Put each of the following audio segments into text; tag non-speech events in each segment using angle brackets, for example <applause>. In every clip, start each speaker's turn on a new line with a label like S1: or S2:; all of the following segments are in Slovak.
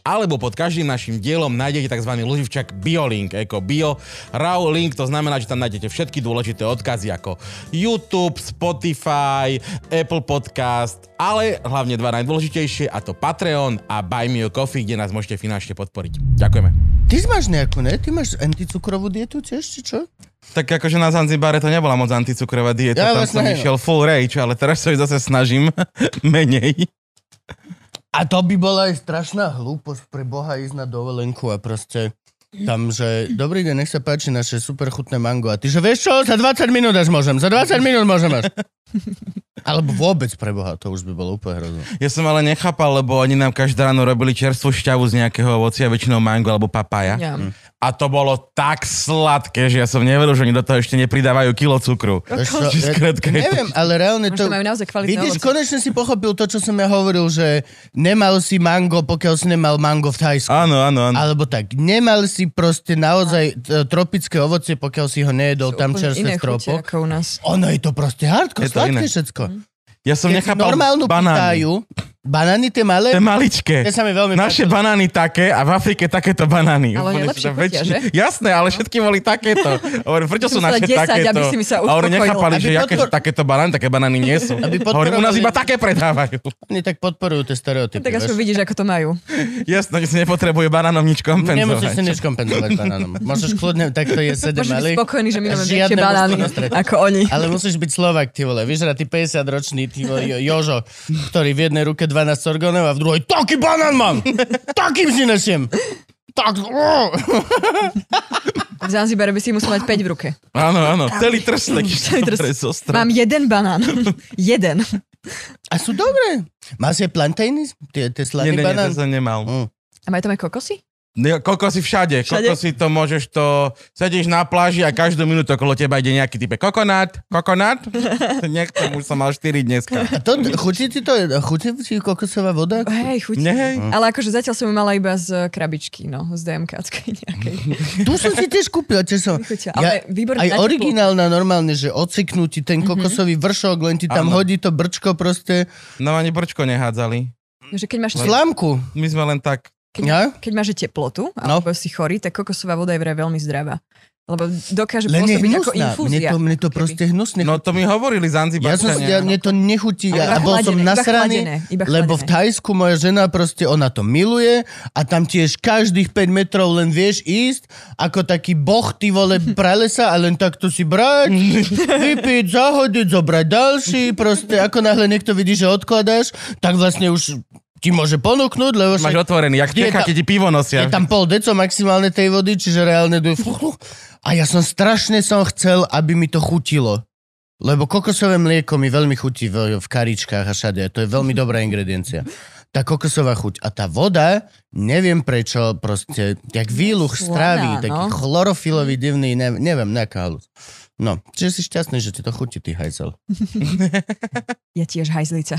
S1: Alebo pod každým našim dielom nájdete tzv. loživčak BioLink, ako Bio Raw Link, to znamená, že tam nájdete všetky dôležité odkazy ako YouTube, Spotify, Apple Podcast, ale hlavne dva najdôležitejšie a to Patreon a Buy Me a Coffee, kde nás môžete finančne podporiť. Ďakujeme.
S2: Ty máš nejakú, ne? Ty máš anticukrovú dietu tiež, či čo?
S3: Tak akože na Zanzibare to nebola moc anticukrová dieta,
S2: Ja
S3: ja tam
S2: vlastne
S3: som
S2: neviem.
S3: išiel full rage, ale teraz sa zase snažím <laughs> menej.
S2: A to by bola aj strašná hlúposť pre Boha ísť na dovolenku a proste tam, že dobrý deň, nech sa páči naše super chutné mango. A ty, že vieš čo, za 20 minút až môžem, za 20 minút môžem
S3: <laughs>
S2: až. Alebo vôbec pre Boha, to už by bolo úplne hrozné.
S3: Ja som ale nechápal, lebo oni nám každé ráno robili čerstvú šťavu z nejakého ovocia, väčšinou mango alebo papaja.
S4: Ja. Mm.
S3: A to bolo tak sladké, že ja som neveril, že oni do toho ešte nepridávajú kilo cukru.
S2: Vieš čo,
S3: Čiže skrátka je to-
S2: neviem, ale reálne to...
S4: Možno majú naozaj kvalitné
S2: Vidíš,
S4: ovocie.
S2: konečne si pochopil to, čo som ja hovoril, že nemal si mango, pokiaľ si nemal mango v Thajsku.
S3: Áno, áno, áno.
S2: Alebo tak, nemal si proste naozaj e, tropické ovocie, pokiaľ si ho nejedol tam
S4: Úplne
S2: čerstvé
S4: iné chute
S2: stropo.
S4: ako u nás.
S2: Ono je to proste hardko,
S3: Je to
S2: sladké
S3: iné.
S2: všetko.
S4: Mhm.
S3: Ja som
S2: Keď si
S3: nechápal
S2: normálnu
S3: banány.
S2: pýtajú, banány tie malé,
S3: Tie maličké.
S2: tie sa mi veľmi
S3: Naše
S2: páčili.
S3: banány také a v Afrike takéto banány.
S4: Ale
S3: Úplne
S4: lepšie
S3: sú tam
S4: chutia,
S3: väčšie.
S4: že?
S3: Jasné, ale všetky boli takéto. Hovorím, prečo sú
S4: Som chcela
S3: naše
S4: 10,
S3: takéto?
S4: aby si mi sa
S3: a oni
S4: uspokojil.
S3: nechápali,
S2: Aby
S3: že jaké,
S2: podpor-
S3: takéto banány, také banány nie sú.
S2: Aby
S3: Hovorím, u nás
S2: podporovali-
S3: iba také predávajú.
S2: Oni tak podporujú tie stereotypy.
S4: No Tak aspoň
S2: vieš.
S4: vidíš, ako to majú.
S3: Jasné, že si nepotrebujú banánom nič
S2: Nemusíš si
S3: kompenzovať.
S2: nič kompenzovať banánom. Môžeš kľudne, tak to je sedem
S4: Môžem byť
S2: malých.
S4: spokojný, že my máme
S2: Žiadne
S4: väčšie
S2: množstvo
S4: banány
S2: na strede.
S4: ako oni.
S2: Ale musíš byť Slovak, ty vole. Vyžratý 50-ročný ty vole, Jo- Jožo, ktorý v jednej ruke 12 sorgonov a v druhej taký banán mám! Takým si nesiem! Tak, ó!
S4: V Zanzibare by si musel mať 5 v ruke.
S3: Áno, áno, celý trst taký
S4: <laughs> Celý trst.
S3: dobre zostrel.
S4: Mám jeden banán. <laughs> jeden.
S2: A sú dobré. Máš aj plantainy? Tie, tie
S3: Nie,
S2: slaný
S3: nie, nie,
S2: banán?
S3: to som nemal.
S4: A majú tam aj kokosy?
S3: Ne, Kokosy všade,
S4: Všade?
S3: kokosy to môžeš to, sedíš na pláži a každú minútu okolo teba ide nejaký type kokonát,
S4: <laughs>
S3: kokonát, niekto už som mal 4 dneska.
S2: A to, chutí ti to, chutí ti kokosová voda?
S4: Hej, chuť.
S3: Nehej.
S2: No.
S4: Ale akože zatiaľ som ju mala iba z krabičky, no, z DMKackej nejakej.
S2: Tu som si tiež kúpil, tiež som...
S4: Chuťa, ale
S2: aj
S4: výborný na teplo. Mhm.
S2: originálna normálne, že ociknú ti ten kokosový vršok, len ti tam
S3: Áno.
S2: hodí to brčko proste.
S3: No ani brčko nehádzali.
S4: No, Že keď máš,
S2: Slámku.
S3: My sme len tak...
S4: keď,
S2: Ja?
S4: keď máš teplotu,
S2: No.
S4: alebo si chorý, tak kokosová voda je vraj veľmi zdravá. Lebo dokáže
S2: Len je
S4: pôsobiť ako
S2: hnusná. Mne
S4: infúzia.
S2: to, mne to proste hnusne
S3: No to mi hovorili
S2: Ja som, ja,
S3: Zanzibarčania.
S2: mne to nechutí,
S4: Ale
S2: ja, a
S4: iba
S2: bol som
S4: chladené, iba chladené,
S2: nasraný,
S4: iba
S2: lebo v
S4: chladené.
S2: Thajsku moja žena proste, ona to miluje a tam tiež každých 5 metrov len vieš ísť, ako taký boh, ty
S4: <laughs>
S2: vole, pralesa a len takto si brať, vypiť, zahodiť, zobrať ďalší, proste ako náhle niekto vidí, že odkladáš, tak vlastne už ti môže ponúknuť, lebo
S3: Máš
S2: však
S3: otvorený, jak
S2: Je
S3: Čecha,
S2: tam-
S3: keď ti pivo
S2: je
S3: nosia.
S2: tam pol deco maximálne tej vody, čiže reálne do... A ja som strašne som chcel, aby mi to chutilo. Lebo kokosové mlieko mi veľmi chutí v, v karičkách a všade. To je veľmi dobrá ingrediencia. Tá kokosová chuť. A tá voda, neviem prečo, proste, jak výluch
S4: Slaná,
S2: stráví,
S4: no.
S2: taký chlorofilový divný, ne, neviem, nejaká halus. No, čiže si šťastný, že ti to chutí, ty hajzel.
S4: Ja tiež hajzlica.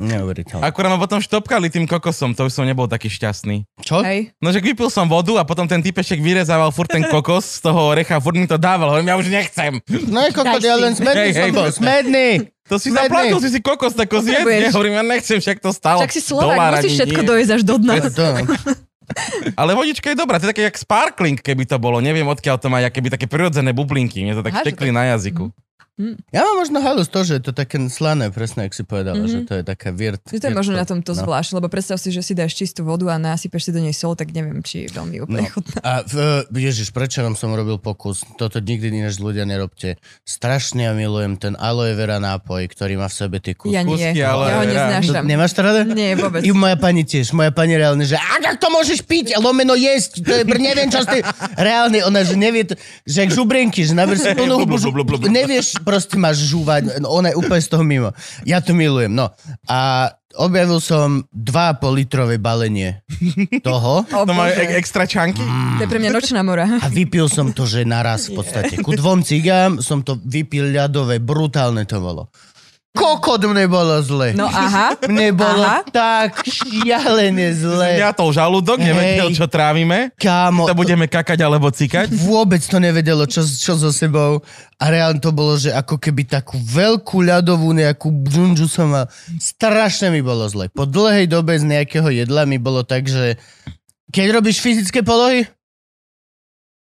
S2: Neuveriteľné.
S3: Akurát ma potom štopkali tým kokosom, to už som nebol taký šťastný.
S2: Čo?
S4: Hej.
S3: No, že vypil som vodu a potom ten typeček vyrezával furt ten kokos z toho orecha, furt mi to dával, hovorím, ja už nechcem.
S2: No je kokot,
S4: Daj
S2: ja
S4: si.
S2: len smedný
S3: Hej,
S2: som
S3: hej,
S2: bol,
S3: presne.
S2: smedný!
S3: To si
S2: Smedný.
S3: zaplatil, si si kokos, tak ho
S4: Potrebuješ.
S3: zjedne, hovorím, ja nechcem, však to stalo.
S4: Však si Slovák,
S3: dolár ani
S4: musíš všetko
S3: nie.
S4: dojsť až do dna.
S2: To-
S3: Ale vodička je dobrá, to je také jak sparkling, keby to bolo, neviem odkiaľ to má, aké by také prirodzené bublinky, mne to tak
S4: Aha, že
S3: štekli na jazyku.
S2: Ja mám možno halus to, že je to také slané, presne, ak si povedala, mm-hmm. že to je taká weird.
S4: Mhm. Že to je
S2: weird
S4: možno na
S2: food.
S4: tomto
S2: No.
S4: zvlášť, lebo predstav si, že si dáš čistú vodu a nasypeš si do nej sol, tak neviem, či je veľmi úplne
S2: No.
S4: chutná.
S2: A v, ježiš, prečo vám som robil pokus? Toto nikdy ináč ľudia nerobte. Strašne ja milujem ten aloe vera nápoj, ktorý má v sebe ty kus.
S4: Ja nie,
S3: Kusky, ale
S4: ja ho
S3: rád.
S4: neznášam.
S2: No, Nemáš to rada?
S4: Nie, vôbec.
S2: I moja pani tiež, moja pani reálne, že a tak to môžeš piť, lomeno jesť, to je, br- neviem čo ste, reálne, ona že nevie, to, že jak žubrenky, že naber si plnú hubu, žu-
S3: Blub, blub, blub, blub.
S2: nevieš, proste máš žúvať, no, ona je úplne z toho mimo. Ja to milujem, no. A objavil som 2,5 litrové balenie toho
S4: O
S3: To e- majú
S4: Bože, Mm.
S3: ek- extra čanky?
S4: to je pre mňa nočná
S3: <laughs>
S4: mora.
S2: a vypil som to, že naraz v podstate. Ku dvom cigám som to vypil ľadové, brutálne to bolo. Kokodom nebolo zle.
S4: No aha.
S2: Mne bolo
S4: Aha.
S2: tak šialene zle.
S3: Zmiatol žalúdok, nevedel,
S2: Hej.
S3: čo trávime.
S2: Kámo,
S3: To budeme kakať alebo cikať.
S2: vôbec to nevedelo, čo, čo so sebou. A reálne to bolo, že ako keby takú veľkú ľadovú nejakú džunžu som mal. Strašne mi bolo zle. Po dlhej dobe z nejakého jedla mi bolo tak, že keď robíš fyzické polohy,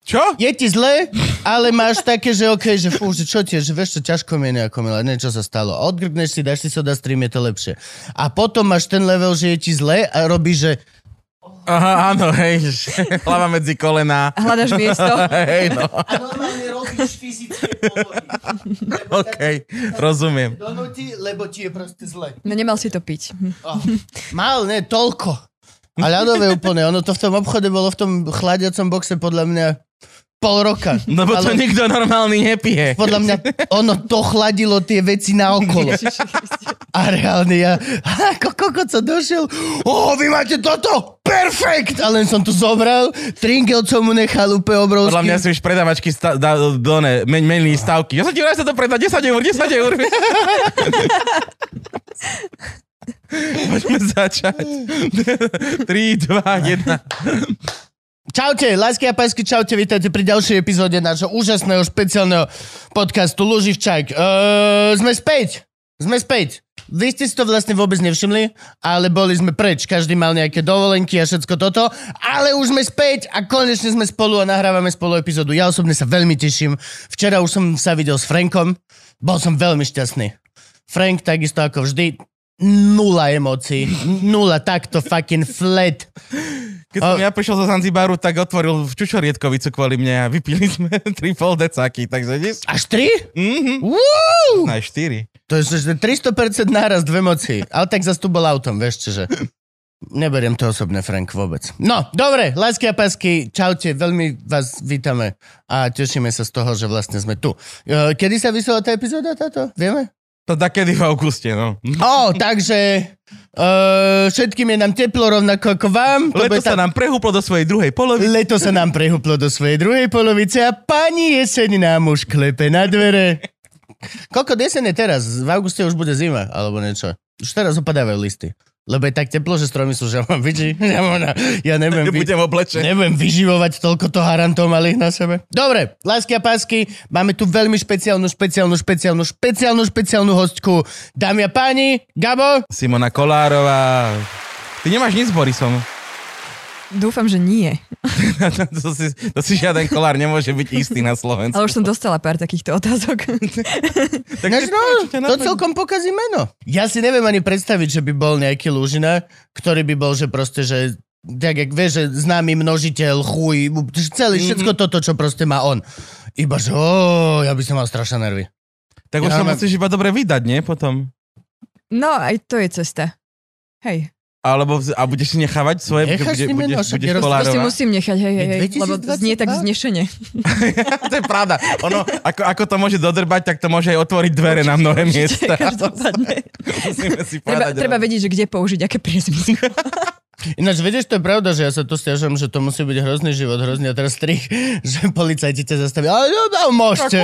S3: Čo?
S2: je ti zle, ale máš také, že okej, že fú, že čo tie, že vieš čo, ťažko mi je nejako milé, niečo sa stalo. A Odgrkneš si, dáš si soda stream, je to lepšie. A potom máš ten level, že je ti zle a robíš, že
S3: Aha, áno, hej, že <laughs> hlava medzi kolená.
S4: Hľadaš miesto.
S3: Hej, no, <laughs>
S2: a normálne robíš fyzické polohy.
S3: okej, rozumiem.
S2: Donutí, No, lebo ti je proste zle.
S4: No nemal si to piť. Hm.
S2: Oh, mal, ne, toľko. A ľadové úplne, ono to v tom obchode bolo v tom chladiacom boxe podľa mňa pol roka.
S3: Lebo No to
S2: Ale
S3: nikto normálny nepije.
S2: Podľa mňa ono to chladilo tie veci na okolo.
S4: Ježiši Kriste.
S2: A reálne ja, ako kokot som došiel, o, vy máte toto, perfekt! A len som to zobral, tringel, co mu nechal úplne obrovský.
S3: Podľa mňa si už predavačky sta- da, do, ne, men, menili stavky. Ja sa ti vraj sa to predá 10 eur, 10 <laughs> eur. Môžeme začať. 3, 2, 1.
S2: Čaute, lásky a pásky, čaute, vítajte pri ďalšej epizóde nášho úžasného špeciálneho podcastu Luživčák. Eee, sme späť, sme späť. Vy ste si to vlastne vôbec nevšimli, ale boli sme preč. Každý mal nejaké dovolenky a všetko toto, ale už sme späť a konečne sme spolu a nahrávame spolu epizódu. Ja osobne sa veľmi teším. Včera už som sa videl s Frankom, bol som veľmi šťastný. Frank takisto ako vždy, nula emócií, nula takto fucking flat.
S3: Keď som
S2: A-
S3: ja prišiel zo Zanzibaru, tak otvoril v Čučoriedkovicu kvôli mne a vypili sme <laughs> 3 pol decaky, takže vidíš?
S2: Až tri?
S3: Mhm.
S2: Woo!
S3: Aj 4.
S2: To je že 300% náraz dve moci. Ale tak zas tu bol autom, vieš, čiže... Neberiem to osobne, Frank, vôbec. No, dobre, lásky a pásky, čaute, veľmi vás vítame a tešíme sa z toho, že vlastne sme tu. E, Kedy sa vysiela tá epizóda táto? Vieme?
S3: To da kedy v auguste, no.
S2: Ó, takže e, všetkým je nám teplo rovnako ako vám. To
S3: Leto
S2: bude
S3: sa
S2: tá-
S3: nám prehúplo do svojej druhej polovice.
S2: Leto sa nám prehúplo do svojej druhej polovice a pani jeseň nám už klepe na dvere. Koľko jeseň je teraz? V auguste už bude zima, alebo niečo. Už teraz opadávajú listy. Lebo je tak teplo, že stromy sú, že mám vidí. Ja, mám na, ja neviem, vy,
S3: <laughs> Budem oblečený.
S2: neviem vyživovať toľko to harantov malých na sebe. Dobre, lásky a pásky, máme tu veľmi špeciálnu, špeciálnu, špeciálnu, špeciálnu, špeciálnu hostku. Dámy a páni, Gabo,
S3: Simona Kolárová. Ty nemáš nič s Borisom.
S4: <laughs> Dúfam, že nie.
S3: <laughs> to, si, to si žiaden kolár nemôže byť istý na Slovensku.
S4: Ale už som dostala pár takýchto
S3: <laughs>
S4: otázok.
S3: Tak
S2: Ináč, no,
S3: čo
S2: to
S3: ťa napadne?
S2: celkom pokazí meno. Ja si neviem ani predstaviť, že by bol nejaký Lužina, ktorý by bol, že proste, že tak jak vieš, že známy množiteľ, chuj, celý, všetko toto, čo proste má on. Iba, že ó, ja by som mal strašné nervy.
S3: Tak už
S2: Ja
S3: sa
S2: mám-
S3: musíš iba dobre vydať, nie? Potom.
S4: No, aj to je cesta. Hej.
S3: Alebo vz- a budeš si nechávať svoje...
S2: Necháš si meno, však je roz-
S3: Kolárová.
S4: Proste musím nechať, hej, hej, hej.
S2: Je
S4: Lebo to znie tak
S2: 2022?
S4: znešene.
S3: <laughs> to je pravda. Ono, ako, ako to môže dodrbať, tak to môže aj otvoriť dvere na mnohé miesta.
S4: Každopádne.
S3: <laughs> Musíme si
S4: Treba,
S3: povedať.
S4: treba vedieť, že kde použiť, aké priezvisko.
S2: <laughs> Ináč, vieš, to je pravda, že ja sa tu stiažujem, že to musí byť hrozný život, hrozný a teraz strich, <laughs> že policajti ťa zastavia. Ale no, no, môžete.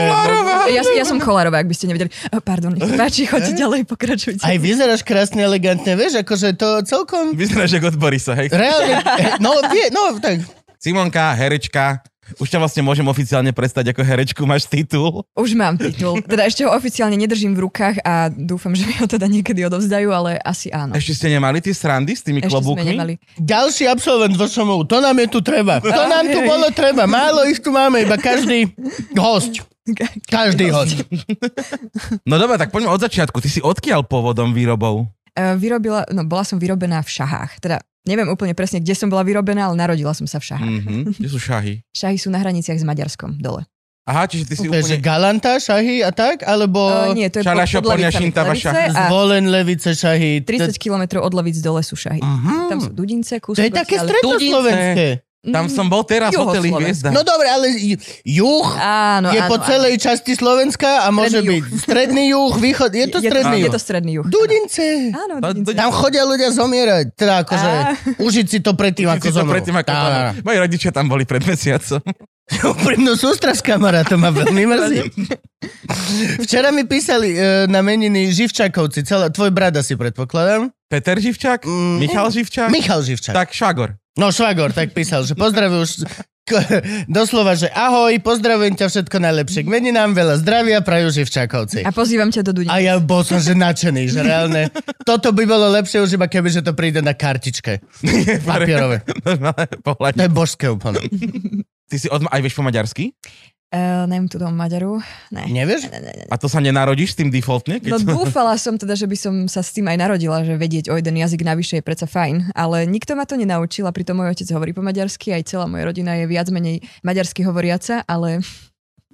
S4: Ja, ja som Kolárová, ak by ste nevedeli. Oh, pardon, nech sa páči, chodte ďalej, pokračujte.
S2: Aj vyzeráš krásne, elegantne, vieš, akože to
S3: <laughs>
S2: celkom...
S3: Vyzeráš ako od Borisa, hej.
S2: Reálne, no, vie, no, tak,
S3: Simonka, herečka. Už ťa vlastne môžem oficiálne prestať ako herečku, máš titul.
S4: Už mám titul. Teda ešte ho oficiálne nedržím v rukách a dúfam, že mi ho teda niekedy odovzdajú, ale asi áno.
S3: Ešte ste nemali tie srandy s tými
S4: Ešte sme
S3: klobúkmi?
S4: nemali. <laughs>
S2: Ďalší absolvent VŠMU, to nám je tu treba. To nám tu bolo treba. Málo ich tu máme, iba každý host.
S4: Eh,
S2: Každý host.
S3: No dobre, tak poďme od začiatku. Ty si odkiaľ pôvodom výrobou?
S4: Eh, Vyrobila, no bola som vyrobená v šahách. Teda neviem úplne presne, kde som bola vyrobená, ale narodila som sa v
S2: Mm.
S4: šahách.
S3: Mhm, kde sú šahy?
S4: Šahy sú na hraniciach s Maďarskom, dole.
S3: Aha, čiže ty si
S2: Takže
S3: úplne...
S2: Galanta, Šahy a tak, alebo
S4: Eh, nie, to je pod,
S3: Šalašo,
S4: pod Levicami.
S3: Poniašinta,
S4: Levice
S3: vaša.
S4: a
S2: zvolen Levice Šahy.
S4: 30 kilometrov od Levic dole sú šahy.
S2: Mhm.
S4: Tam sú Dudince, kúsok.
S2: To je také
S4: odtiaľ
S2: stredoslovenské.
S4: Dudince.
S3: Tam som bol teraz v hoteli
S4: Juhoslovensko.
S3: Hviezda.
S2: No dobre, ale ju- juh
S4: Áno,
S2: je
S4: áno,
S2: po
S4: áno.
S2: celej časti Slovenska a môže
S4: Stredný
S2: byť stredný juh, východ. Je to stredný
S4: Je
S2: juh.
S4: to stredný juh.
S2: Dudince.
S4: Áno,
S3: To-
S4: Dudince.
S2: Tam chodia ľudia zomierať. Teda akože
S4: Á.
S2: užiť si to predtým, ako
S3: Ty si to
S2: zomrú.
S3: predtým ako
S2: Tá, tá, tá.
S3: Moji rodičia tam boli pred mesiacom. <laughs>
S2: Úprimnú sústra s kamarátom ma veľmi mrzí. Včera mi písali e, na meniny Živčakovci, celá, tvoj brada si predpokladám.
S3: Peter Živčák?
S2: Mm.
S3: Michal Živčák?
S2: Michal Živčak.
S3: Tak Šagor. <laughs>
S2: No švagor tak písal, že pozdravujú už doslova, že ahoj, pozdravujem ťa všetko najlepšie k meninám, veľa zdravia, prajú Živčakovci.
S4: A pozývam ťa do
S2: A
S4: Dudiny.
S2: ja bol som, že nadšený, že reálne. Toto by bolo lepšie už iba keby, že to príde na kartičke. Papierové. To je
S3: Pohľadne.
S2: božské úplne.
S3: Ty si odma- aj vieš po maďarsky?
S4: Uh, neviem tu dom Maďaru. Ne.
S2: Nevieš?
S4: Ne, ne, ne.
S3: A to sa nenarodíš s tým defaultne?
S4: No dúfala som teda, že by som sa s tým aj narodila, že vedieť o jeden jazyk navyše je predsa fajn, ale nikto ma to nenaučil a pritom môj otec hovorí po maďarsky, aj celá moja rodina je viac menej maďarsky hovoriaca, ale, <laughs>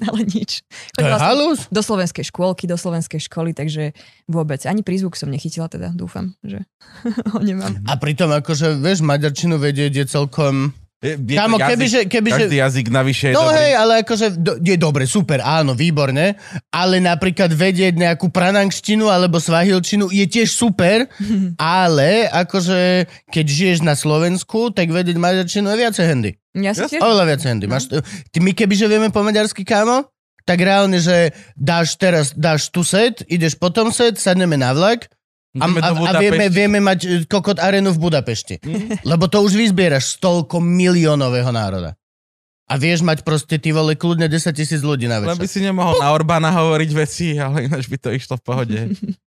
S4: ale nič.
S2: To je
S4: Chodila som
S2: halus?
S4: do slovenskej škôlky, do slovenskej školy, takže vôbec. Ani prízvuk som nechytila, teda dúfam, že <laughs> ho nemám.
S2: A pritom akože, vieš, maďarčinu vedieť je celkom...
S3: Je- je to
S2: Kámo,
S3: jazyk-
S2: kebyže, kebyže,
S3: Každý jazyk navyše je
S2: No
S3: dobrý.
S2: hej, ale akože do, je dobre, super, áno, výborne, ale napríklad vedieť nejakú pranangštinu alebo svahilčinu je tiež super, ale akože keď žiješ na Slovensku, tak vedieť maďarčinu je viacej handy.
S4: Ja si tiež...
S2: Oveľa viacej handy. Máš, ty, my kebyže vieme po maďarsky, kámo, tak reálne, že dáš teraz, dáš tu set, ideš potom set, sadneme na vlak a,
S3: Ideme
S2: a,
S3: do
S2: a vieme,
S3: Budapešti. Mhm.
S2: vieme mať e, kokot arenu v Budapešti. Lebo to už vyzbieraš z toľko miliónového národa. A vieš mať proste ty vole kľudne 10 tisíc ľudí na
S3: Len by
S2: večer.
S3: si nemohol na Orbána hovoriť veci, ale ináč by to išlo v
S2: <laughs>
S3: pohode.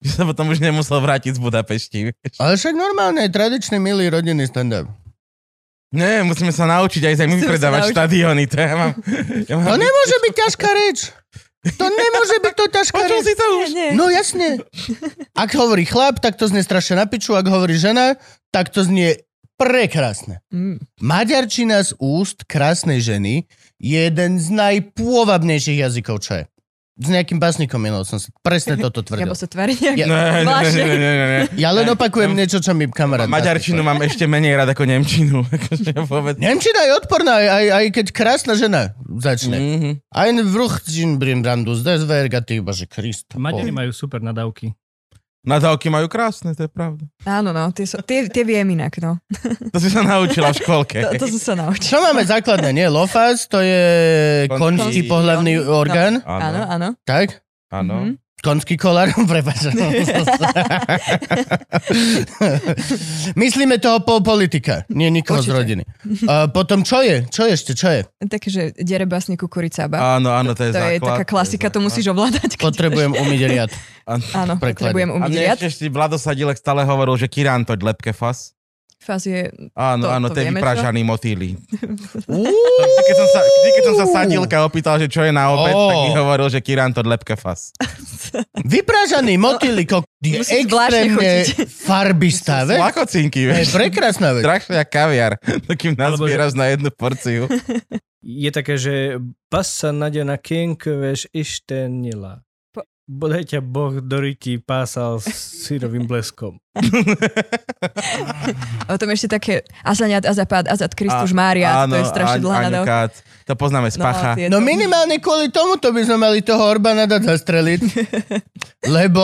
S3: By sa potom už nemusel vrátiť z Budapešti. vieš.
S2: Ale však normálne, tradičný milý rodinný
S3: <laughs>
S2: stand-up.
S3: Nie, musíme sa naučiť aj za my
S4: Musíme sa
S3: predávať
S4: naučiť. No
S3: štadióny. To ja mám... Ja
S2: To
S3: mám
S2: nemôže byť ťažká reč. To nemôže byť to ťažká
S3: Počul
S2: reč.
S3: si to už?
S4: Nie,
S2: No jasne. Ak hovorí chlap, tak to znie strašne na piču. Ak hovorí žena, tak to znie prekrásne.
S4: Mm.
S2: Maďarčina z úst krásnej ženy je jeden z najpôvabnejších jazykov, čo je. S nejakým básnikom minul som si. Presne
S5: <laughs>
S2: toto
S4: Ja
S2: tvrdil.
S4: bo sa <laughs> tvári nejak...
S2: Ja-
S3: Ne, ne, ne, ne, ne, ne, ne. no,
S2: Ja len opakujem niečo, čo mi kamarát...
S3: Maďarčinu mám ešte menej rád ako Nemčinu. <laughs> Akože ja vôbec...
S2: Nemčina je odporná, aj, aj, aj keď krásna žena začne. Mm.
S3: Mhm.
S2: Ein Vruchtin Brindandus, des vergaty, bože Krist.
S5: Maďari majú super nadávky.
S3: Nadávky majú krásne, to je pravda.
S4: Áno, no, tie, sú, tie, tie viem inak, no.
S3: To si sa naučila v škôlke.
S4: To, to som sa naučil.
S2: Čo máme základné, nie? Lofas, to je konský
S3: Konský.
S2: pohľavný orgán,
S4: Áno, áno.
S2: tak?
S3: Áno.
S4: Mhm.
S2: Konský kolár, <laughs>
S4: <laughs>
S2: prepáč. Myslíme toho pol politika, nie nikoho z
S4: Určite.
S2: rodiny. A potom čo je? Čo je ešte? Čo je?
S4: Také, že dere básne kukurica a bab.
S3: Áno, áno, to je
S4: to
S3: základ.
S4: je taká klasika, to musíš ovládať. keď-
S2: Potrebujem umyť
S4: <laughs>
S2: riad.
S4: Áno,
S2: preklady.
S4: potrebujem
S3: A
S4: umyť
S3: mne
S4: riad.
S3: ešte si Vlado Sadilek stále hovoril, že Kirán toť lepke fas.
S4: Faz je... <laughs>
S3: Áno,
S4: To-
S3: áno, to
S4: to
S3: je
S4: vieme,
S3: vypražaný motýli.
S2: Uú,
S3: Vždy, keď som sa, vždy, keď som sa Sadilka opýtal, že čo je na obed,
S2: Ó.
S3: tak mi hovoril, že Kirán toť lepke fas.
S2: Vypražaný motýliko je
S4: Musí zvláštne
S2: extrémne
S4: chutiť.
S2: farbistá, vec.
S3: Lakocinky,
S2: To je
S3: vieš.
S2: prekrásna vec.
S3: Drahšia kaviar, <laughs> takým nazbieraš na jednu
S4: <laughs>
S3: porciu.
S5: Je také, že passa nadena kienköves istenila.
S4: Po-
S5: Bodaj ťa Boh do ryti
S4: <laughs>
S5: pásal s sírovým bleskom.
S4: A potom ešte také Azaniat, Azapad, Azad, Kristus, Mária. To je strašne dlhá nadávka.
S3: nadávka. To poznáme z pacha.
S4: tie-
S2: No
S4: to-
S2: minimálne kvôli tomuto by sme mali toho Orbána dať
S4: <laughs>
S2: zastreliť. Lebo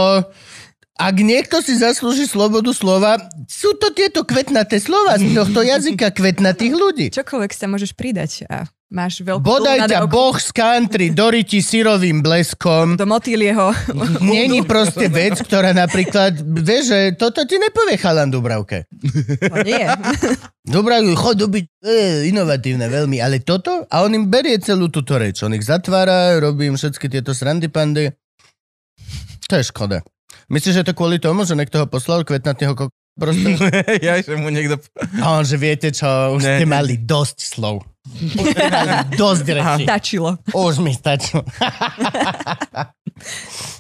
S2: ak niekto si zaslúži slobodu slova, sú to tieto kvetnaté slova z tohto jazyka kvetnatých ľudí.
S4: Čokoľvek sa môžeš pridať a máš veľkú
S2: Bodaj ťa
S4: nadávku.
S2: Boh z country doriti syrovým bleskom.
S4: Do motýlieho.
S2: Není proste vec, ktorá napríklad, vieš, že toto ti nepovie chalan Dubravke.
S4: <laughs> No nie.
S2: Dobrá, chod byť e, inovatívne veľmi, ale toto? A on im berie celú túto reč. On ich zatvára, robí im všetky tieto srandy pandy. To je škoda. Myslíš, že to kvôli tomu, že niekto ho poslal kvetnatého kok... Proste.
S3: <laughs> ja, že mu niekto...
S2: A on, že viete čo, už
S3: Ne,
S2: ste
S3: ne.
S2: mali dosť slov. Už ste mali dosť rečí.
S4: Stačilo.
S2: Už mi stačilo.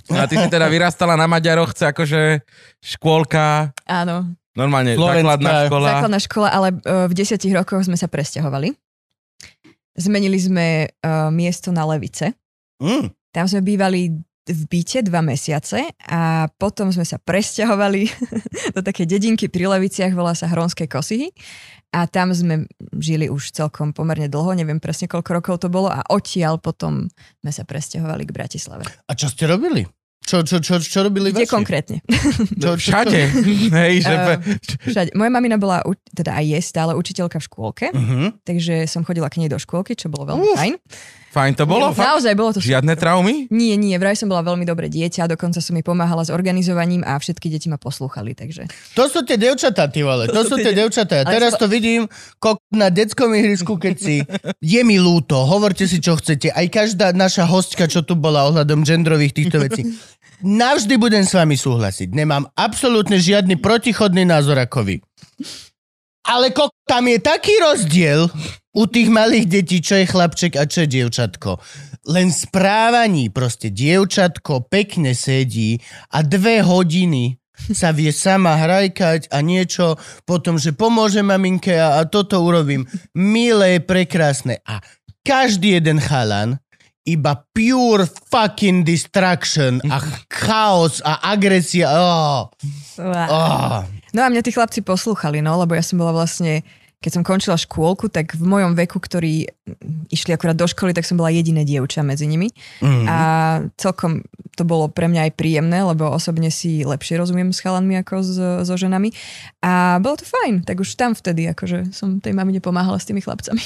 S3: No a ty si teda vyrastala na Maďaroch, chce akože škôlka,
S4: Áno.
S3: normálne
S2: Slovenská.
S3: základná škola.
S4: Základná škola, ale e, v desiatich rokoch sme sa presťahovali. Zmenili sme e, miesto na Levice.
S2: Mm.
S4: Tam sme bývali v byte dva mesiace a potom sme sa presťahovali <laughs> do také dedinky pri Leviciach, volá sa Hronské kosihy a tam sme žili už celkom pomerne dlho, neviem presne koľko rokov to bolo a odtiaľ potom sme sa presťahovali k Bratislave.
S2: A čo ste robili? Čo, čo, čo, čo robili
S4: Kde
S2: vaši?
S4: konkrétne? <laughs>
S2: Čo, čo,
S3: Všade.
S2: Čo?
S3: Hej, že...
S4: Eh, Všade. Moja mamina bola, u- teda aj je stále učiteľka v škôlke,
S2: Mhm.
S4: takže som chodila k nej do škôlky, čo bolo veľmi fajn.
S3: Fajn to bolo? Fakt?
S4: Naozaj bolo to
S3: Žiadne traumy?
S4: Nie, nie, vraj som bola veľmi dobré dieťa, dokonca som mi pomáhala s organizovaním a všetky deti ma poslúchali, takže...
S2: To sú tie devčatá, ty vole, to, sú tie devčatá. Ja
S4: Ale
S2: teraz to
S4: čo-
S2: vidím kok na detskom ihrisku, keď si je mi lúto, hovorte si, čo chcete. Aj každá naša hostka, čo tu bola ohľadom genderových týchto vecí. Navždy budem s vami súhlasiť. Nemám absolútne žiadny protichodný názor ako vy. Ale kok, tam je taký rozdiel u tých malých detí, čo je chlapček a čo je dievčatko. Len v správaní proste dievčatko pekne sedí a dve hodiny sa vie sama hrajkať a niečo, potom, že pomôže maminke a, a toto urobím. Milé, prekrásne. A každý jeden chalan iba pure fucking distraction a chaos a agresia. Oh, oh.
S4: No a mňa tí chlapci poslúchali, no, lebo ja som bola vlastne, keď som končila škôlku, tak v mojom veku, ktorí mm, išli akurát do školy, tak som bola jediné dievča medzi nimi.
S3: Mhm.
S2: Mm.
S4: A celkom to bolo pre mňa aj príjemné, lebo osobne si lepšie rozumiem s chalanmi ako so, so ženami. A bolo to fajn, tak už tam vtedy, akože som tej mamine pomáhala s tými chlapcami.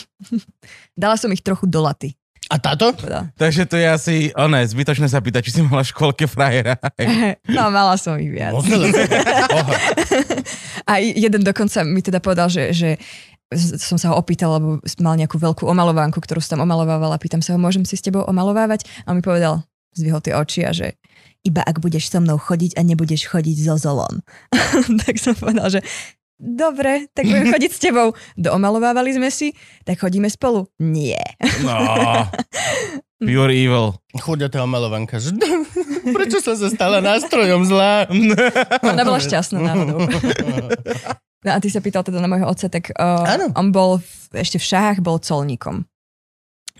S4: <laughs> Dala som ich trochu do laty.
S2: A táto?
S4: Teda.
S3: Takže to je asi, oné, zbytočné sa pýtať, či si mala v škôlke
S4: <laughs>
S3: frajera. Hej.
S4: No, mala som ich viac.
S2: <laughs>
S4: A i- jeden dokonca mi teda povedal, že, že z- som sa ho opýtala, lebo mal nejakú veľkú omalovánku, ktorú som tam omalovávala. Pýtam sa ho, môžem si s tebou omalovávať? A on mi povedal, zvyhol tie oči a že iba ak budeš so mnou chodiť a nebudeš chodiť so Zolom. <laughs> tak som povedal, že dobre, tak budem chodiť s tebou. Doomalovávali sme si, tak chodíme spolu. Nie.
S3: No. Pure evil.
S2: Chudatá omalovanka. že- <laughs> Prečo som sa stala nástrojom
S4: <laughs>
S2: zla?
S4: Ona bola šťastná náhodou.
S2: <laughs>
S4: No a ty sa pýtal teda na môjho otca, tak
S2: Áno.
S4: uh, on bol v, ešte v šahách, bol colníkom.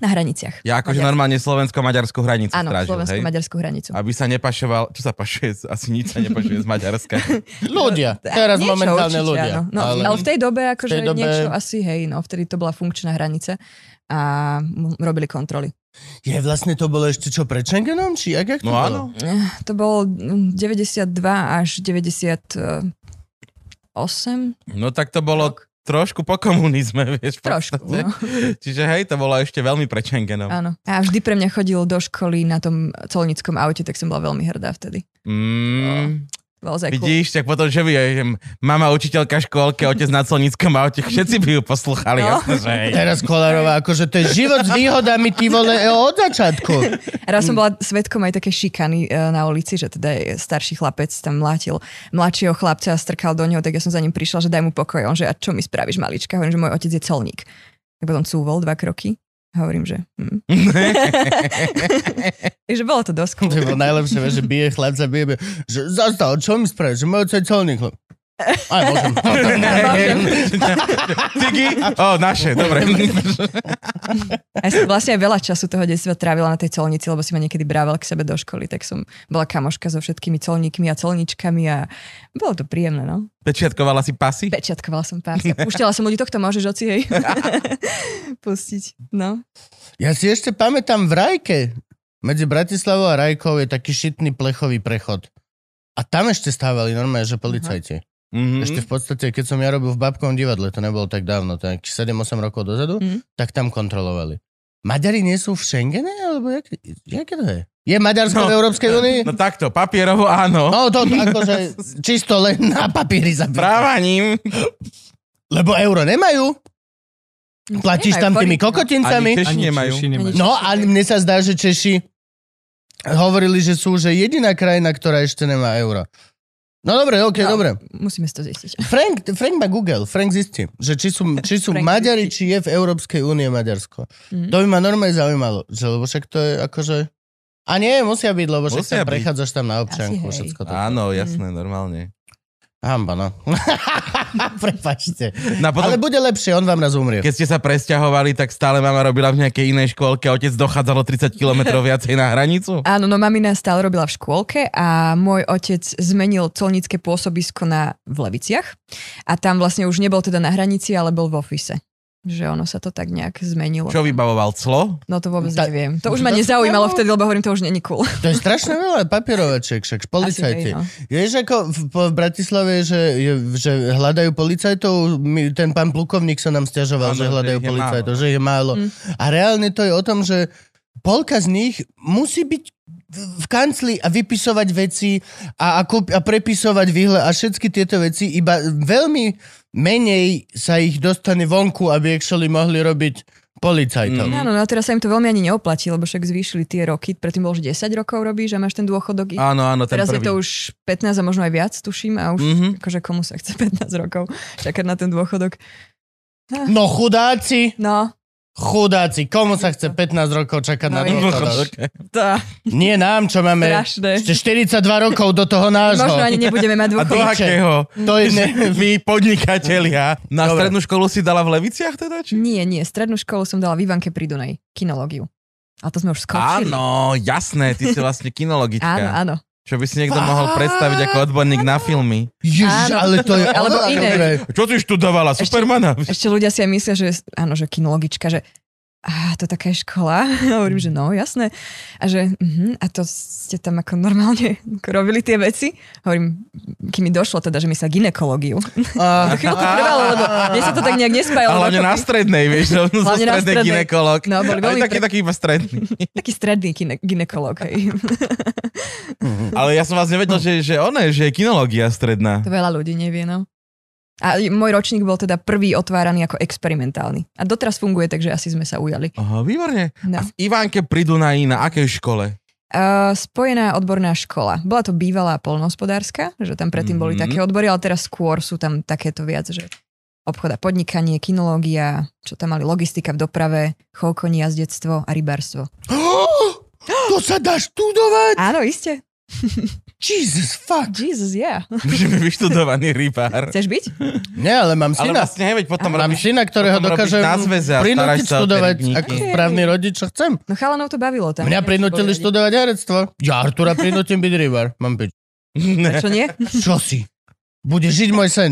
S4: Na hraniciach.
S3: Ja akože
S4: Maďarsko.
S3: normálne slovensko-maďarskú hranicu
S4: No, Áno,
S3: strážil, hej?
S4: slovensko-maďarskú hranicu.
S3: Aby sa nepašoval, čo sa pašuje, z- asi nič sa nepašuje z Maďarska.
S2: Ľudia.
S4: No,
S2: Teraz
S4: niečo
S2: momentálne
S4: určite,
S2: ľudia.
S4: áno. No, ale... ale v tej dobe akože
S2: tej dobe-
S4: niečo asi, hej, no vtedy to bola funkčná hranica a m- robili kontroly.
S2: Je vlastne to bolo ešte čo pred Schengenom? Či jak, jak to
S3: No
S2: bolo?
S3: áno.
S4: Eh, To bolo mm, 92 až 98,
S3: No tak to bolo trošku po komunizme, vieš. v
S4: trošku,
S3: podstate.
S4: no,
S3: Čiže hej, to bolo ešte veľmi no. pre Schengenom.
S4: áno. A vždy pre mňa chodil do školy na tom colníckom aute, tak som bola veľmi hrdá vtedy.
S3: Mm,
S4: Bolo za cool.
S3: vidíš, tak potom, že by aj, že mama učiteľka škôlke, otec na colníckom aute, všetci by ju poslúchali,
S4: No.
S3: jasné, že
S2: <laughs>
S3: hej.
S2: Teraz Kolárová, akože to je život s výhodami, ty vole, e, od
S4: <laughs>
S2: začiatku.
S4: Raz som bola svetkom aj také šikany e, na ulici, že teda je starší chlapec tam mlátil mladšieho chlapca a strkal do neho, tak ja som za ním prišla, že daj mu pokoj. On, že a čo mi spravíš malička? Hovorím, že môj otec je colník. Tak potom cúvol dva kroky. Hovorím, že...
S2: <laughs>
S4: Hm. Takže bolo to dosť cool.
S2: To bolo najlepšie, vieš, že bije chlapca, bije, bije. Že zastal, čo mi spravíš? Že môj otec je colník. chlap. Aj,
S4: <laughs>
S2: môžem.
S3: Cigi? O, naše, dobre.
S4: A ja som vlastne aj veľa času toho detstva trávila na tej colnici, lebo si ma niekedy brával k sebe do školy, tak som bola kamoška so všetkými colníkmi a colničkami a bolo to príjemné, no.
S3: Pečiatkovala si pasy?
S4: Pečiatkovala som pár. Púšťala som ľudí, tohto môžeš oci, hej. Pustiť. No.
S2: Ja si ešte pamätám v Rajke. Medzi Bratislavou a Rajkou je taký šitný plechový prechod. A tam ešte stávali normálne, že policajti.
S3: Mhm.
S2: Ešte v podstate, keď som ja robil v babkovom divadle, to nebolo tak dávno, tak 7-8 rokov dozadu,
S4: Mhm.
S2: tak tam kontrolovali. Maďari nie sú v Schengene? Alebo jak, jaké to je? Je Maďarsko
S3: No.
S2: v Európskej únii?
S3: No takto, papierovo áno.
S2: No to, to akože čisto len na papíri zapíš.
S3: Právaním.
S2: Lebo euro nemajú. Platíš
S4: Nemajú,
S2: tam tými
S4: korintno.
S2: kokotincami.
S3: No, Ani Češi nemajú.
S5: Češi nemajú.
S2: No a mne sa zdá, že Češi hovorili, že sú že jediná krajina, ktorá ešte nemá euro. No dobre, ok,
S4: No.
S2: no. dobre.
S4: Musíme si to zistiť.
S2: Frank, Frank má Google, Frank zistí, že či sú, či sú
S4: Frank
S2: Maďari, či je v Európskej únie Maďarsko.
S4: Mhm.
S2: To by ma normálne zaujímalo, že lebo však to je akože... A nie, musia byť, lebo však
S3: Musia
S2: tam
S3: byť.
S2: prechádzaš tam na občianku,
S4: hej.
S2: všetko to.
S3: Áno, jasné, normálne.
S2: Hamba, no. <laughs> Prepačte.
S3: No a potom,
S2: Ale bude lepšie, on vám raz umrie.
S3: keď ste sa presťahovali, tak stále mama robila v nejakej inej škôlke a otec dochádzalo 30 km viacej na
S4: <laughs>
S3: hranicu?
S4: Áno, no mamina stále robila v škôlke a môj otec zmenil colnícke pôsobisko na v Leviciach a tam vlastne už nebol teda na hranici, ale bol v ofise. že ono sa to tak nejak zmenilo.
S3: Čo vybavoval clo?
S4: No to vôbec
S2: Ta-
S4: neviem. To už ma
S2: to-
S4: nezaujímalo vtedy, lebo hovorím, to už není cool.
S2: To je strašne veľa papierovačiek, však
S4: Asi hej,
S2: <laughs> policajti.
S4: no.
S2: Vieš, ako v, po, v Bratislave, že, je, že hľadajú policajtov, my, ten pán plukovník sa nám stiažoval,
S3: Áno,
S2: že
S3: že
S2: hľadajú
S3: ich je
S2: policajtov,
S3: málo.
S2: že je málo.
S4: Mm.
S2: A reálne to je o tom, že polka z nich musí byť v- v kancli a vypisovať veci a, a, kúp, a prepisovať výhle a všetky tieto veci, iba veľmi menej sa ich dostane vonku, aby actually mohli robiť policajtov.
S3: Mm.
S4: Áno, no a teraz sa im to veľmi ani neoplatí, lebo však zvýšili tie roky, predtým bol už 10 rokov robíš a máš ten dôchodok. A
S3: Áno, áno, ten
S4: teraz
S3: prvý.
S4: je to už 15 a možno aj viac, tuším, a už
S3: Mhm.
S4: mm-hmm. akože komu sa chce <laughs> 15 rokov čakať na ten dôchodok.
S2: No chudáci,
S4: No,
S2: chudáci, komu sa chce 15 rokov čakať na
S4: No, je-
S2: dôchodok?
S4: to
S2: Nie nám, čo máme
S4: strašné.
S2: ešte 42 rokov do toho nášho.
S4: Možno ani nebudeme mať
S3: A do
S4: dôchodok.
S2: Piče.
S4: <laughs>
S3: akého?
S2: To je ne...
S3: My podnikatelia. Na
S2: Dobre.
S3: strednú školu si dala v Leviciach teda? Či?
S4: Nie, nie, strednú školu som dala v Ivanke pri Dunaji, kinológiu. A to sme už skočili.
S3: Áno, jasné, ty si vlastne
S4: Áno,
S3: kinologička.
S4: áno.
S3: Čo by si niekto mohol predstaviť ako odborník na filmy.
S2: Ježiš,
S4: Áno.
S2: ale to je...
S4: Alebo
S2: oveľa
S4: iné.
S2: dobré.
S3: Čo ty študovala?
S4: Ešte-
S3: Supermana?
S4: Ešte ľudia si aj myslia, že áno, že kinologička, že a to taká je škola. <laughs> A hovorím, že no, jasné. A že uh-huh, a to ste tam ako normálne <laughs> ako robili tie veci. Hovorím, kým mi došlo teda, že myslia ginekológiu.
S2: A-
S4: To chvíľku trvalo, lebo mne sa to tak nejak nespájalo.
S3: A hlavne na
S4: dokopy.
S3: strednej,
S4: <laughs>
S3: vieš, no, zo
S4: Hlavne na
S3: strednej
S4: strednej.
S3: ginekolog.
S4: No, boli
S3: Ale
S4: veľmi
S3: taký,
S4: pre-
S3: taký iba stredný.
S4: Taký stredný gine- ginekológ. Hej.
S3: Ale ja som vás nevedel, že, že ona je, že je kinológia stredná.
S4: No. To veľa ľudí nevie, no. A môj ročník bol teda prvý otváraný ako experimentálny. A doteraz funguje, takže asi sme sa ujali.
S3: Aha, výborne.
S4: No.
S3: A v Ivánke pri Dunaji na akej škole?
S4: <laughs> Uh, spojená odborná škola. Bola to bývalá polnohospodárska, že tam predtým boli
S3: Mhm.
S4: také odbory, ale teraz skôr sú tam takéto viac, že obchod a podnikanie, kinológia, čo tam mali logistika v doprave, chovkoní, jazdectvo a rybárstvo.
S2: To sa dá študovať?
S4: Áno, iste.
S2: Jesus fuck.
S4: Jesus, yeah.
S3: Že by vyštudovaný rybár.
S4: Chceš byť?
S2: Nie, ale mám
S3: Ale
S2: syna.
S3: vlastne, hej, veď potom
S2: Mám
S3: robíš...
S2: syna, ktorého
S3: potom robíš
S2: dokážem
S3: na zväze a staráš
S2: prinútiť
S3: sa o
S2: študovať
S3: terbníky.
S2: ako
S4: Hej.
S2: správny rodič, čo chcem.
S4: No chalanov to bavilo tam.
S2: Mňa prinútili
S4: Boli radi.
S2: študovať herectvo. Ja Artura prinútim byť rybár. Mám piť.
S4: Čo nie?
S2: Čo si? Bude žiť môj sen.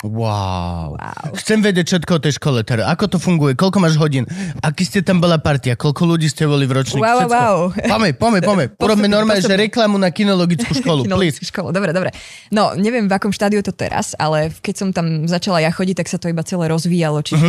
S2: Wow.
S4: Wow.
S2: Chcem vedieť všetko o tej škole teraz. Ako to funguje? Koľko máš hodín? Aký ste tam bola partia? Koľko ľudí ste boli v ročníku?
S4: Wow, wow,
S2: Všetko.
S4: wow.
S2: Pome, pome,
S4: <laughs>
S2: pome. Urobme
S4: Postupne,
S2: normálne, že
S4: postupne.
S2: reklamu na
S4: <laughs>
S2: kinologickú školu, please.
S4: Kinologickú školu. Dobre, dobre. No, neviem, v akom štádiu je to teraz, ale keď som tam začala ja chodiť, tak sa to iba celé rozvíjalo.
S2: Mhm.
S4: Čiže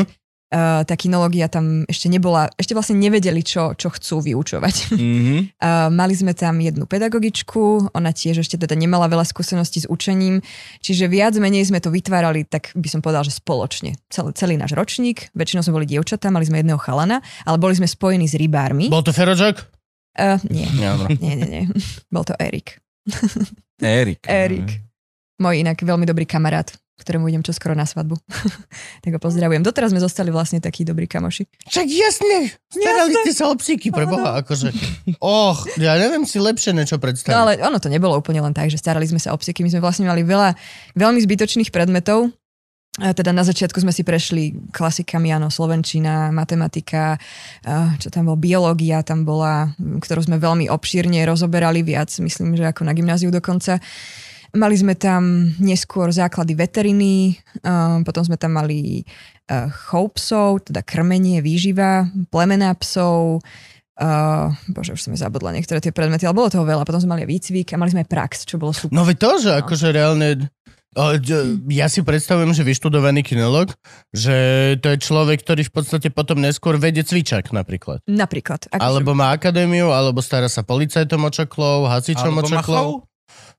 S4: uh, tá kinológia tam ešte nebola, ešte vlastne nevedeli, čo, čo chcú vyučovať. <laughs>
S3: Mhm.
S4: Uh, mali sme tam jednu pedagogičku, ona tiež ešte teda nemala veľa skúseností s učením, čiže viac menej sme to vytvárali, tak by som povedal, že spoločne. Celý, celý náš ročník, väčšinou sme boli dievčatá, mali sme jedného chalana, ale boli sme spojení s rybármi.
S2: Bol to Ferožok?
S4: Uh, nie,
S2: Nie,
S3: no.
S2: dobro.
S4: nie, nie, <laughs> nie. Bol to Erik.
S3: Erik.
S4: Erik. Môj inak veľmi dobrý kamarát, ktorému idem čoskoro na svadbu. <laughs> tak ho pozdravujem. Doteraz sme zostali vlastne takí dobrí kamoši.
S2: Však jasne, starali ste sa o psíky, pre Boha, akože. Och, ja neviem si lepšie niečo predstaviť.
S4: No ale ono to nebolo úplne len tak, že starali sme sa o psiky. My sme vlastne mali veľa veľmi zbytočných predmetov. A Teda na začiatku sme si prešli klasikami, áno, slovenčina, matematika, a Eh, čo tam bol, biológia tam bola, ktorú sme veľmi obšírne rozoberali viac, myslím, že ako na gymnáziu dokonca. Mali sme tam neskôr základy veteriny, um, potom sme tam mali uh, chov psov, teda krmenie, výživa, plemená psov, uh, bože, už som mi zabudla niektoré tie predmety, ale bolo toho veľa. Potom sme mali aj výcvik a mali sme aj prax, čo bolo super.
S2: No veď to, že akože reálne... o, d- Ja si predstavujem, že vyštudovaný kinolog, že to je človek, ktorý v podstate potom neskôr vedie cvičak napríklad.
S4: Napríklad. akože Ako,
S2: Alebo má akadémiu, alebo stará sa policajtom o čoklov, hasičom o
S3: Alebo
S2: čoklov.
S3: Machov?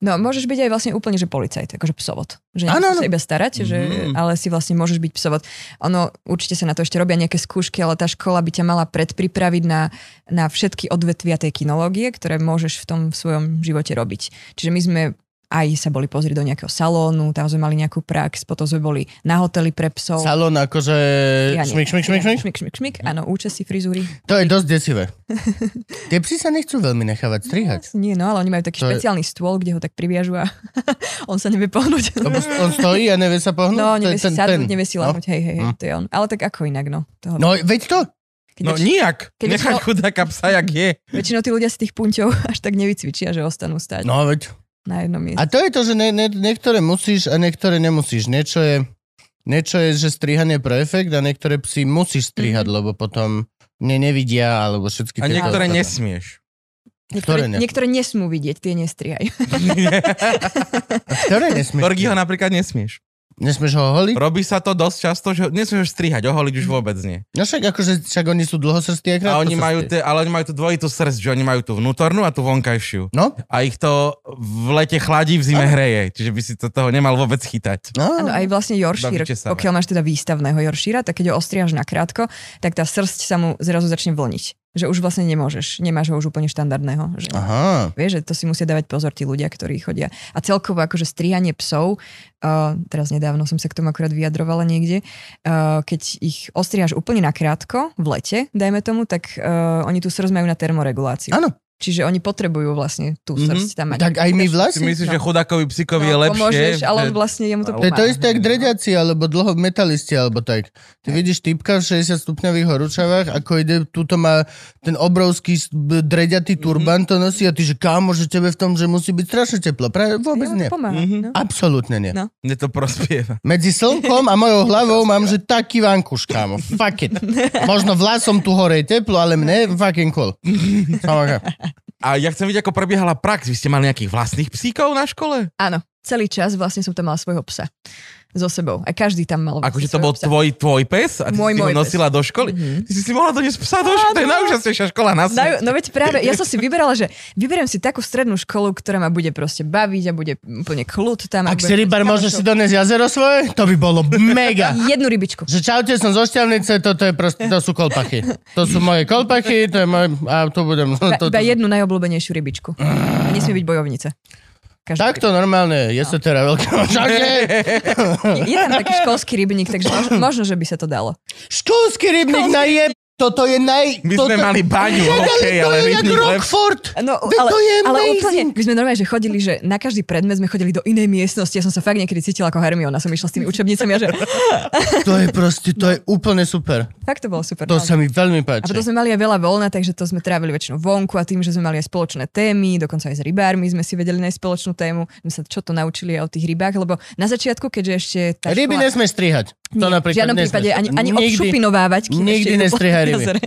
S4: No, môžeš byť aj vlastne úplne, že policajt, akože psovod. Že
S2: Áno,
S4: ano,
S2: áno. Mm.
S4: sa iba starať, že,
S3: Mhm.
S4: ale si vlastne môžeš byť psovod. Ono, určite sa na to ešte robia nejaké skúšky, ale tá škola by ťa mala predpripraviť na, na všetky odvetvia tej kinológie, ktoré môžeš v tom svojom živote robiť. Čiže my sme aj sa boli pozrieť do nejakého salónu, tam sme mali nejakú prax, potom sme boli na hoteli pre psov.
S2: Salón akože...
S4: Ja nie.
S2: šmik, šmik, šmik, šmik.
S4: šmik, šmik, šmik. Áno, účesy, frizúry.
S2: To je dosť
S4: <laughs>
S2: desivé. Tie psy sa nechcú veľmi nechávať strihať.
S4: Nie, no, ale oni majú taký
S2: To je-
S4: špeciálny stôl, kde ho tak priviažu a <laughs> on sa nevie pohnúť.
S2: Lebo s- on stojí a nevie sa pohnúť. To
S4: No,
S2: je
S4: nevie si
S2: ten-
S4: sadnúť,
S2: ten.
S4: nevie si
S2: No.
S4: lahnúť, hej, hej, hej,
S2: Hm.
S4: to je on. Ale tak ako inak, no. Toho.
S2: No, veď to.
S4: Keď
S3: No
S4: väč-
S3: nijak.
S4: keď
S3: Nechaj
S4: väčšinou-
S3: chudáka psa, jak je.
S4: Väčšinou tí ľudia z tých punťov <laughs> až tak nevycvičia, že ostanú stať no.
S2: No, veď.
S4: na jednom mieste.
S2: A to je to, že ne, ne, niektoré musíš a niektoré nemusíš. Niečo je Niečo je, že strihanie pre efekt a niektoré psy musíš strihať, lebo potom ne, nevidia, alebo všetky...
S3: Mhm. A
S2: tieto
S3: niektoré
S2: ostatné.
S3: nesmieš. <laughs>
S2: Ktoré
S4: Niektoré,
S2: ne-
S4: niektoré nesmú vidieť, tie nestrihaj.
S2: A Ktoré
S3: <laughs>
S2: nesmieš?
S3: Torgiho napríklad nesmieš.
S2: Nesmieš ho holiť?
S3: Robí sa to dosť často, že ho- nesmieš ho strihať, oholiť už vôbec nie.
S2: No však akože, však oni sú dlhosrstí a
S3: A
S2: krátko
S3: oni majú, te, ale oni majú tú dvojitú srdc, že oni majú tú vnútornú a tú vonkajšiu.
S2: No,
S3: A ich to v lete chladí, v zime hreje. Čiže by si to toho nemal vôbec chytať.
S2: no.
S4: Áno, aj vlastne Yorkshire,
S3: Bavíte sa, ne?
S4: pokiaľ máš teda výstavného Yorkshire, tak keď ho ostriaš na krátko, tak tá srst sa mu zrazu začne vlniť. Že už vlastne nemôžeš, nemáš ho už úplne štandardného. Že...
S2: Aha.
S4: Vieš, že to si musia dávať pozor tí ľudia, ktorí chodia. A celkovo akože strihanie psov, uh, teraz nedávno som sa k tomu akurát vyjadrovala niekde, uh, keď ich ostrihaš úplne nakrátko, v lete, dajme tomu, tak uh, oni tú srst majú na termoreguláciu.
S2: Áno. Mhm.
S4: Čiže oni potrebujú vlastne tú srst tam mať. No,
S2: Tak aj my
S3: Si
S2: vlastne.
S3: myslíš, že chudákovi psíkovi je lepšie?
S4: Pomôžeš, ale on
S3: že-
S4: vlastne jemu to
S2: To je
S4: pomáha.
S2: to isté, jak dreďaci, alebo dlho metalisti, alebo tak. Ty vidíš typka v 60 stupňových horúčavách, ako ide, tuto má ten obrovský s- b-
S4: Mhm.
S2: dreďatý turban, to nosí a ty, že kámo, že tebe v tom, že musí byť strašne teplo. Práve vôbec
S4: Jemu
S2: nie.
S4: to pomáha.
S3: Mhm.
S4: No.
S2: Absolútne nie.
S4: No.
S3: Mne to prospieva.
S2: Medzi slnkom a mojou hlavou mám, že taký vankuš, kámo. Fuck
S4: <laughs>
S2: it. Možno vlasom tu hore je teplo, ale mne fucking cool.
S4: <laughs>
S2: Samaka.
S3: A ja chcem vidieť, ako prebiehala prax. Vy ste mali nejakých vlastných psíkov na škole?
S4: Áno, celý čas vlastne som tam mala svojho psa so sebou. A každý tam mal vlastne
S3: Akože to
S4: svojho
S3: bol
S4: psa.
S3: tvoj, tvoj pes a ty
S4: Môj,
S3: si ho
S4: môj pes.
S3: nosila do školy?
S4: Mhm.
S3: Ty si si mohla doniesť psa do školy? To je najúžasnejšia škola na
S2: Vlastne-
S3: svete.
S4: No, no veď práve, ja som si vyberala, že vyberiem si takú strednú školu, ktorá ma bude proste baviť a bude úplne kľud tam. a
S2: Ak
S4: bude
S2: si rybar, môžeš si doniesť jazero svoje? To by bolo mega.
S4: Jednu rybičku.
S2: Že čaute, som zo Šťavnice, toto je proste, to sú kolpachy. To sú moje kolpachy, to je môj, a tu budem.
S4: Iba,
S2: To, to,
S4: iba jednu najobľúbenejšiu rybičku. A nesmie byť bojovnica. Každá
S2: Takto normálne, je sa teda veľká čaute.
S4: Je, je tam taký školský rybník, takže možno, možno, že by sa to dalo.
S2: Školský rybník na jeb... Toto je naj...
S3: My
S2: toto...
S3: sme mali
S2: Čakali,
S3: baňu, okej, ale
S2: to je jak
S3: rybník lepšie.
S2: Rockford.
S4: No,
S2: Veď
S4: ale,
S2: to je
S4: ale
S2: amazing.
S4: úplne, my sme normálne, že chodili, že na každý predmet sme chodili do inej miestnosti. Ja som sa fakt niekedy cítila ako Hermiona, som išla s tými učebnicami a že
S2: To je proste, to je úplne super.
S4: fakt to bolo super. No,
S2: To sa
S4: naozaj.
S2: mi veľmi
S4: A potom
S2: páči.
S4: sme mali aj veľa voľna, takže to sme trávili väčšinou vonku a tým, že sme mali aj spoločné témy, dokonca aj s rybármi sme si vedeli nájsť spoločnú tému, sme sa čo to naučili aj o tých rybách, lebo na začiatku, keďže ešte tá
S2: Ryby
S4: škola...
S2: nesmeš strihať. To
S4: Nie, v
S2: napríklad
S4: žiadnom
S2: nesmeš.
S4: prípade ani, ani
S2: Nikdy.
S4: obšupinovávať. kým
S2: nikdy
S4: ešte idú
S2: nestrihaj
S4: <laughs> po
S2: ryby.
S4: jazere.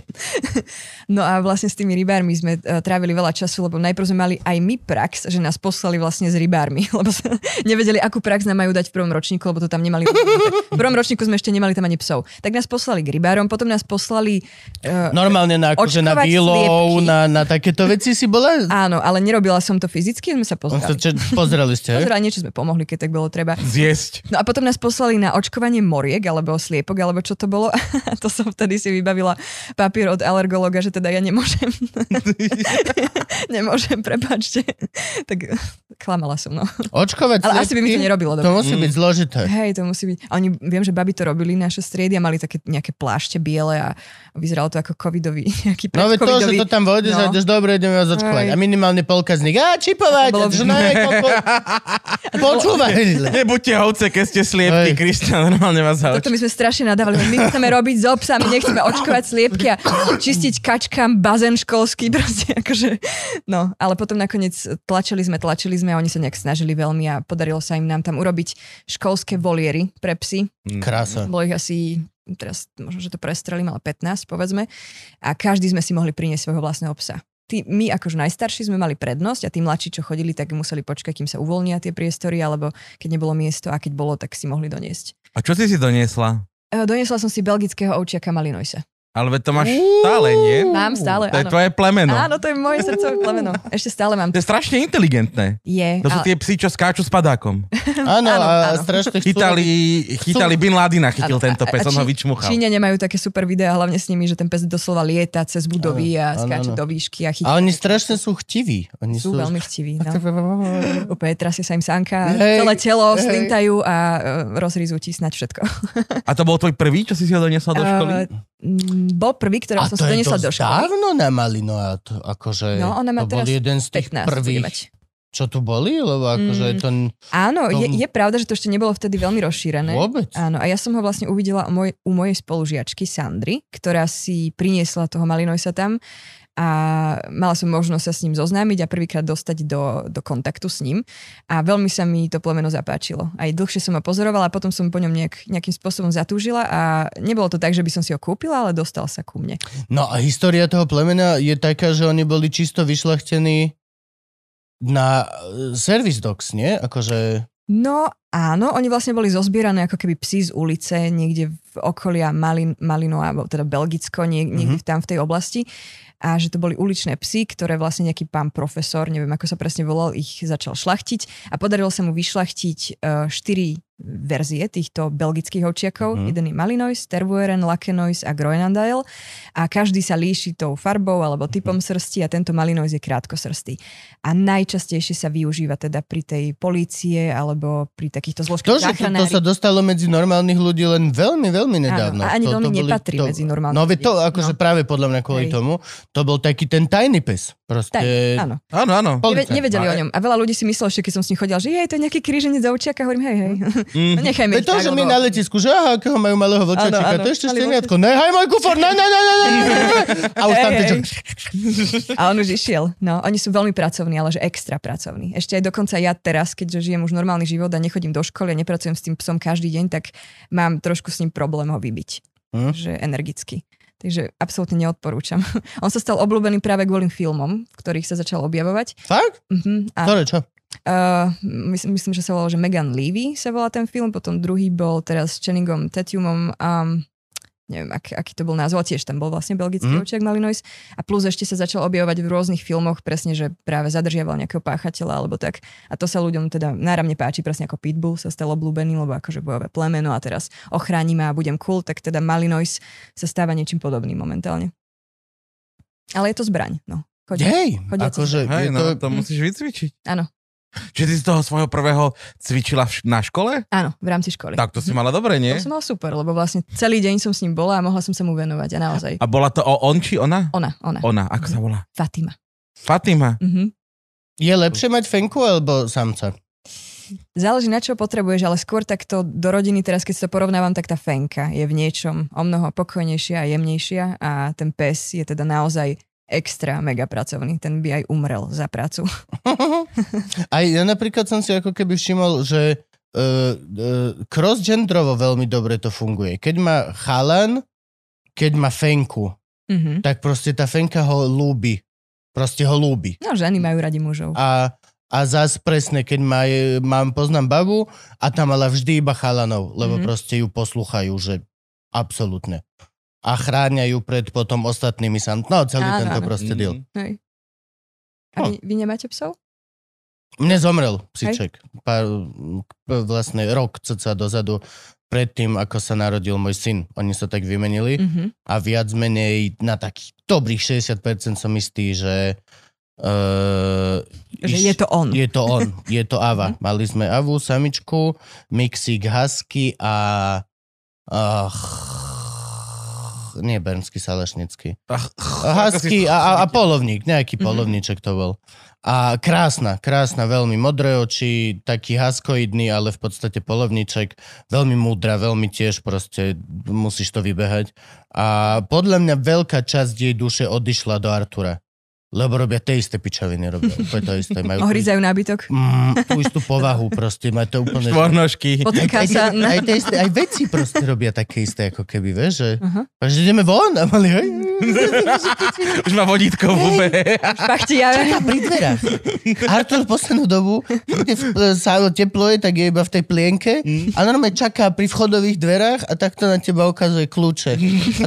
S4: No a vlastne s tými rybármi sme eh, trávili veľa času, lebo najprv sme mali aj my prax, že nás poslali vlastne s rybármi, <laughs> lebo sa nevedeli, akú prax nám majú dať v prvom ročníku, lebo to tam nemali. <laughs> V prvom ročníku sme ešte nemali tam ani psov. Tak nás poslali k rybárom, potom nás poslali... eh,
S2: Normálne na, akože na
S4: Očkovať
S2: výlov,
S4: sliepky.
S2: na, na takéto veci si bola?
S4: Áno, ale nerobila som to fyzicky, sme sa
S2: On sa
S4: pozerali.
S2: čo, pozerali
S4: <laughs>
S2: ste, hej?
S4: Pozerali, niečo sme pomohli, keď tak bolo treba.
S3: Zjesť.
S4: No a potom nás poslali na očkovanie moriek, alebo sliepok, alebo čo to bolo. <laughs> to som vtedy si vybavila papier od alergologa, že teda ja nemôžem. <laughs> nemôžem, prepáčte. tak klamala som, no.
S2: Očkovať
S4: Ale asi by mi to
S2: sliepky?
S4: nerobilo
S2: To
S4: dobre.
S2: musí byť zložité.
S4: Hej, to musí byť. A oni, viem, že baby to robili naše striedy a mali také nejaké plášte biele a vyzeralo to ako covidový, <laughs> nejaký
S2: No veď to, že
S4: predcovidový.
S2: to tam vojdeš no. a ideš, dobre, ideme vás očkovať.
S4: Aj.
S2: A minimálne polka z nich, a čipovať,
S4: To bolo-
S2: že no, ako
S4: <laughs>
S2: po... počúvaj.
S3: Nebuďte ovce, keď ste sliepky,
S2: Hej.
S3: Kristian, normálne vás
S4: Toto
S3: zaučí.
S4: my sme strašne nadávali. My chceme robiť so psami, nechceme očkovať sliepky a čistiť kačkám bazén školský. Proste <laughs> akože. No, ale potom nakoniec tlačili sme, tlačili sme a oni sa nejak snažili veľmi a podarilo sa im nám tam urobiť školské voliery pre psy.
S2: Krása.
S4: Bolo ich asi teraz možno, že to prestrelím, ale 15 povedzme. A každý sme si mohli priniesť svojho vlastného psa. Tí, my akože najstarší sme mali prednosť a tí mladší, čo chodili, tak museli počkať, kým sa uvoľnia tie priestory, alebo keď nebolo miesto a keď bolo, tak si mohli doniesť.
S3: A čo si si doniesla?
S4: E, Doniesla som si belgického ovčiaka Malinoise.
S3: Ale veď to máš stále, nie?
S4: Mám stále,
S3: To je
S4: áno.
S3: tvoje
S2: No.
S3: plemeno.
S4: Áno, to je moje srdcové plemeno. Ešte stále mám.
S3: To je strašne inteligentné.
S4: Je,
S3: To sú
S4: ale,
S3: tie psi, čo skáču s padákom.
S2: Áno,
S4: Áno,
S2: a
S4: áno.
S2: strašne chcú...
S3: Chytali, chytali Bin Ladina, chytil
S4: Áno.
S3: tento
S4: A- a
S3: pes, on
S4: či-
S3: ho vyčmuchal.
S4: Číne nemajú také super videá, hlavne s nimi, že ten pes doslova lieta cez budovy
S2: Áno,
S4: a
S2: áno,
S4: skáče
S2: áno.
S4: do výšky a chytí.
S2: A oni strašne sú chtiví. Oni
S4: Sú
S2: sú, <laughs>
S4: veľmi chtiví. No. Úplne trasie sa im sánka,
S2: Hej,
S4: celé telo
S2: hej.
S4: slintajú a e, rozrizú ti snať všetko.
S3: A to bol tvoj prvý, čo si si ho doniesla do školy?
S4: E, m, bol prvý, ktorého
S2: A
S4: som
S2: to
S4: si
S2: je
S4: doniesla do
S2: dosť
S4: školy.
S2: dávno na Malino. A to, akože,
S4: No, ona má
S2: to bol
S4: teraz
S2: jeden z tých
S4: 15 bude mať.
S2: prvých, čo tu boli, lebo akože
S4: Mm.
S2: je to n-
S4: Áno,
S2: To-
S4: je, je pravda, že to ešte nebolo vtedy veľmi rozšírené.
S2: vôbec.
S4: Áno, a ja som ho vlastne uvidela u, moj, u mojej spolužiačky Sandry, ktorá si priniesla toho Malinojsa tam a mala som možnosť sa s ním zoznámiť a prvýkrát dostať do, do kontaktu s ním a veľmi sa mi to plemeno zapáčilo. Aj dlhšie som ho pozorovala a potom som po ňom nejak, nejakým spôsobom zatúžila a nebolo to tak, že by som si ho kúpila, ale dostal sa ku mne.
S2: No a história toho plemena je taká, že oni boli čisto vyšľachtení na e, service dogs, nie? Akože...
S4: No áno, oni vlastne boli zozbierané ako keby psi z ulice niekde v okolia Malin, Malino, alebo teda Belgicko, nie, niekde mm-hmm. tam v tej oblasti. A že to boli uličné psy, ktoré vlastne nejaký pán profesor, neviem ako sa presne volal, ich začal šlachtiť a podarilo sa mu vyšlachtiť eh, štyri verzie týchto belgických ovčiakov. Mm-hmm. Jeden je Malinois, Tervueren, Lakenois a Groenandael. A každý sa líši tou farbou alebo
S2: Mhm.
S4: typom srsti a tento Malinois je krátkosrstý a najčastejšie sa využíva teda pri tej polície alebo pri takýchto
S2: To,
S4: zložkách
S2: že to, to
S4: záchranári.
S2: sa dostalo medzi normálnych ľudí len veľmi, veľmi nedávno.
S4: Áno, a
S2: to,
S4: ani veľmi
S2: to boli-
S4: nepatrí medzi normálnych
S2: No veď to
S4: ľudí.
S2: akože
S4: No.
S2: práve podľa mňa kvôli
S4: Hej.
S2: tomu, to bol taký ten tajný pes. Proste...
S4: Tak, áno.
S3: Áno, áno.
S4: Neve,
S2: Policajt.
S4: nevedeli
S3: No, Ale-
S4: o ňom. A veľa ľudí si myslelo ešte, keď som s ním chodila, že je to je nejaký kríženec za očiaka. Hovorím, hej, hej. No nechajme
S2: Mhm. Veď
S4: ich
S2: to,
S4: tak,
S2: že my
S4: lebo-
S2: na letisku, že aha, akého majú malého vlčačika,
S4: áno,
S2: to je ešte
S4: malý
S2: šteniatko. Nehaj môj kufor, ne, ne, ne, ne, ne, ne, ne. A už tam
S4: Hej,
S2: tečo.
S4: hej. <laughs> A on už išiel. No, oni sú veľmi pracovní, ale že extra pracovní. Ešte aj dokonca ja teraz, keďže žijem už normálny život a nechodím do školy a nepracujem s tým psom každý deň, tak mám trošku s ním problém ho vybiť.
S2: Hm.
S4: Že energicky. Takže absolútne neodporúčam. <laughs> On sa stal obľúbený práve kvôli filmom, v ktorých sa začal objavovať.
S2: Fakt?
S4: Mhm, a
S2: Ktoré, čo?
S4: Uh, myslím, myslím, že sa volal, že Megan Levy sa volá ten film, potom druhý bol teraz s Channingom Tatumom, um, neviem, ak, aký to bol názov, ale tiež tam bol vlastne belgický
S2: Mm.
S4: mm. očiak Malinois a plus ešte sa začal objavovať v rôznych filmoch presne, že práve zadržiaval nejakého páchateľa alebo tak a to sa ľuďom teda náramne páči, presne ako Pitbull sa stal obľúbený, lebo akože bojové plemeno a teraz ochráni ma a budem cool, tak teda Malinois sa stáva niečím podobným momentálne. Ale je to zbraň, no. Chodí.
S2: Hej,
S4: Chodiaci
S2: akože
S3: Hej,
S2: je
S3: no,
S2: to...
S3: to musíš vycvičiť.
S4: Áno,
S3: Čiže ty z toho svojho prvého cvičila vš- na škole?
S4: áno, v rámci školy.
S3: Tak to si mala dobre, nie?
S4: To som mal super, lebo vlastne celý deň som s ním bola a mohla som sa mu venovať a naozaj.
S3: A bola to o on či ona?
S4: Ona, ona,
S3: Ona, ako sa volá?
S4: Fatima.
S3: Fatima.
S4: Mhm.
S2: Je lepšie mať fenku alebo samca? <laughs>
S4: Záleží na čo potrebuješ, ale skôr takto do rodiny, teraz keď si to porovnávam, tak tá fenka je v niečom o mnoho pokojnejšia a jemnejšia a ten pes je teda naozaj extra mega pracovný. Ten by aj umrel za prácu.
S2: Aj ja napríklad som si ako keby všimol, že e, e, cross-gendrovo veľmi dobre to funguje. Keď má chalan, keď má fenku,
S4: Mhm.
S2: tak proste tá fenka ho ľúbi. Proste ho ľúbi.
S4: No, ženy majú radi mužov.
S2: A, a zás presne, keď má, e, mám, poznám babu a tá mala vždy iba chalanov, lebo
S4: Mhm.
S2: mm-hmm. proste ju poslúchajú, že absolútne. A chránia ju pred potom ostatnými sam. No, celý
S4: Áno,
S2: tento
S4: áno.
S2: proste deal.
S3: Mm.
S4: Hej. A vy, vy nemáte psov?
S2: Mne zomrel psiček. Pár, p- vlastne rok cca dozadu predtým, ako sa narodil môj syn. Oni sa tak vymenili
S4: Mhm.
S2: a viac menej na takých dobrých 60% som istý, že, uh,
S4: Že je to on. Mhm.
S2: je to on,
S4: <laughs>
S2: je to Ava. Mali sme Avu, samičku, mixík Husky a... Uh, nie Bernský, Salešnický.
S3: Ach, ch- ako
S2: Husky
S3: si-
S2: a, a, a polovník, nejaký polovníček to bol. A krásna, krásna, veľmi modré oči, taký haskoidný, ale v podstate polovníček, veľmi múdra, veľmi tiež proste musíš to vybehať. A podľa mňa veľká časť jej duše odišla do Artura. Lebo robia tie isté pičoviny, robia úplne to isté. Majú tú,
S4: Ohryzajú nábytok?
S2: mm, tú istú povahu proste, majú to úplne...
S3: Štvornožky.
S4: Potýka
S2: Aj,
S4: sa
S2: tie-
S4: na...
S2: aj, tie isté, aj veci proste robia také isté, ako keby, vieš, že,
S4: Aha.
S2: že ideme von a mali... hej,
S3: Už má vodítko v hube.
S2: <laughs>
S4: Pachtiare.
S2: čaká pri dverách. Artur poslednú dobu, kde v, e, sa teplo je, tak je iba v tej plienke a normálne čaká pri vchodových dverách a takto na teba ukazuje kľúče.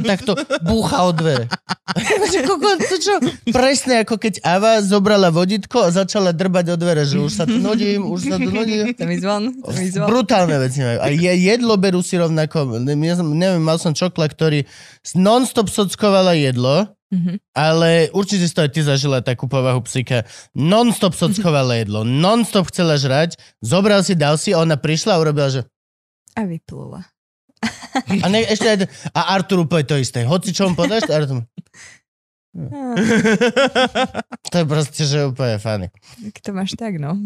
S2: A takto búcha o dvere. Že koko, to čo? Presne ako keď Ava zobrala vodítko a začala drbať o dvere, že už sa tu nudím, už sa tu
S4: <laughs>
S2: nudím.
S4: To mi zvon, to mi zvon.
S2: Brutálne veci majú. A je, jedlo berú si rovnako. Ja som, neviem, mal som čokla, ktorý non-stop sockovala jedlo,
S4: Mhm.
S2: ale určite si to aj ty zažila takú povahu psíka. Non-stop sockovala jedlo, non-stop chcela žrať, zobral si, dal si, a ona prišla a urobila, že...
S4: A vyplula.
S2: A, ne, ešte aj, a Artur úplne to isté. Hoci čo mu podáš, Artur...
S4: Ah,
S2: To je proste, že úplne fany.
S4: Tak to máš tak, no.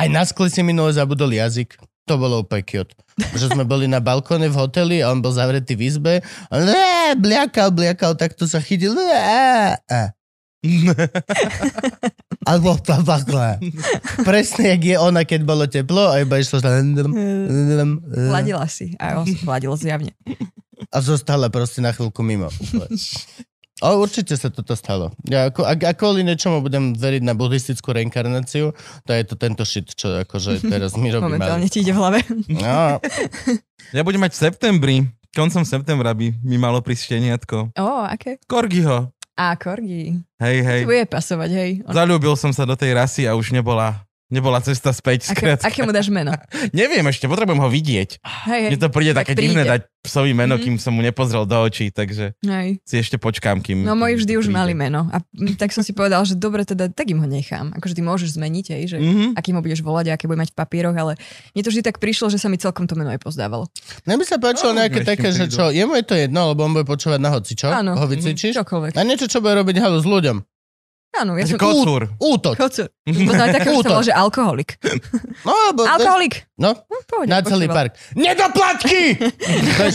S2: Aj na skle si minule zabudol jazyk. To bolo úplne cute. Že sme boli na balkóne v hoteli a on bol zavretý v izbe. A on, "Á, bliakal, bliakal, tak to sa chytil. Á, á." Alebo tabakle. Presne, jak je ona, keď bolo teplo a iba išlo sa...
S4: Hladila si. A on si hladil zjavne.
S2: A zostala proste na chvíľku mimo. úplne. Ale určite sa toto stalo. Ja ako, ak, ak kvôli niečomu budem veriť na buddhistickú reinkarnáciu, to je to tento shit, čo akože teraz my robíme.
S4: Momentálne ti ide v hlave. <laughs>
S2: No,
S3: Ja budem mať v septembri, koncom septembra by mi malo prísť šteniatko.
S4: Ó, aké?
S3: Korgiho.
S4: Á, korgi.
S3: Hej, hej.
S4: Ti bude pasovať, hej. On...
S3: Zalúbil som sa do tej rasy a už nebola, nebola cesta späť.
S4: Aké,
S3: Aké,
S4: aké mu dáš meno?
S3: Neviem ešte, potrebujem ho vidieť.
S4: Hej, hej.
S3: Mne to príde
S4: Tak
S3: také
S4: príde.
S3: divné dať psovi meno,
S4: Mhm.
S3: kým som mu nepozrel do očí, takže
S4: hej.
S3: si ešte počkám, kým...
S4: No moji
S3: kým
S4: vždy
S3: Mm, to
S4: už
S3: príde.
S4: mali meno. A mm, tak som si povedal, že dobre, teda tak im ho nechám. Akože ty môžeš zmeniť, hej, že
S3: Mhm.
S4: aký ho budeš volať a aké bude mať v papieroch, ale mne to vždy tak prišlo, že sa mi celkom to meno aj pozdávalo.
S2: Mne by sa páčilo
S3: No,
S2: nejaké
S3: uvidíme,
S2: také,
S3: s
S2: že
S3: kým
S2: čo, jemu je to jedno, lebo on bude počúvať na hoci, čo?
S4: Áno.
S2: Ho vycvičíš?
S4: Čokoľvek.
S2: A niečo, čo bude robiť halu s ľuďom.
S4: Áno, ja
S3: Takže
S4: som...
S3: Kocúr. <laughs>
S2: Útok.
S4: Kocúr. Poznám aj takého, že sa volá, že alkoholik.
S2: Mhm. No, alebo...
S4: Alkoholik.
S2: No,
S4: Hm, Pohode,
S2: na celý park.
S4: počúval.
S2: Nedoplatky! Vieš,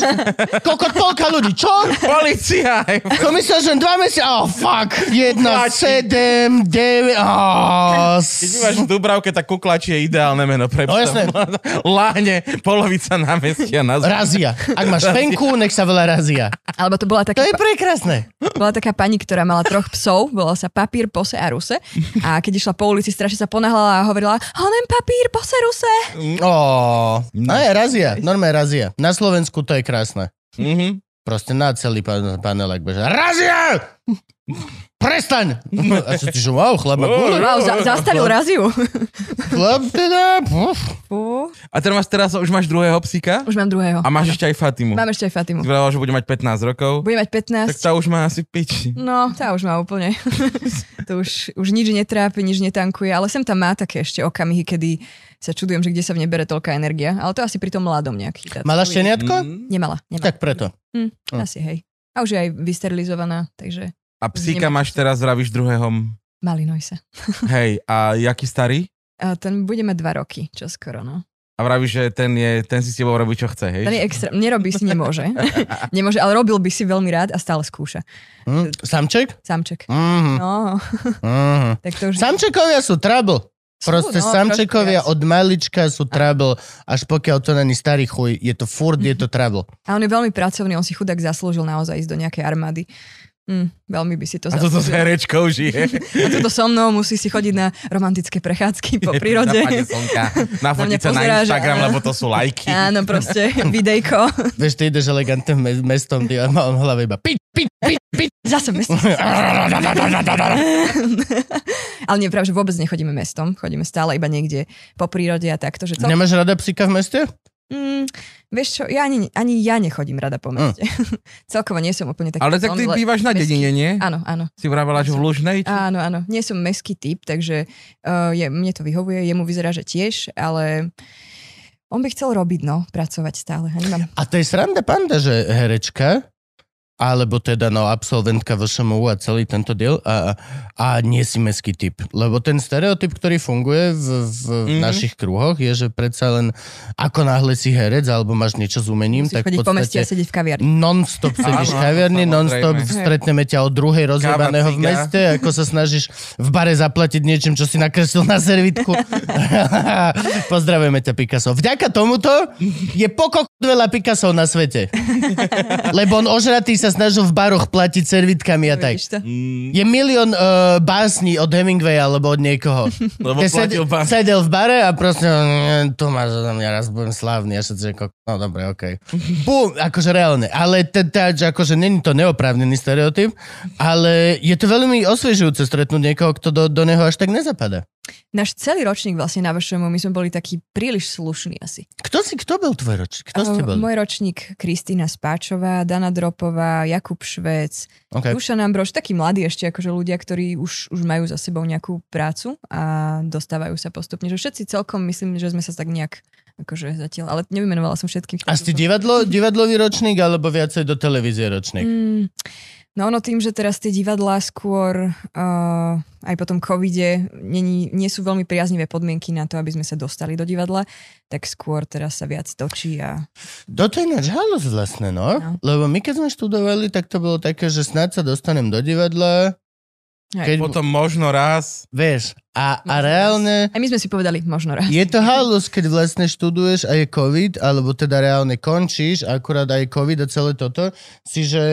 S2: Koľko toľka ľudí, čo?
S3: Polícia! hej.
S2: To myslel, že dva mesiace... Oh, fuck. Jedna,
S3: Platí.
S2: sedem, deväť... Oh,
S3: Keď bývaš v Dubravke, tak kuklač je ideálne meno pre
S2: No, jasné.
S3: <laughs> Láhne polovica námestia na zem.
S2: Razia. Ak máš
S3: Razia.
S2: penku, nech sa veľa razia.
S4: Alebo to bola
S2: To
S4: taká,
S2: je prekrásne.
S4: bola taká pani, ktorá mala troch psov, volala sa Papír, Pose a Ruse. A keď išla po ulici, strašne sa ponahlala a hovorila, honem Papír, Pose, Ruse.
S2: Oh. No je razia. Normálne razia. Na Slovensku to je krásne.
S3: Mhm.
S2: Proste na celý pan- panel, ak beže. Razia! Prestaň! A čo ty, že wow, chlap,
S3: Wow.
S2: wow.
S4: Wow, za- zastavil raziu.
S2: chlap teda... Uf.
S4: Fú.
S3: A teraz, máš, teraz už máš druhého psíka
S4: Už mám druhého.
S3: a máš ešte aj Fatimu.
S4: Mám ešte aj Fatimu.
S3: Si vravala, že bude mať 15 rokov.
S4: Bude mať
S3: Tak
S4: 15.
S3: tá už má asi piči.
S4: No, tá už má úplne. <laughs> to už, už nič netrápi, nič netankuje, ale sem tam má také ešte okamihy, kedy sa čudujem, že kde sa v nebere toľká energia. Ale to asi pri tom mladom nejaký. tá-
S2: Mala šteniatko?
S3: Mm.
S4: Nemala, nemala.
S2: Tak preto.
S4: Asi hej. A už je aj vysterilizovaná, takže
S3: A psíka máš teraz, vravíš druhého.
S4: mali nojsa.
S3: Hej, a jaký starý?
S4: A ten bude mať dva roky, čo skoro, no.
S3: A vravíš, že ten, je, ten si s tebou robí, čo chce, hej?
S4: Ten je extra, nerobí si, nemôže. nemôže, ale robil by si veľmi rád a stále skúša.
S2: Hm? Samček?
S4: Samček.
S2: Mhm.
S4: No,
S2: Mhm.
S4: tak to už...
S2: Samčekovia sú trouble.
S4: Sú,
S2: Proste
S4: no,
S2: samčekovia
S4: trošku viac.
S2: od malička sú trouble, až pokiaľ to není starý chuj, je to furt, je to
S4: <laughs>
S2: trouble.
S4: A on je veľmi pracovný, on si chudák zaslúžil naozaj ísť do nejakej armády. Mm, veľmi by si
S3: A
S4: to
S3: toto s
S4: zaslúžil.
S3: herečkou žije.
S4: A toto so mnou musí si chodiť na romantické prechádzky <laughs>
S3: <laughs>
S4: po prírode.
S3: Zapadne slnka. Nafotiť
S4: mňa
S3: sa na
S4: pozerá, že
S3: Instagram,
S4: áno.
S3: lebo to sú lajky.
S4: Áno, proste videjko.
S2: Vieš, ty ideš elegantným me- mestom, ty a má on v hlave iba pič, pič, pič,
S4: <laughs>
S2: pič.
S4: Zase mesto. <laughs> Ale nie, práve, že vôbec nechodíme mestom. Chodíme stále iba niekde po prírode a takto. Že cel...
S2: Nemáš rada psíka v meste?
S4: mm, vieš čo, ja ani, ani ja nechodím rada
S2: Hm.
S4: po meste. <laughs> Celkovo nie som úplne taký.
S3: Ale tak ty
S4: veľmi-
S3: bývaš na
S4: mestský.
S3: dedine, nie?
S4: Áno, áno.
S3: Si vravala, že v Lužnej? či-
S4: Áno, áno. Nie som meský typ, takže uh, je, mne to vyhovuje. Jemu vyzerá, že tiež, ale on by chcel robiť, no, pracovať stále. Ja nemám...
S2: A to je sranda panda, že herečka, alebo teda no absolventka VŠMU a celý tento diel a, a nie si meský typ. Lebo ten stereotyp, ktorý funguje v, v mm-hmm.
S3: Mhm.
S2: našich kruhoch, je, že predsa len ako náhle si herec alebo máš niečo s umením,
S4: Musíš
S2: tak v
S4: chodiť po meste a
S2: podstate
S4: sedieť v kaviarni.
S2: non-stop sedíš v
S3: Áno,
S2: kaviarni,
S3: samozrejme.
S2: non-stop stretneme ťa od druhej rozjebaného v
S3: ciga.
S2: meste, ako sa snažíš v bare zaplatiť niečím, čo si nakreslil na
S3: <laughs>
S2: servitku. Pozdravujeme ťa, Picasso. Vďaka tomuto je pokok veľa Picasso na
S3: <laughs>
S2: svete. Lebo on ožratý sa snažil v baroch platiť servitkami a tak.
S4: Vidíš to?
S3: Mm,
S2: Je milión uh, básní od Hemingwaya alebo od niekoho.
S3: Lebo
S2: Kde
S3: platil pán.
S2: sedel v bare a proste "Mm, tu máš za mňa, raz budem slavný. A všetci ako, no dobre, okej. Bum, akože reálne. Ale teda, že akože není to neoprávnený stereotyp, ale je to veľmi osviežujúce stretnúť niekoho, kto do, do neho až tak nezapadá.
S4: Náš celý ročník vlastne na vašom, my sme boli takí príliš slušní asi.
S2: Kto si, kto bol tvoj roč? Kto ste
S4: Eh,
S2: boli?
S4: Môj ročník Kristýna Spáčová, Dana Dropová, Jakub Švec,
S2: Okay.
S4: Dušan Ambrož, takí mladí ešte, akože ľudia, ktorí už, už majú za sebou nejakú prácu a dostávajú sa postupne. Že všetci celkom myslím, že sme sa tak nejak akože zatiaľ, ale nevymenovala som všetkých.
S2: A ste divadlo, divadlový ročník alebo viacej do televízie ročník?
S4: Mm, no ono tým, že teraz tie divadlá skôr uh, aj po tom covide nie, nie sú veľmi priaznivé podmienky na to, aby sme sa dostali do divadla, tak skôr teraz sa viac točí a
S2: Toto je náš halus vlastne, no?
S4: No.
S2: Lebo my keď sme študovali, tak to bolo také, že snáď sa dostanem do divadla Keď,
S3: Potom možno raz.
S2: vieš, a, a
S4: Možno
S2: reálne...
S4: A my sme si povedali, možno raz.
S2: Je to halus, keď vlastne študuješ a je COVID, alebo teda reálne končíš, a akurát aj COVID a celé toto, si že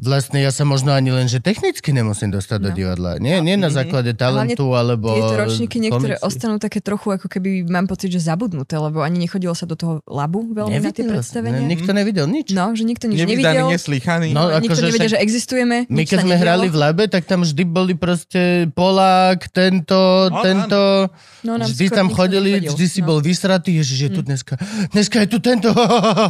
S2: vlastne ja sa možno ani len, že technicky nemusím dostať do
S4: No.
S2: divadla. Nie, nie na
S1: Mhm.
S2: základe talentu, alebo...
S4: Tieto ročníky niektoré
S2: komiksy.
S4: ostanú také trochu, ako keby mám pocit, že zabudnuté, lebo ani nechodilo sa do toho labu veľmi na
S2: Nevidel sa-
S4: tie
S2: ne,
S4: predstavenia.
S2: nikto nevidel nič.
S4: No, že nikto nič
S3: Nevydaný,
S4: nevidel.
S3: neslychaný.
S2: No,
S4: nikto
S2: akože
S4: nevedel,
S2: však-
S4: že existujeme.
S2: My
S4: nič
S2: keď
S4: sa
S2: sme
S4: nedialo.
S2: hrali v labe, tak tam vždy boli proste Polák, tento,
S3: Áno,
S2: tento.
S4: no, nám
S2: Vždy
S4: skoro
S2: tam
S4: nikto
S2: chodili,
S4: nevedel.
S2: vždy si
S4: No. Mm.
S2: bol vysratý, ježiš, je tu dneska, dneska je tu tento, <laughs>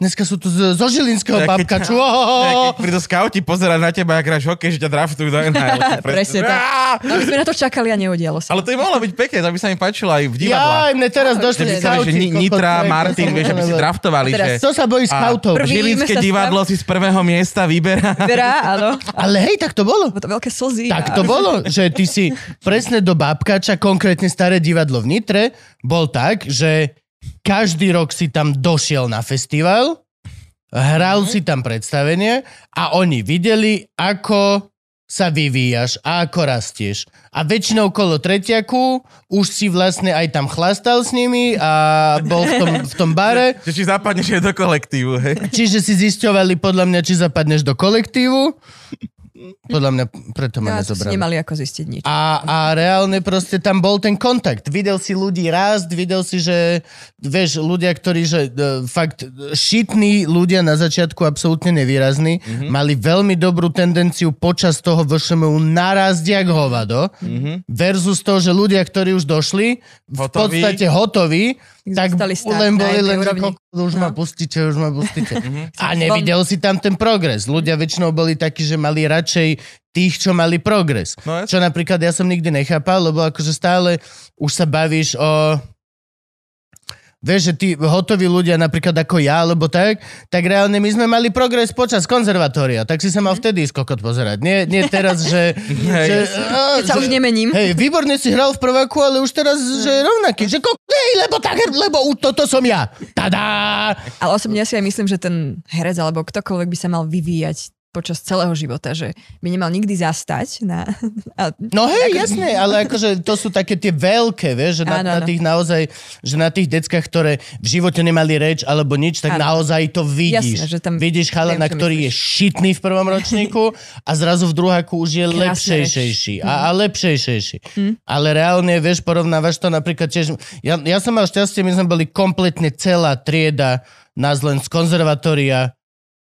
S2: dneska sú tu z- zo Žilinského
S3: Tak keď-
S2: babkaču.
S3: Tak, keď
S2: <laughs>
S3: prídu skauti pozerať na teba, ak hráš hokej, že ťa draftujú do
S4: <laughs>
S3: NHL.
S4: Presne tak. No, my sme na to čakali a neudialo sa.
S3: Ale to by mohlo byť pekné, to by sa mi páčilo aj v
S2: Ja,
S3: divadlách.
S2: mne teraz
S4: No,
S2: došli
S4: že by
S3: Ja, že
S2: skauti,
S3: Ni-
S2: kokot,
S3: Nitra,
S2: to je-
S3: Martin, vieš, aby si draftovali, že...
S2: Teraz, čo sa bojí skautov?
S4: Prvý-
S3: Žilinské
S4: sme sa
S3: divadlo si z prvého miesta vyberá. <laughs>
S4: Verá, Teda, áno.
S2: Ale hej, tak to bolo.
S4: Bolo to veľké slzy.
S2: Tak
S4: a-
S2: to bolo, že ty si presne do Babkača, konkrétne staré divadlo v Nitre, bol tak, že každý rok si tam došiel na festival, hral
S4: Mhm.
S2: si tam predstavenie a oni videli, ako sa vyvíjaš a ako rastieš. A väčšinou okolo tretiaku už si vlastne aj tam chlastal s nimi a bol v tom, v tom bare
S3: Že či zapadneš aj do kolektívu, hej.
S2: Čiže si zisťovali podľa mňa, či zapadneš do kolektívu. Podľa mňa preto
S4: No,
S2: ma
S4: a to si
S2: nezobrali.
S4: nemali ako zistiť nič.
S2: A, a reálne proste tam bol ten kontakt. Videl si ľudí rásť, videl si, že vieš, ľudia, ktorí že e, fakt e, šitní ľudia na začiatku absolútne nevýrazní,
S4: Mhm.
S2: mm-hmm. mali veľmi dobrú tendenciu počas toho VŠMU narásť jak hovado
S3: Mhm.
S2: versus to, že ľudia, ktorí už došli, v
S3: Hotoví.
S2: podstate hotoví, tak
S4: Zostali stáť
S2: len
S4: na
S2: boli
S4: tej
S2: len, že
S4: úrovni.
S2: "Koko, už ma
S4: No. Mhm.
S2: pustíte, už ma
S4: <laughs>
S2: pustíte. Mhm. A nevidel si tam ten progres. Ľudia väčšinou boli takí, že mali radšej tých, čo mali progres.
S3: No,
S2: Čo napríklad ja som nikdy nechápal, lebo akože stále už sa bavíš o... Vieš, že tí hotoví ľudia, napríklad ako ja, alebo tak, tak reálne my sme mali progres počas konzervatória, tak si sa
S4: Mhm.
S2: mal vtedy skokot pozerať. Nie, nie teraz,
S4: <laughs>
S2: že...
S3: Hej.
S2: že, á,
S4: Keď sa
S2: že-
S4: už Mhm. nemením.
S2: Hej, výborne si hral v prváku, ale už teraz, že rovnaký, že kok... Hej, lebo tak, lebo u- toto som ja. Tadá!
S4: Ale osobne ja si aj myslím, že ten herec alebo ktokoľvek by sa mal vyvíjať počas celého života, že by nemal nikdy zastať na... <laughs> A
S2: No hej, jasné, ale akože to sú také tie veľké, vieš, že na,
S4: Áno,
S2: na
S4: áno.
S2: tých naozaj, že na tých deckách, ktoré v živote nemali reč alebo nič, tak
S4: Áno.
S2: naozaj to vidíš.
S4: Jasné, že tam-
S2: vidíš
S4: viem,
S2: chalana,
S4: čo
S2: ktorý je šitný v prvom ročníku a zrazu v druháku už je
S4: Krásna
S2: lepšejšejší
S4: Mhm.
S2: a, a lepšejšejší. Ale reálne, vieš, porovnávaš to napríklad tiež... Ja, ja som mal šťastie, my sme boli kompletne celá trieda nás len z konzervatória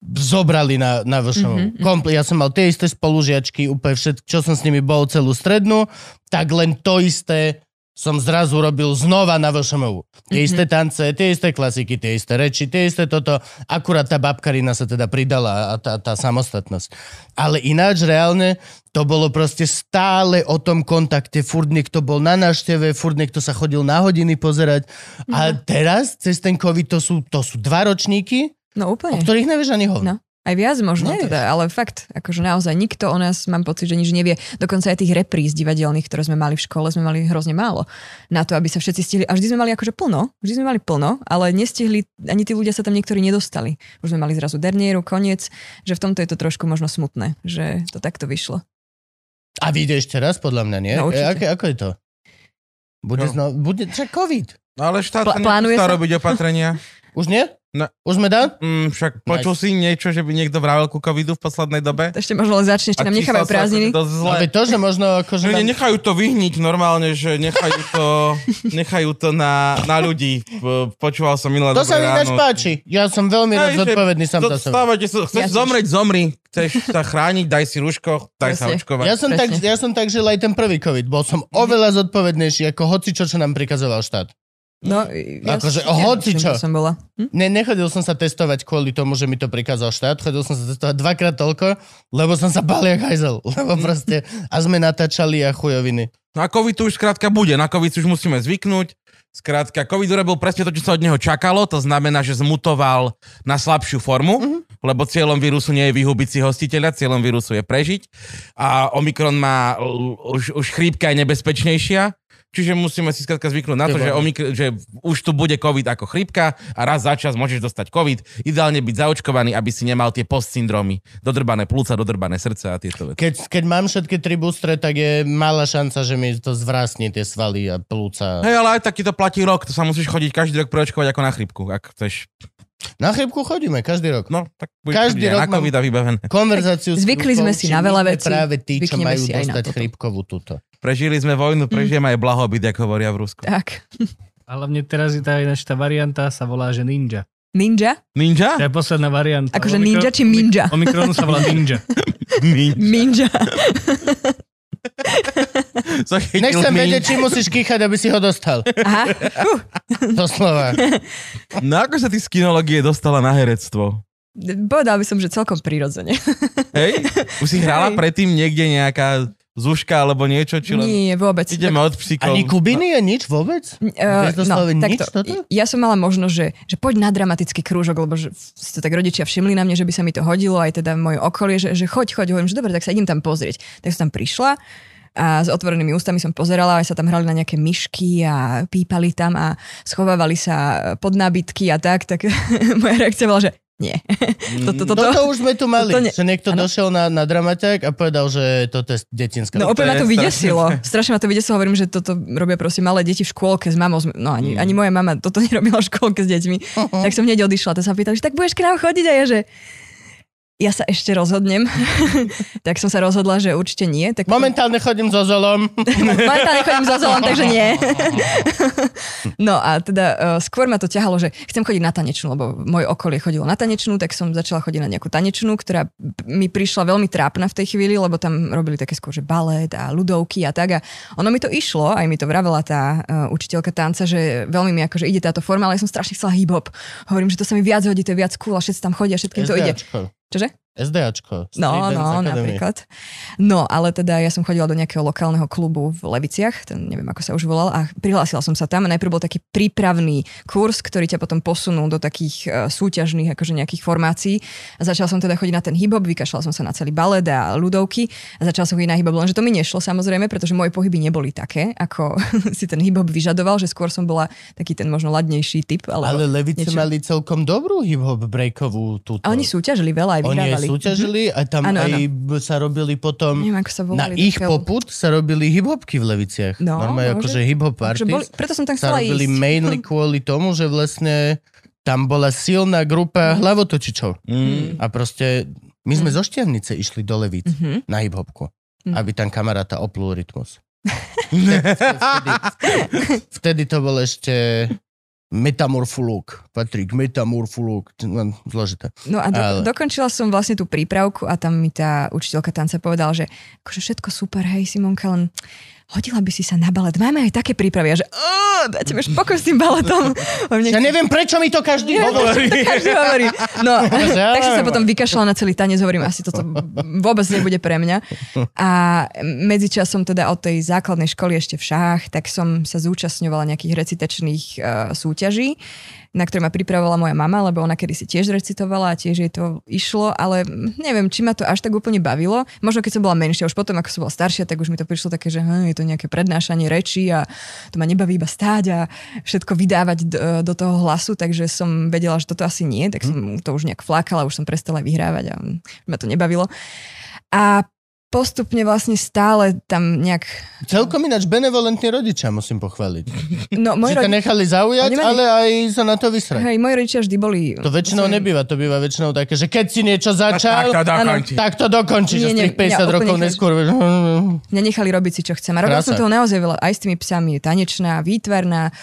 S2: zobrali na, na vršovu. Mm-hmm. Komple- ja som mal tie isté spolužiačky, úplne všetko, čo som s nimi bol celú strednú, tak len to isté som zrazu robil znova na VŠMU. Tie mm-hmm. isté
S4: Mhm.
S2: tance, tie isté klasiky, tie isté reči, tie isté toto. Akurát tá babkarina sa teda pridala a tá, tá samostatnosť. Ale ináč reálne to bolo proste stále o tom kontakte. Furt niekto bol na návšteve, furt niekto sa chodil na hodiny pozerať. A
S4: Mhm.
S2: teraz cez ten COVID to sú, to sú dva ročníky,
S4: no
S2: o
S4: úplne.
S2: ktorých nevieš ani hovno.
S4: No. Aj viac možno,
S2: Nie.
S4: teda, ale fakt, akože naozaj nikto o nás, mám pocit, že nič nevie. Dokonca aj tých repríz divadelných, ktoré sme mali v škole, sme mali hrozne málo na to, aby sa všetci stihli. A vždy sme mali akože plno, vždy sme mali plno, ale nestihli, ani tí ľudia sa tam niektorí nedostali. Už sme mali zrazu dernieru, koniec, že v tomto je to trošku možno smutné, že to takto vyšlo.
S2: A vyjde ešte raz, podľa mňa, nie?
S4: No,
S2: E,
S4: určite.
S2: ako, ako je to? Bude no.
S3: No.
S2: znovu, bude, však COVID.
S3: no ale štát
S4: Pl-
S3: sa
S4: plánuje
S3: nechystá
S4: sa?
S3: robiť opatrenia.
S2: Už nie?
S3: No.
S2: Už sme dá?
S3: Mm, však počul si niečo, že by niekto vravel ku covidu v poslednej dobe?
S4: Ešte možno len začne, či nám
S3: čísla
S4: nechávajú
S3: sú
S4: prázdniny.
S3: akože dosť
S2: No,
S3: zlé.
S2: veď to, že možno akože...
S3: Že ne,
S2: nám-
S3: nechajú to vyhniť normálne, že nechajú to, nechajú to na, na ľudí. P- Počúval som minulé
S2: To sa mi
S3: Dobré
S2: ináč
S3: ráno.
S2: páči. Ja som veľmi
S3: Hej,
S2: rád
S3: že
S2: zodpovedný sám za seba.
S3: Dostávate sa, chceš
S4: Jasne.
S3: zomrieť, zomri. Chceš sa chrániť, daj si rúško, daj sa
S4: Presne.
S3: očkovať.
S2: Ja som, tak,
S4: Presne.
S2: ja som tak žil aj ten prvý COVID. Bol som
S3: Mhm.
S2: oveľa zodpovednejší ako hoci čo, čo nám prikazoval štát.
S4: No, ja
S2: Akože
S4: si neviem,
S2: hocičo.
S4: čím to som bola. Hm?
S2: Ne, nechodil som sa testovať kvôli tomu, že mi to prikázal štát. Chodil som sa testovať dvakrát toľko, lebo som sa bal jak hajzel. <laughs> Lebo proste... A sme natáčali a chujoviny.
S3: No a COVID tu už skrátka bude, na COVID si už musíme zvyknúť. Skrátka, COVID urobil presne to, čo sa od neho čakalo, to znamená, že zmutoval na slabšiu formu, mm-hmm. lebo cieľom vírusu nie je vyhubiť si hostiteľa, cieľom vírusu je prežiť. A Omikron má l- už, už chrípka je nebezpečnejšia, Čiže musíme si skrátka zvyknúť na to, že, omikr- že už tu bude COVID ako chrypka a raz za čas môžeš dostať COVID. Ideálne byť zaočkovaný, aby si nemal tie postsyndromy. Dodrbané plúca, dodrbané srdce a tieto veci.
S2: Keď, keď mám všetky tri bustre, tak je malá šanca, že mi to zvrastne tie svaly a plúca.
S3: Hej, ale aj taký to platí rok, to sa musíš chodiť každý rok preočkovať ako na chrypku, ak chceš.
S2: Na chrypku chodíme každý rok.
S3: No, tak budeš
S2: Každý
S3: chodiť aj
S2: rok
S3: na
S2: mám-
S3: COVID a vybavené.
S2: Konverzáciu s
S4: Zvykli
S2: Ruskou
S4: sme si na
S2: učili
S4: veľa
S2: sme
S4: vecí,
S2: Práve tí, čo
S4: zvykneme
S2: majú
S4: si aj na
S2: dostať
S4: toto.
S2: chrypkovú túto.
S3: Prežili sme vojnu, prežijeme aj blahobyt, ako hovoria v Rusku.
S4: Tak.
S5: Ale mne teraz je tá ináč tá varianta, sa volá, že ninja.
S4: Ninja?
S3: Ninja?
S5: To je posledná varianta.
S4: Ah. Akože
S5: Omikron-
S4: ninja či minja?
S5: Omikron sa volá
S4: <laughs>
S3: <laughs>
S5: ninja.
S3: Ninja. <laughs>
S4: Ninja.
S3: Zachytil
S2: Nech som
S3: ninja.
S2: vedieť, či musíš kýchať, aby si ho dostal.
S4: Aha. Fú.
S2: Doslova.
S3: No ako sa ty z kinológie dostala na herectvo?
S4: Povedal by som, že celkom prirodzene.
S3: Hej? Už si hrala
S4: Hej.
S3: predtým niekde nejaká zuška alebo niečo, či len...
S4: Nie, vôbec.
S3: Ideme od psíkov.
S2: Ani Kubiny je nič vôbec?
S4: Eh,
S2: Bezdoslove nič toto?
S4: ja som mala možnosť, že, že poď na dramatický krúžok, lebo že si to tak rodičia všimli na mne, že by sa mi to hodilo, aj teda moje okolie, že, že choď, choď, hovorím, že dobre, tak sa idem tam pozrieť. Tak som tam prišla a s otvorenými ústami som pozerala, aj sa tam hrali na nejaké myšky a pípali tam a schovávali sa pod nábytky a tak, tak <laughs> moja reakcia bola, že nie. <laughs> toto, toto,
S2: Toto No už sme tu mali,
S4: toto ne-
S2: že niekto
S4: Áno.
S2: došiel na, na dramaťák a povedal, že toto je detinská.
S4: No úplne ma to
S3: strašné.
S4: vydesilo. Strašne ma to vydesilo, hovorím, že toto robia proste malé deti v škôlke s mamou. s- No ani,
S2: Mm.
S4: ani moja mama toto <laughs> nerobila v škôlke s deťmi. Tak som hneď odišla. To sa ma pýtali, že tak budeš k nám chodiť a ja, že ja sa ešte rozhodnem. <laughs> tak som sa rozhodla, že určite nie. Tak potom-
S2: Momentálne chodím so Zolom.
S4: Momentálne chodím so Zolom, takže nie. no a teda uh, skôr ma to ťahalo, že chcem chodiť na tanečnú, lebo moje okolie chodilo na tanečnú, tak som začala chodiť na nejakú tanečnú, ktorá p- mi prišla veľmi trápna v tej chvíli, lebo tam robili také skôr, že balet a ľudovky a tak. A ono mi to išlo, aj mi to vravela tá uh, učiteľka tanca, že veľmi mi akože ide táto forma, ale ja som strašne chcela hip-hop. Hovorím, že to sa mi viac hodí, to je viac cool a všetci tam chodia, všetkým to ide.
S2: SDAčko.
S4: Čože?
S2: SDAčko. Street
S4: No,
S2: Dance
S4: no,
S2: Academy.
S4: napríklad. No, ale teda ja som chodila do nejakého lokálneho klubu v Leviciach, ten neviem, ako sa už volal, a prihlásila som sa tam. A najprv bol taký prípravný kurz, ktorý ťa potom posunul do takých eh, súťažných, akože nejakých formácií. A začala som teda chodiť na ten hip-hop, vykašľala som sa na celý balet a ľudovky a začala som chodiť na hip-hop, lenže to mi nešlo samozrejme, pretože moje pohyby neboli také, ako <laughs> si ten hip-hop vyžadoval, že skôr som bola taký ten možno ladnejší typ.
S2: Ale levice
S4: niečo.
S2: mali celkom dobrú hip-hop breakovú túto.
S4: A oni súťažili veľa aj
S2: Oni aj
S4: vyhrávali.
S2: súťažili a tam
S4: Áno,
S2: aj b- sa robili potom...
S4: Neviem, ako sa
S2: Na
S4: volali.
S2: ich
S4: také-
S2: poput sa robili hip-hopky v Leviciach.
S4: No,
S2: Normálne
S4: môže.
S2: akože hip-hop
S4: Takže boli,
S2: artist
S4: preto som tam
S2: sa
S4: chcela
S2: robili
S4: ísť.
S2: mainly kvôli tomu, že vlastne tam bola silná
S4: Mhm.
S2: grupa hlavotočičov.
S3: Mm.
S2: A proste my sme zo Štiavnice išli do Levíc
S4: Mhm.
S2: na hip-hopku,
S4: Mhm.
S2: aby tam kamaráta oplul
S4: <laughs>
S2: rytmus. vtedy, vtedy to bol ešte metamorfulúk. Patrik, metamorfulúk. Len Zložité.
S4: No a do,
S2: Ale-
S4: dokončila som vlastne tú prípravku a tam mi tá učiteľka tanca povedala, že akože všetko super, hej Simonka, len hodila by si sa na balet. Máme aj také prípravy. A že "Ó, dajte mi už pokoj s tým
S2: <laughs>
S4: baletom. Lebo
S2: Ja
S4: nech-
S2: neviem, prečo mi to každý hovorí.
S4: to <laughs> každý hovorí.
S2: <laughs>
S4: No,
S2: ja
S4: tak som sa
S2: neviem.
S4: potom vykašľala na celý tanec, hovorím, asi toto vôbec nebude pre mňa. A medzičasom teda od tej základnej školy ešte v šách, tak som sa zúčastňovala nejakých recitačných uh, súťaží, na ktoré ma pripravovala moja mama, lebo ona kedysi tiež recitovala a tiež jej to išlo, ale mm, neviem, či ma to až tak úplne bavilo. Možno keď som bola menšia, už potom ako som bola staršia, tak už mi to prišlo také, že hm, je to nejaké prednášanie reči a to ma nebaví iba stáť a všetko vydávať do, do toho hlasu, takže som vedela, že toto asi nie,
S2: Mhm.
S4: tak som to už nejak flákala, už som prestala vyhrávať a mm, ma to nebavilo. A postupne vlastne stále tam nejak...
S2: <laughs> Celkom ináč benevolentní rodičia, musím pochváliť.
S4: No,
S2: Moji
S4: moji,
S2: Že ťa
S4: rodi...
S2: nechali zaujať,
S4: Oni ma ne-
S2: ale aj sa na to vysrať.
S4: hej, moji rodičia vždy boli...
S2: To väčšinou nebýva, to býva väčšinou také, že keď si niečo začal,
S3: Tak to
S4: Áno.
S3: dokončí.
S2: tak to dokončíš. Nie,
S4: Nie, nie,
S2: nie, 50
S4: ja úplne
S2: rokov
S4: chápem.
S2: neskôr. vieš.
S4: Mňa nechali robiť si, čo chcem. A robila
S2: Krása.
S4: som toho naozaj veľa. Aj s tými psami. Tanečná, výtvarná.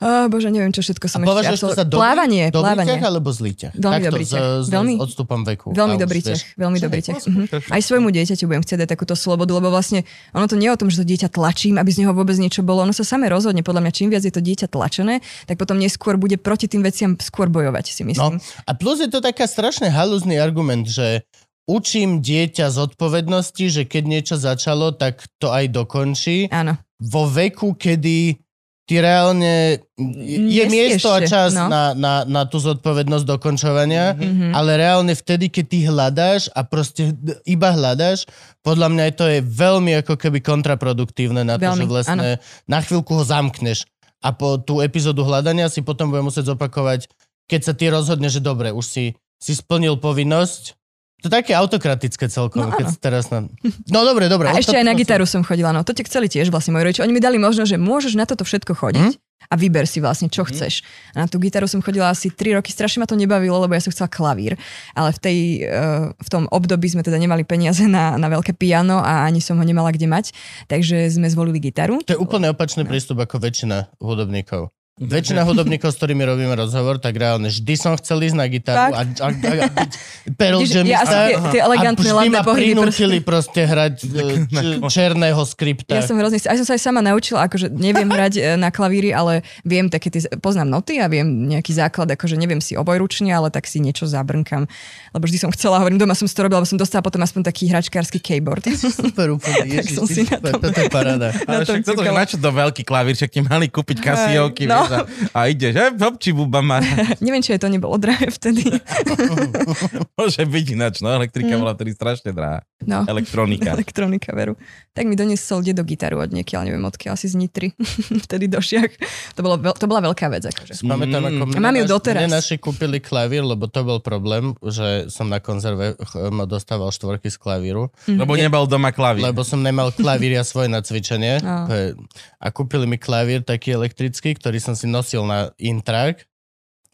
S4: Oh, bože, neviem, čo
S2: A
S4: všetko som
S2: považuješ to
S4: absolvo-
S2: za dobrý,
S4: Plávanie,
S2: dobrý
S4: plávanie.
S2: ťah alebo zlý ťah?
S4: Veľmi
S2: Takto
S4: dobrý
S2: s-
S4: ťah.
S2: s-
S4: Veľmi-
S2: S odstupom veku.
S4: Veľmi
S2: A už
S4: dobrý
S2: vieš.
S4: ťah, veľmi
S2: Čo
S4: dobrý
S2: je?
S4: ťah. Mhm. Aj svojmu dieťaťu budem chcieť dať takúto slobodu, lebo vlastne ono to nie je o tom, že to dieťa tlačím, aby z neho vôbec niečo bolo. Ono sa samé rozhodne. Podľa mňa, čím viac je to dieťa tlačené, tak potom neskôr bude proti tým veciam skôr bojovať, si
S2: No,
S4: myslím.
S2: a plus je to taká strašne halúzny argument, že učím dieťa zodpovednosti, že keď niečo začalo, tak to aj dokončí.
S4: Áno.
S2: Vo veku, kedy ty reálne... Je
S4: Nesieš
S2: miesto a
S4: ešte,
S2: čas
S4: no.
S2: na, na, na tú zodpovednosť dokončovania, mm-hmm. ale reálne vtedy, keď ty hľadáš a proste d- iba hľadáš, podľa mňa to je veľmi ako keby kontraproduktívne na to,
S4: Veľmi,
S2: že vlastne na chvíľku ho zamkneš a po tú epizódu hľadania si potom bude musieť zopakovať, keď sa ty rozhodne, že dobre, už si, si splnil povinnosť. To je také autokratické celkom,
S4: No
S2: no,
S4: áno.
S2: keď teraz na... No dobre, dobre.
S4: A
S2: od
S4: ešte
S2: tohto
S4: aj na
S2: som-
S4: gitaru som chodila, no to ti chceli tiež vlastne moji rodičia. Oni mi dali možnosť, že môžeš na toto všetko
S2: Mhm.
S4: chodiť a vyber si vlastne, čo chceš. A na tú gitaru som chodila asi 3 roky, strašne ma to nebavilo, lebo ja som chcela klavír. Ale v, tej, eh, v tom období sme teda nemali peniaze na, na veľké piano a ani som ho nemala kde mať, takže sme zvolili gitaru.
S2: To je úplne opačný prístup ako väčšina hudobníkov. Väčšina hudobníkov, s ktorými robíme rozhovor, tak reálne vždy som chcel ísť na gitaru
S4: Tak.
S2: a, a, a, a byť Pearl
S4: Vidíš, ja asi tie,
S2: Jamista.
S4: tie elegantné
S2: a vždy
S4: ladné
S2: ma
S4: pohyby.
S2: prinútili proste hrať e, č, černého skripta.
S4: Ja som hrozný, aj som sa aj sama naučila, akože neviem hrať e, na klavíri, ale viem také, tie, poznám noty a viem nejaký základ, akože neviem si obojručne, ale tak si niečo zabrnkam. Lebo vždy som chcela, hovorím, doma som si to robila, lebo som dostala potom aspoň taký hračkársky keyboard. <laughs>
S2: super úplne,
S4: Tak
S2: ježiš,
S4: som
S2: ty
S4: si na
S2: super,
S4: tom-
S2: toto je paráda.
S4: Na
S3: Ale
S4: tom
S3: však toto, že
S4: čakala.
S3: na čo to veľký klavír, však ti mali kúpiť kasiovky, no.
S4: no.
S3: vieš, a, a ideš, že hopči buba má,
S4: neviem, či aj to nebolo drahé vtedy.
S3: môže byť ináč, no elektrika
S4: Hm.
S3: bola vtedy strašne drahá,
S4: No.
S3: elektronika.
S4: <laughs> Elektronika, veru. Tak mi doniesol dedo gitaru od niekiaľ, neviem odkiaľ, asi z Nitry. <laughs> Vtedy do Šiach. To, bolo, veľ- to bola veľká vec, akože.
S2: Pamätám, ako mne,
S4: A mám ju
S2: naš-
S4: doteraz.
S2: mne naši kúpili klavír, lebo to bol problém, že som na konzerve ch- ma dostával štvorky z klavíru.
S3: Lebo nebol doma klavír.
S2: Lebo som nemal klavír ja svoj na cvičenie.
S4: No.
S2: To je- A kúpili mi klavír taký elektrický, ktorý som si nosil na intrak.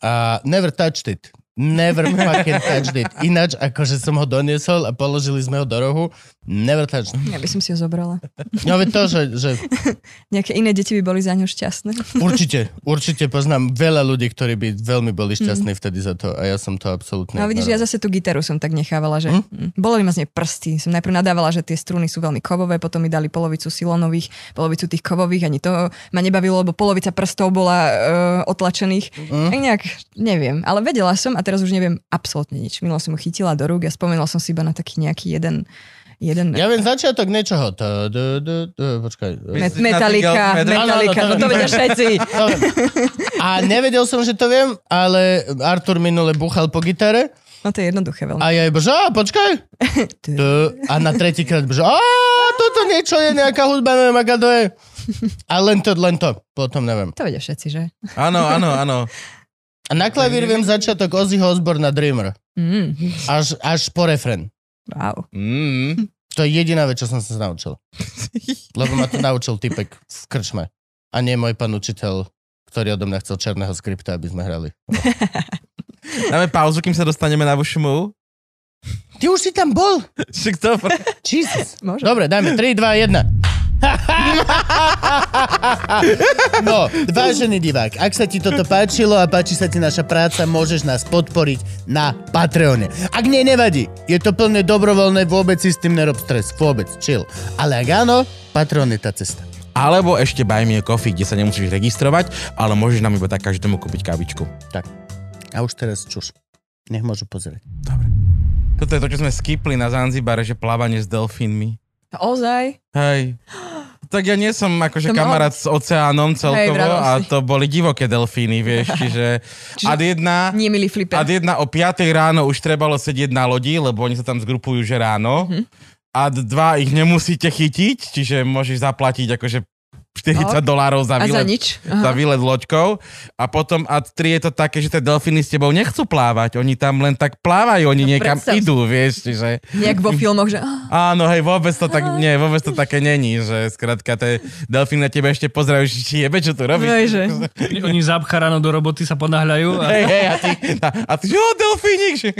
S2: A never touched it. Never fucking touched it. Ináč, akože som ho doniesol a položili sme ho do rohu. Never touched it.
S4: Ja by som si ho zobrala.
S2: No veď to, že, že
S4: Nejaké iné deti by boli za ňo šťastné.
S2: určite, určite poznám veľa ľudí, ktorí by veľmi boli šťastní vtedy za to a ja som to absolútne...
S4: Mm. No vidíš, ja zase tú gitaru som tak nechávala, že hm? boleli ma z nej prsty. Som najprv nadávala, že tie struny sú veľmi kovové, potom mi dali polovicu silónových, polovicu tých kovových, ani to ma nebavilo, lebo polovica prstov bola uh,
S2: Hm.
S4: otlačených. Mm. Tak nejak, neviem, ale vedela som a teraz už neviem absolútne nič. Milo som ju chytila do rúk a spomenula som si iba na taký nejaký jeden, jeden
S2: Ja viem začiatok niečoho. To, do, do, do, počkaj.
S4: met, metalika,
S3: Áno, áno,
S4: metalika,
S2: to-
S4: no to vedia všetci.
S2: To viem. A nevedel som, že to viem, ale Artur minule buchal po gitare
S4: No to je jednoduché veľmi.
S2: a ja iba, že á, počkaj. Tu. A na tretíkrát, že á, toto niečo je, nejaká hudba, neviem, aká to je. A len to, len to, potom neviem.
S4: To vedia všetci, že?
S3: Áno, áno, áno.
S2: A na klavír viem začiatok Ozzyho Osborna Dreamer.
S4: Mm,
S2: Až, až po refren.
S4: wow.
S3: Mm.
S2: To je jediná vec, čo som sa naučil. Lebo ma to naučil typek v krčme. A nie môj pán učiteľ, ktorý odo mňa chcel černého skripta, aby sme hrali.
S3: Dáme pauzu, kým sa dostaneme na Vušumu.
S2: Ty už si tam bol?
S3: Však to...
S2: Jesus.
S4: Môže.
S2: Dobre, dajme 3, 2, 1. <laughs> No, vážený divák, ak sa ti toto páčilo a páči sa ti naša práca, môžeš nás podporiť na Patreone. Ak nie, nevadí. Je to plne dobrovoľné, vôbec si s tým nerob stres. Vôbec, chill. Ale ak áno, Patreon je tá cesta.
S3: Alebo ešte Buy Me a Coffee, kde sa nemusíš registrovať, ale môžeš nám iba tak každému kúpiť kávičku.
S2: Tak. A už teraz čuš. Nech môžu pozrieť.
S3: Toto je to, čo sme skipli na Zanzibare, že plávanie s delfínmi.
S4: Ozaj?
S3: Hej. Tak ja nie som akože
S4: To mal-
S3: kamarát s oceánom celkovo
S4: Hej, vravel
S3: a
S4: si.
S3: to boli divoké delfíny,
S4: <laughs>
S3: vieš, čiže ad jedna,
S4: Nie, milý fliper.
S3: ad jedna o 5 ráno už trebalo sedieť na lodi, lebo oni sa tam zgrupujú, že ráno.
S4: Mhm.
S3: Ad dva ich nemusíte chytiť, čiže môžeš zaplatiť akože 40 dolárov za
S4: No. A
S3: výlet
S4: za nič?
S3: za výlet loďkou. A potom a tri je to také, že tie delfíny s tebou nechcú plávať. Oni tam len tak plávajú, oni
S4: No
S3: niekam
S4: predstav si.
S3: idú, vieš. Čiže...
S4: Nejak vo filmoch, že... "Ah,
S3: Áno, hej, vôbec to tak, nie, vôbec to také není, že skrátka tie delfíny na tebe ešte pozerajú, že či jebe, čo tu robíš.
S4: Hej, No, že.
S5: Oni zapcha ráno do roboty, sa ponáhľajú
S4: <laughs>
S5: a
S3: Hej, hej, a ty, a, a ty, že, o, delfínik, že...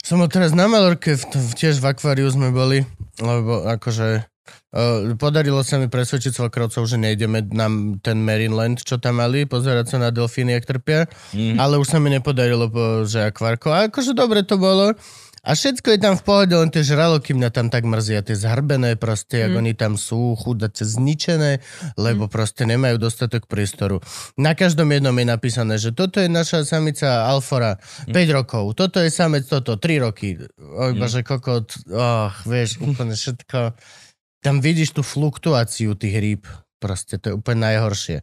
S2: Som bol teraz na Malorke, v, v- tiež v akváriu sme boli, lebo akože uh, podarilo sa mi presvedčiť svokrovcov, že nejdeme na m- ten Marineland, čo tam mali, pozerať sa na delfíny, ak trpia, mm. ale už sa mi nepodarilo, bo, že akvárko. A akože dobre to bolo. A všetko je tam v pohode, len tie žraloky mňa tam tak mrzia, tie zhrbené proste, mm. ako oni tam sú, chudace zničené, lebo mm. proste nemajú dostatok priestoru. Na každom jednom je napísané, že toto je naša samica Alfora, 5 rokov, toto je samec toto, 3 roky. Oj, bože, kokot, oh, vieš, úplne všetko. Tam vidíš tú fluktuáciu tých rýb, proste, to je úplne najhoršie.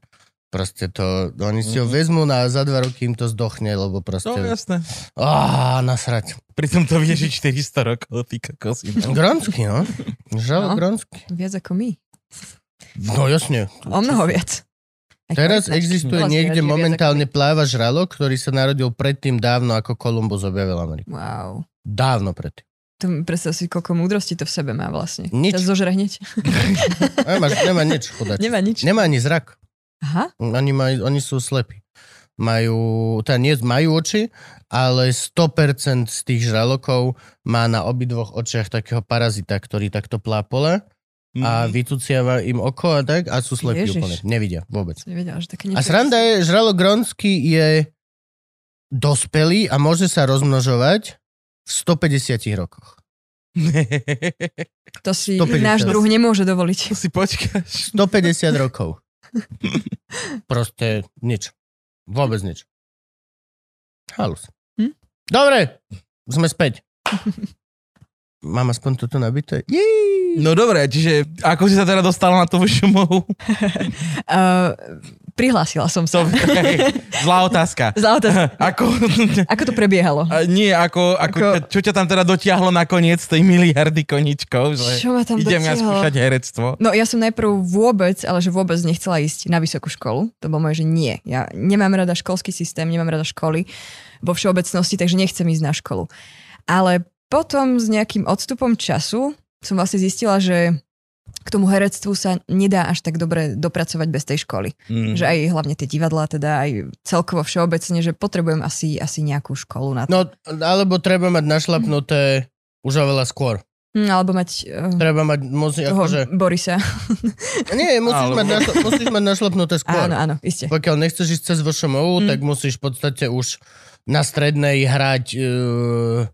S2: Proste to, oni si ho vezmú na za dva roky im to zdochne, lebo proste...
S3: To je jasné.
S2: Á, nasrať.
S3: Pritom to vydrží 400 rokov, ty kokos.
S2: Gronsky, no. Žalo
S4: No.
S2: Gronsky.
S4: Viac ako my.
S2: No jasne.
S4: O mnoho viac. Aj
S2: Teraz
S4: kvalitnejšie.
S2: existuje
S4: Vlastne
S2: niekde
S4: radšej viac ako
S2: momentálne
S4: my.
S2: pláva žralok, ktorý sa narodil predtým dávno, ako Kolumbus objavil Ameriku.
S4: Wow.
S2: Dávno predtým.
S4: To mi predstav si, koľko múdrosti to v sebe má vlastne.
S2: Nič.
S4: Ťa zožere
S2: <laughs>
S4: hneď.
S2: No, Nemáš,
S4: <laughs>
S2: nemá nič, chudák.
S4: Nemá nič.
S2: Nemá ani zrak.
S4: Aha.
S2: Oni, maj, oni sú slepí. Majú, teda nie majú oči, ale 100% z tých žralokov má na obidvoch očiach takého parazita, ktorý takto plápole a vytuciava im oko a tak a sú slepí
S4: Mm. Ježiš.
S2: úplne. Nevidia vôbec.
S4: Som nevedela, že také niečo
S2: A sranda je, žralok gronský je dospelý a môže sa rozmnožovať v 150 rokoch.
S3: <laughs>
S4: To si
S2: 150.
S4: náš druh nemôže dovoliť.
S2: <laughs>
S3: si počkáš.
S4: <laughs>
S2: 150 rokov. Proste nič. Vôbec nič. Halus.
S4: Hm?
S2: Dobre, sme späť. Mám aspoň toto nabité. Jej!
S3: No dobre, čiže ako si sa teda dostala na tú šumovu?
S4: Uh, prihlásila som sa.
S3: <laughs> Zlá otázka.
S4: Za otázku.
S3: <laughs>
S2: <laughs>
S3: Ako,
S4: Ako to prebiehalo?
S3: a nie, ako, ako,
S4: Ako-
S3: Čo, čo ťa tam teda dotiahlo nakoniec tej miliardy koničkov, že
S4: Čo ma tam
S3: idem ja
S4: dotiahlo?
S3: skúšať herectvo.
S4: No ja som najprv vôbec, ale že vôbec nechcela ísť na vysokú školu. To bolo moje, že nie. Ja nemám rada školský systém, nemám rada školy vo všeobecnosti, takže nechcem ísť na školu. Ale potom s nejakým odstupom času som vlastne zistila, že k tomu herectvu sa nedá až tak dobre dopracovať bez tej školy.
S3: Mm.
S2: Mhm.
S4: Že aj hlavne tie divadlá, teda aj celkovo všeobecne, že potrebujem asi, asi nejakú školu na to.
S2: No, alebo treba mať našlapnuté už oveľa skôr.
S4: Hm, Alebo mať uh,
S2: Treba mať, musí,
S4: toho
S2: akože...
S4: Borisa.
S2: Nie, musíš,
S3: Alebo-
S2: mať, našla, musíš mať našlapnuté skôr.
S4: Áno, áno, iste.
S2: Pokiaľ nechceš ísť cez VŠMU,
S4: Mm.
S2: tak musíš v podstate už na strednej hrať eh, v...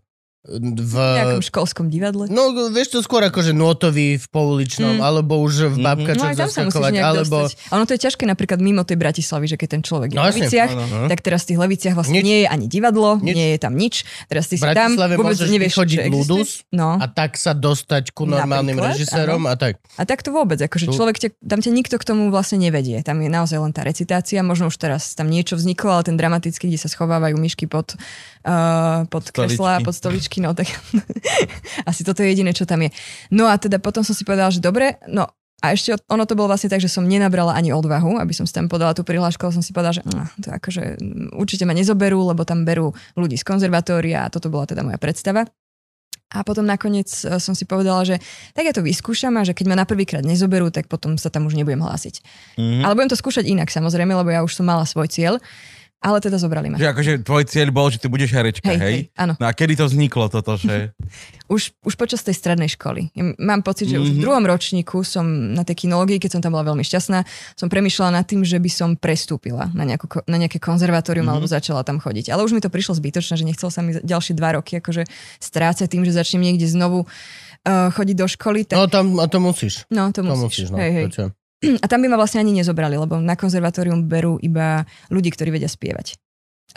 S4: V nejakom školskom divadle.
S2: No, vieš to skôr akože nôtový v pouličnom,
S4: Mm.
S2: alebo už v
S3: Mhm.
S2: babkačoch
S4: aj
S2: no, zaskakovať, alebo...
S4: dostať. no. A Ono to je ťažké napríklad mimo tej Bratislavy, že keď ten človek je
S2: No
S4: v
S2: jasne,
S4: Leviciach,
S3: Áno.
S4: tak teraz v tých Leviciach vlastne
S2: Nič.
S4: nie je ani divadlo,
S2: Nič.
S4: nie je tam nič. Teraz
S2: V
S4: ty si tam,
S2: Bratislave
S4: vôbec
S2: môžeš
S4: nevieš,
S2: chodiť
S4: čo existuje.
S2: Ludus
S4: No.
S2: a
S4: A,
S2: tak sa dostať ku normálnym
S4: Napríklad,
S2: režisérom a tak.
S4: a tak to vôbec,
S2: Tu-
S4: akože človek, ťa, tam ťa nikto k tomu vlastne nevedie. Tam je naozaj len tá recitácia, možno už teraz tam niečo vzniklo, ale ten dramatický, kde sa schovávajú myšky pod, uh, pod
S3: Stoličky.
S4: kreslá, pod stoličky, no tak <laughs> asi toto je jediné, čo tam je. No a teda potom som si povedala, že dobre, no a ešte od- ono to bolo vlastne tak, že som nenabrala ani odvahu, aby som si tam podala tú prihlášku, ale som si povedala, že "Mm, to akože mm, určite ma nezoberú, lebo tam berú ľudí z konzervatória a toto bola teda moja predstava. A potom nakoniec e, som si povedala, že tak ja to vyskúšam a že keď ma na prvýkrát nezoberú, tak potom sa tam už nebudem hlásiť.
S3: Mhm.
S4: Ale budem to skúšať inak samozrejme, lebo ja už som mala svoj cieľ, ale teda zobrali ma.
S3: Že akože tvoj cieľ bol, že ty budeš herečka,
S4: Hej,
S3: hej?
S4: hej, áno.
S3: No a kedy to vzniklo toto,
S4: <laughs>
S3: že...
S4: Už, už počas tej strednej školy. Ja m- Mám pocit, že už
S3: Mhm.
S4: v druhom ročníku som na tej kinológii, keď som tam bola veľmi šťastná, som premyšľala nad tým, že by som prestúpila na, nejakú, ko- na nejaké
S3: Mhm.
S4: konzervatórium alebo začala tam chodiť. Ale už mi to prišlo zbytočné, že nechcel sa mi za- ďalšie dva roky akože strácať tým, že začnem niekde znovu uh, chodiť do školy. Tak...
S2: No tam, a to musíš.
S4: No, to
S2: To musíš,
S4: musíš.
S2: no.
S4: hej, hej.
S2: To čo?
S4: A tam by ma vlastne ani nezobrali, lebo na konzervatórium berú iba ľudí, ktorí vedia spievať.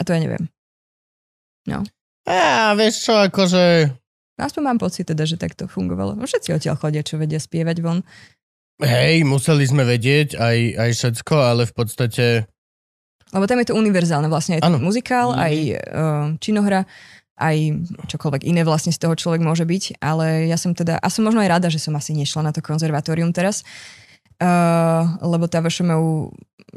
S4: A to ja neviem.
S2: Á, vieš čo, akože...
S4: Aspoň mám pocit teda, že tak to fungovalo. No, Všetci odtiaľ chodia, čo vedia spievať von.
S2: Hej, museli sme vedieť aj, aj všetko, ale v podstate...
S4: Lebo tam je to univerzálne, vlastne aj
S2: Áno. Mm-hmm.
S4: ten muzikál, aj uh, činohra, aj čokoľvek iné vlastne z toho človek môže byť, ale ja som teda, a som možno aj rada, že som asi nešla na to konzervatórium teraz, uh, lebo tá VŠMU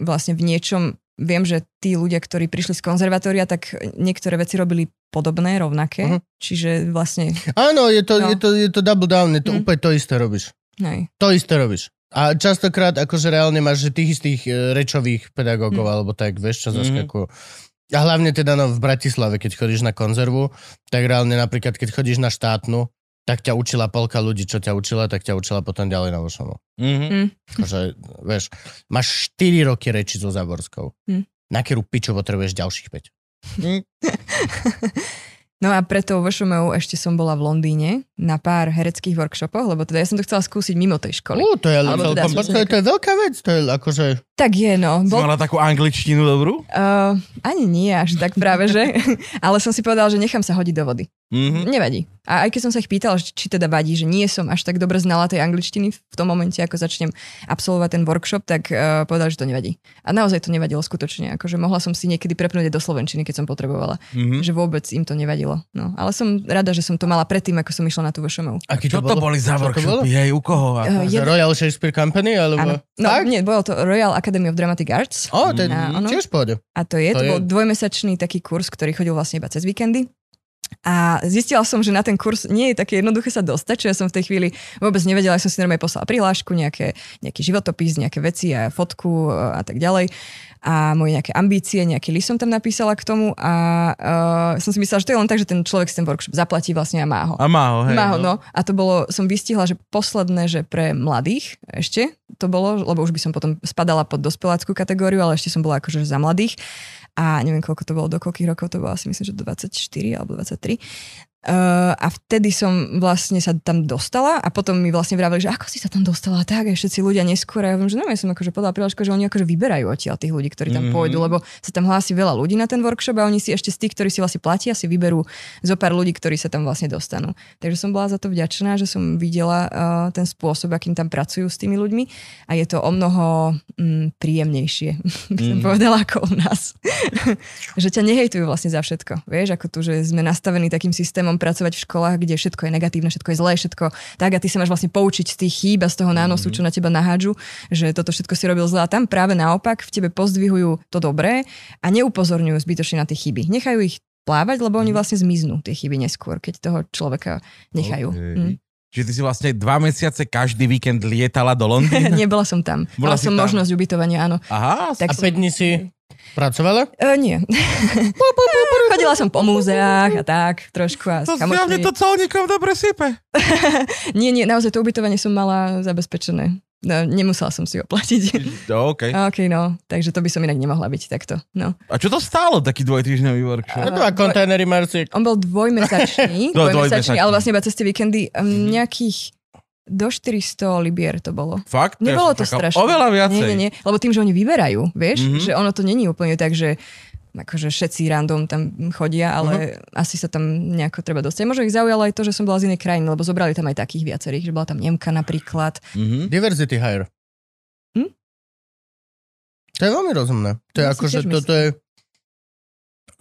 S4: vlastne v niečom, viem, že tí ľudia, ktorí prišli z konzervatória, tak niektoré veci robili podobné, rovnaké,
S2: Mhm.
S4: čiže vlastne,
S2: Áno, je to,
S4: No.
S2: je to, je to double down, je to
S4: Mm.
S2: úplne to isté robíš.
S4: hej,
S2: To isté robíš. A častokrát akože reálne máš že tých istých e, rečových pedagógov,
S4: Mm.
S2: alebo tak, vieš, čo
S3: Mhm.
S2: zaskakujú. A hlavne teda no, v Bratislave, keď chodíš na konzervu, tak reálne napríklad, keď chodíš na štátnu, tak ťa učila polka ľudí, čo ťa učila, tak ťa učila potom ďalej na vošomu.
S3: Mhm.
S2: Akože, <laughs> vieš, máš 4 roky reči so Záborskou.
S4: Mm.
S2: Na ktorú piču potrebuješ ďalších 5.
S4: No a preto vo VŠMU ešte som bola v Londýne na pár hereckých workshopoch, lebo teda ja som to chcela skúsiť mimo tej školy.
S2: Ú, to je ale celkom,
S4: Alebo teda
S2: počkaj, to je veľká vec, to je akože...
S4: Tak je, no.
S3: Si
S4: Bol,
S3: mala takú angličtinu dobrú?
S4: uh, ani nie až tak práve, že. <laughs> Ale som si povedal, že nechám sa hodiť do vody.
S3: Mhm.
S4: Nevadí. A aj keď som sa ich pýtala, že či teda vadí, že nie som až tak dobre znala tej angličtiny v tom momente, ako začnem absolvovať ten workshop, tak uh, povedali, že to nevadí. A naozaj to nevadilo skutočne. Akože mohla som si niekedy prepnúť aj do slovenčiny, keď som potrebovala.
S3: Mhm.
S4: Že vôbec im to nevadilo. No, ale som rada, že som to mala predtým, ako som išla na tú VŠMU.
S2: Aký
S3: Čo to boli za
S2: Čo to bolo?
S3: workshopy? Hej, u koho? A...
S4: Uh,
S2: Že Royal Shakespeare Company,
S4: Áno.
S2: alebo...
S4: No,
S2: Fakt?
S4: nie, bolo to Royal Academy of Dramatic Arts.
S2: O, to je
S4: Mm. Áno.
S2: tiež pôjde.
S4: A to je,
S2: To
S4: to, to
S2: je-
S4: bol dvojmesačný taký kurz, ktorý chodil vlastne iba cez víkendy. A zistila som, že na ten kurz nie je také jednoduché sa dostať, čo ja som v tej chvíli vôbec nevedela, ja som si normálne poslala prihlášku, nejaké, nejaký životopis, nejaké veci a fotku e, a tak ďalej. A moje nejaké ambície, nejaký list som tam napísala k tomu a uh, som si myslela, že to je len tak, že ten človek si ten workshop zaplatí vlastne a má ho.
S3: A má ho, hej.
S4: Má ho, no. A to bolo, som vystihla, že posledné, že pre mladých ešte to bolo, lebo už by som potom spadala pod dospeláckú kategóriu, ale ešte som bola akože za mladých. A neviem, koľko to bolo, do koľkých rokov to bolo, asi myslím, že do 24 alebo 23. Uh, a vtedy som vlastne sa tam dostala a potom mi vlastne vraveli, že ako si sa tam dostala tak a všetci ľudia neskôr. A ja viem, že no, ja som akože podala prihlášku, že oni akože vyberajú odtiaľ tých ľudí, ktorí
S3: Mhm.
S4: tam pôjdu, lebo sa tam hlási veľa ľudí na ten workshop a oni si ešte z tých, ktorí si vlastne platia, si vyberú zo pár ľudí, ktorí sa tam vlastne dostanú. Takže som bola za to vďačná, že som videla uh, ten spôsob, akým tam pracujú s tými ľuďmi a je to o mnoho mm, príjemnejšie, by som
S3: Mm.
S4: povedala, ako u nás. <laughs> že ťa nehejtujú vlastne za všetko. Vieš, ako tu, že sme nastavení takým systémom pracovať v školách, kde všetko je negatívne, všetko je zlé, všetko tak a ty sa máš vlastne poučiť z tých chýb a z toho nánosu, čo na teba nahádžu, že toto všetko si robil zle a tam práve naopak v tebe pozdvihujú to dobré a neupozorňujú zbytočne na tie chyby. Nechajú ich plávať, lebo oni vlastne zmiznú tie chyby neskôr, keď toho človeka nechajú.
S3: Okay.
S4: Mm.
S3: Čiže ty si vlastne dva mesiace každý víkend lietala do
S4: <laughs>
S3: Londýna?
S4: <laughs> Nebola som tam.
S3: Bola
S4: Mala
S3: si
S4: som
S3: tam.
S4: možnosť ubytovania, áno.
S3: Aha,
S2: A
S4: Tak som...
S2: 5 dní si pracovala?
S4: E, nie. <laughs> Chodila som po múzeách a tak, trošku a
S3: to
S4: s
S3: zjavne
S4: kamošmi.
S3: to colníkom dobre sype.
S4: Nie, nie, naozaj to ubytovanie som mala zabezpečené. No, nemusela som si ho
S3: <laughs>
S4: platiť.
S3: No, okay.
S4: OK, no, takže to by som inak nemohla byť takto. No.
S3: A čo to stálo, taký dvojtýždňový workshop?
S2: A to a kontajnery Marci.
S4: On bol dvojmesačný,
S3: Do-
S4: dvojmesačný,
S3: No, dvojmesačný. Mhm.
S4: ale vlastne iba cez tie víkendy um, nejakých do 400 libier to bolo.
S3: Fakt? Ja
S4: Nebolo
S3: som
S4: to
S3: čakal
S4: strašné.
S3: Oveľa viacej.
S4: Nie, nie, nie, lebo tým, že oni vyberajú, vieš,
S3: Mhm.
S4: mm-hmm. že ono to není úplne tak, že akože všetci random tam chodia, ale
S3: Mhm.
S4: uh-huh. asi sa tam nejako treba dostať. Možno ich zaujalo aj to, že som bola z inej krajiny, lebo zobrali tam aj takých viacerých, že bola tam Nemka napríklad.
S3: Mhm.
S2: Diversity hire.
S4: Hm?
S2: To je veľmi rozumné. To je
S4: Ja si
S2: akože,
S4: tiež
S2: toto je...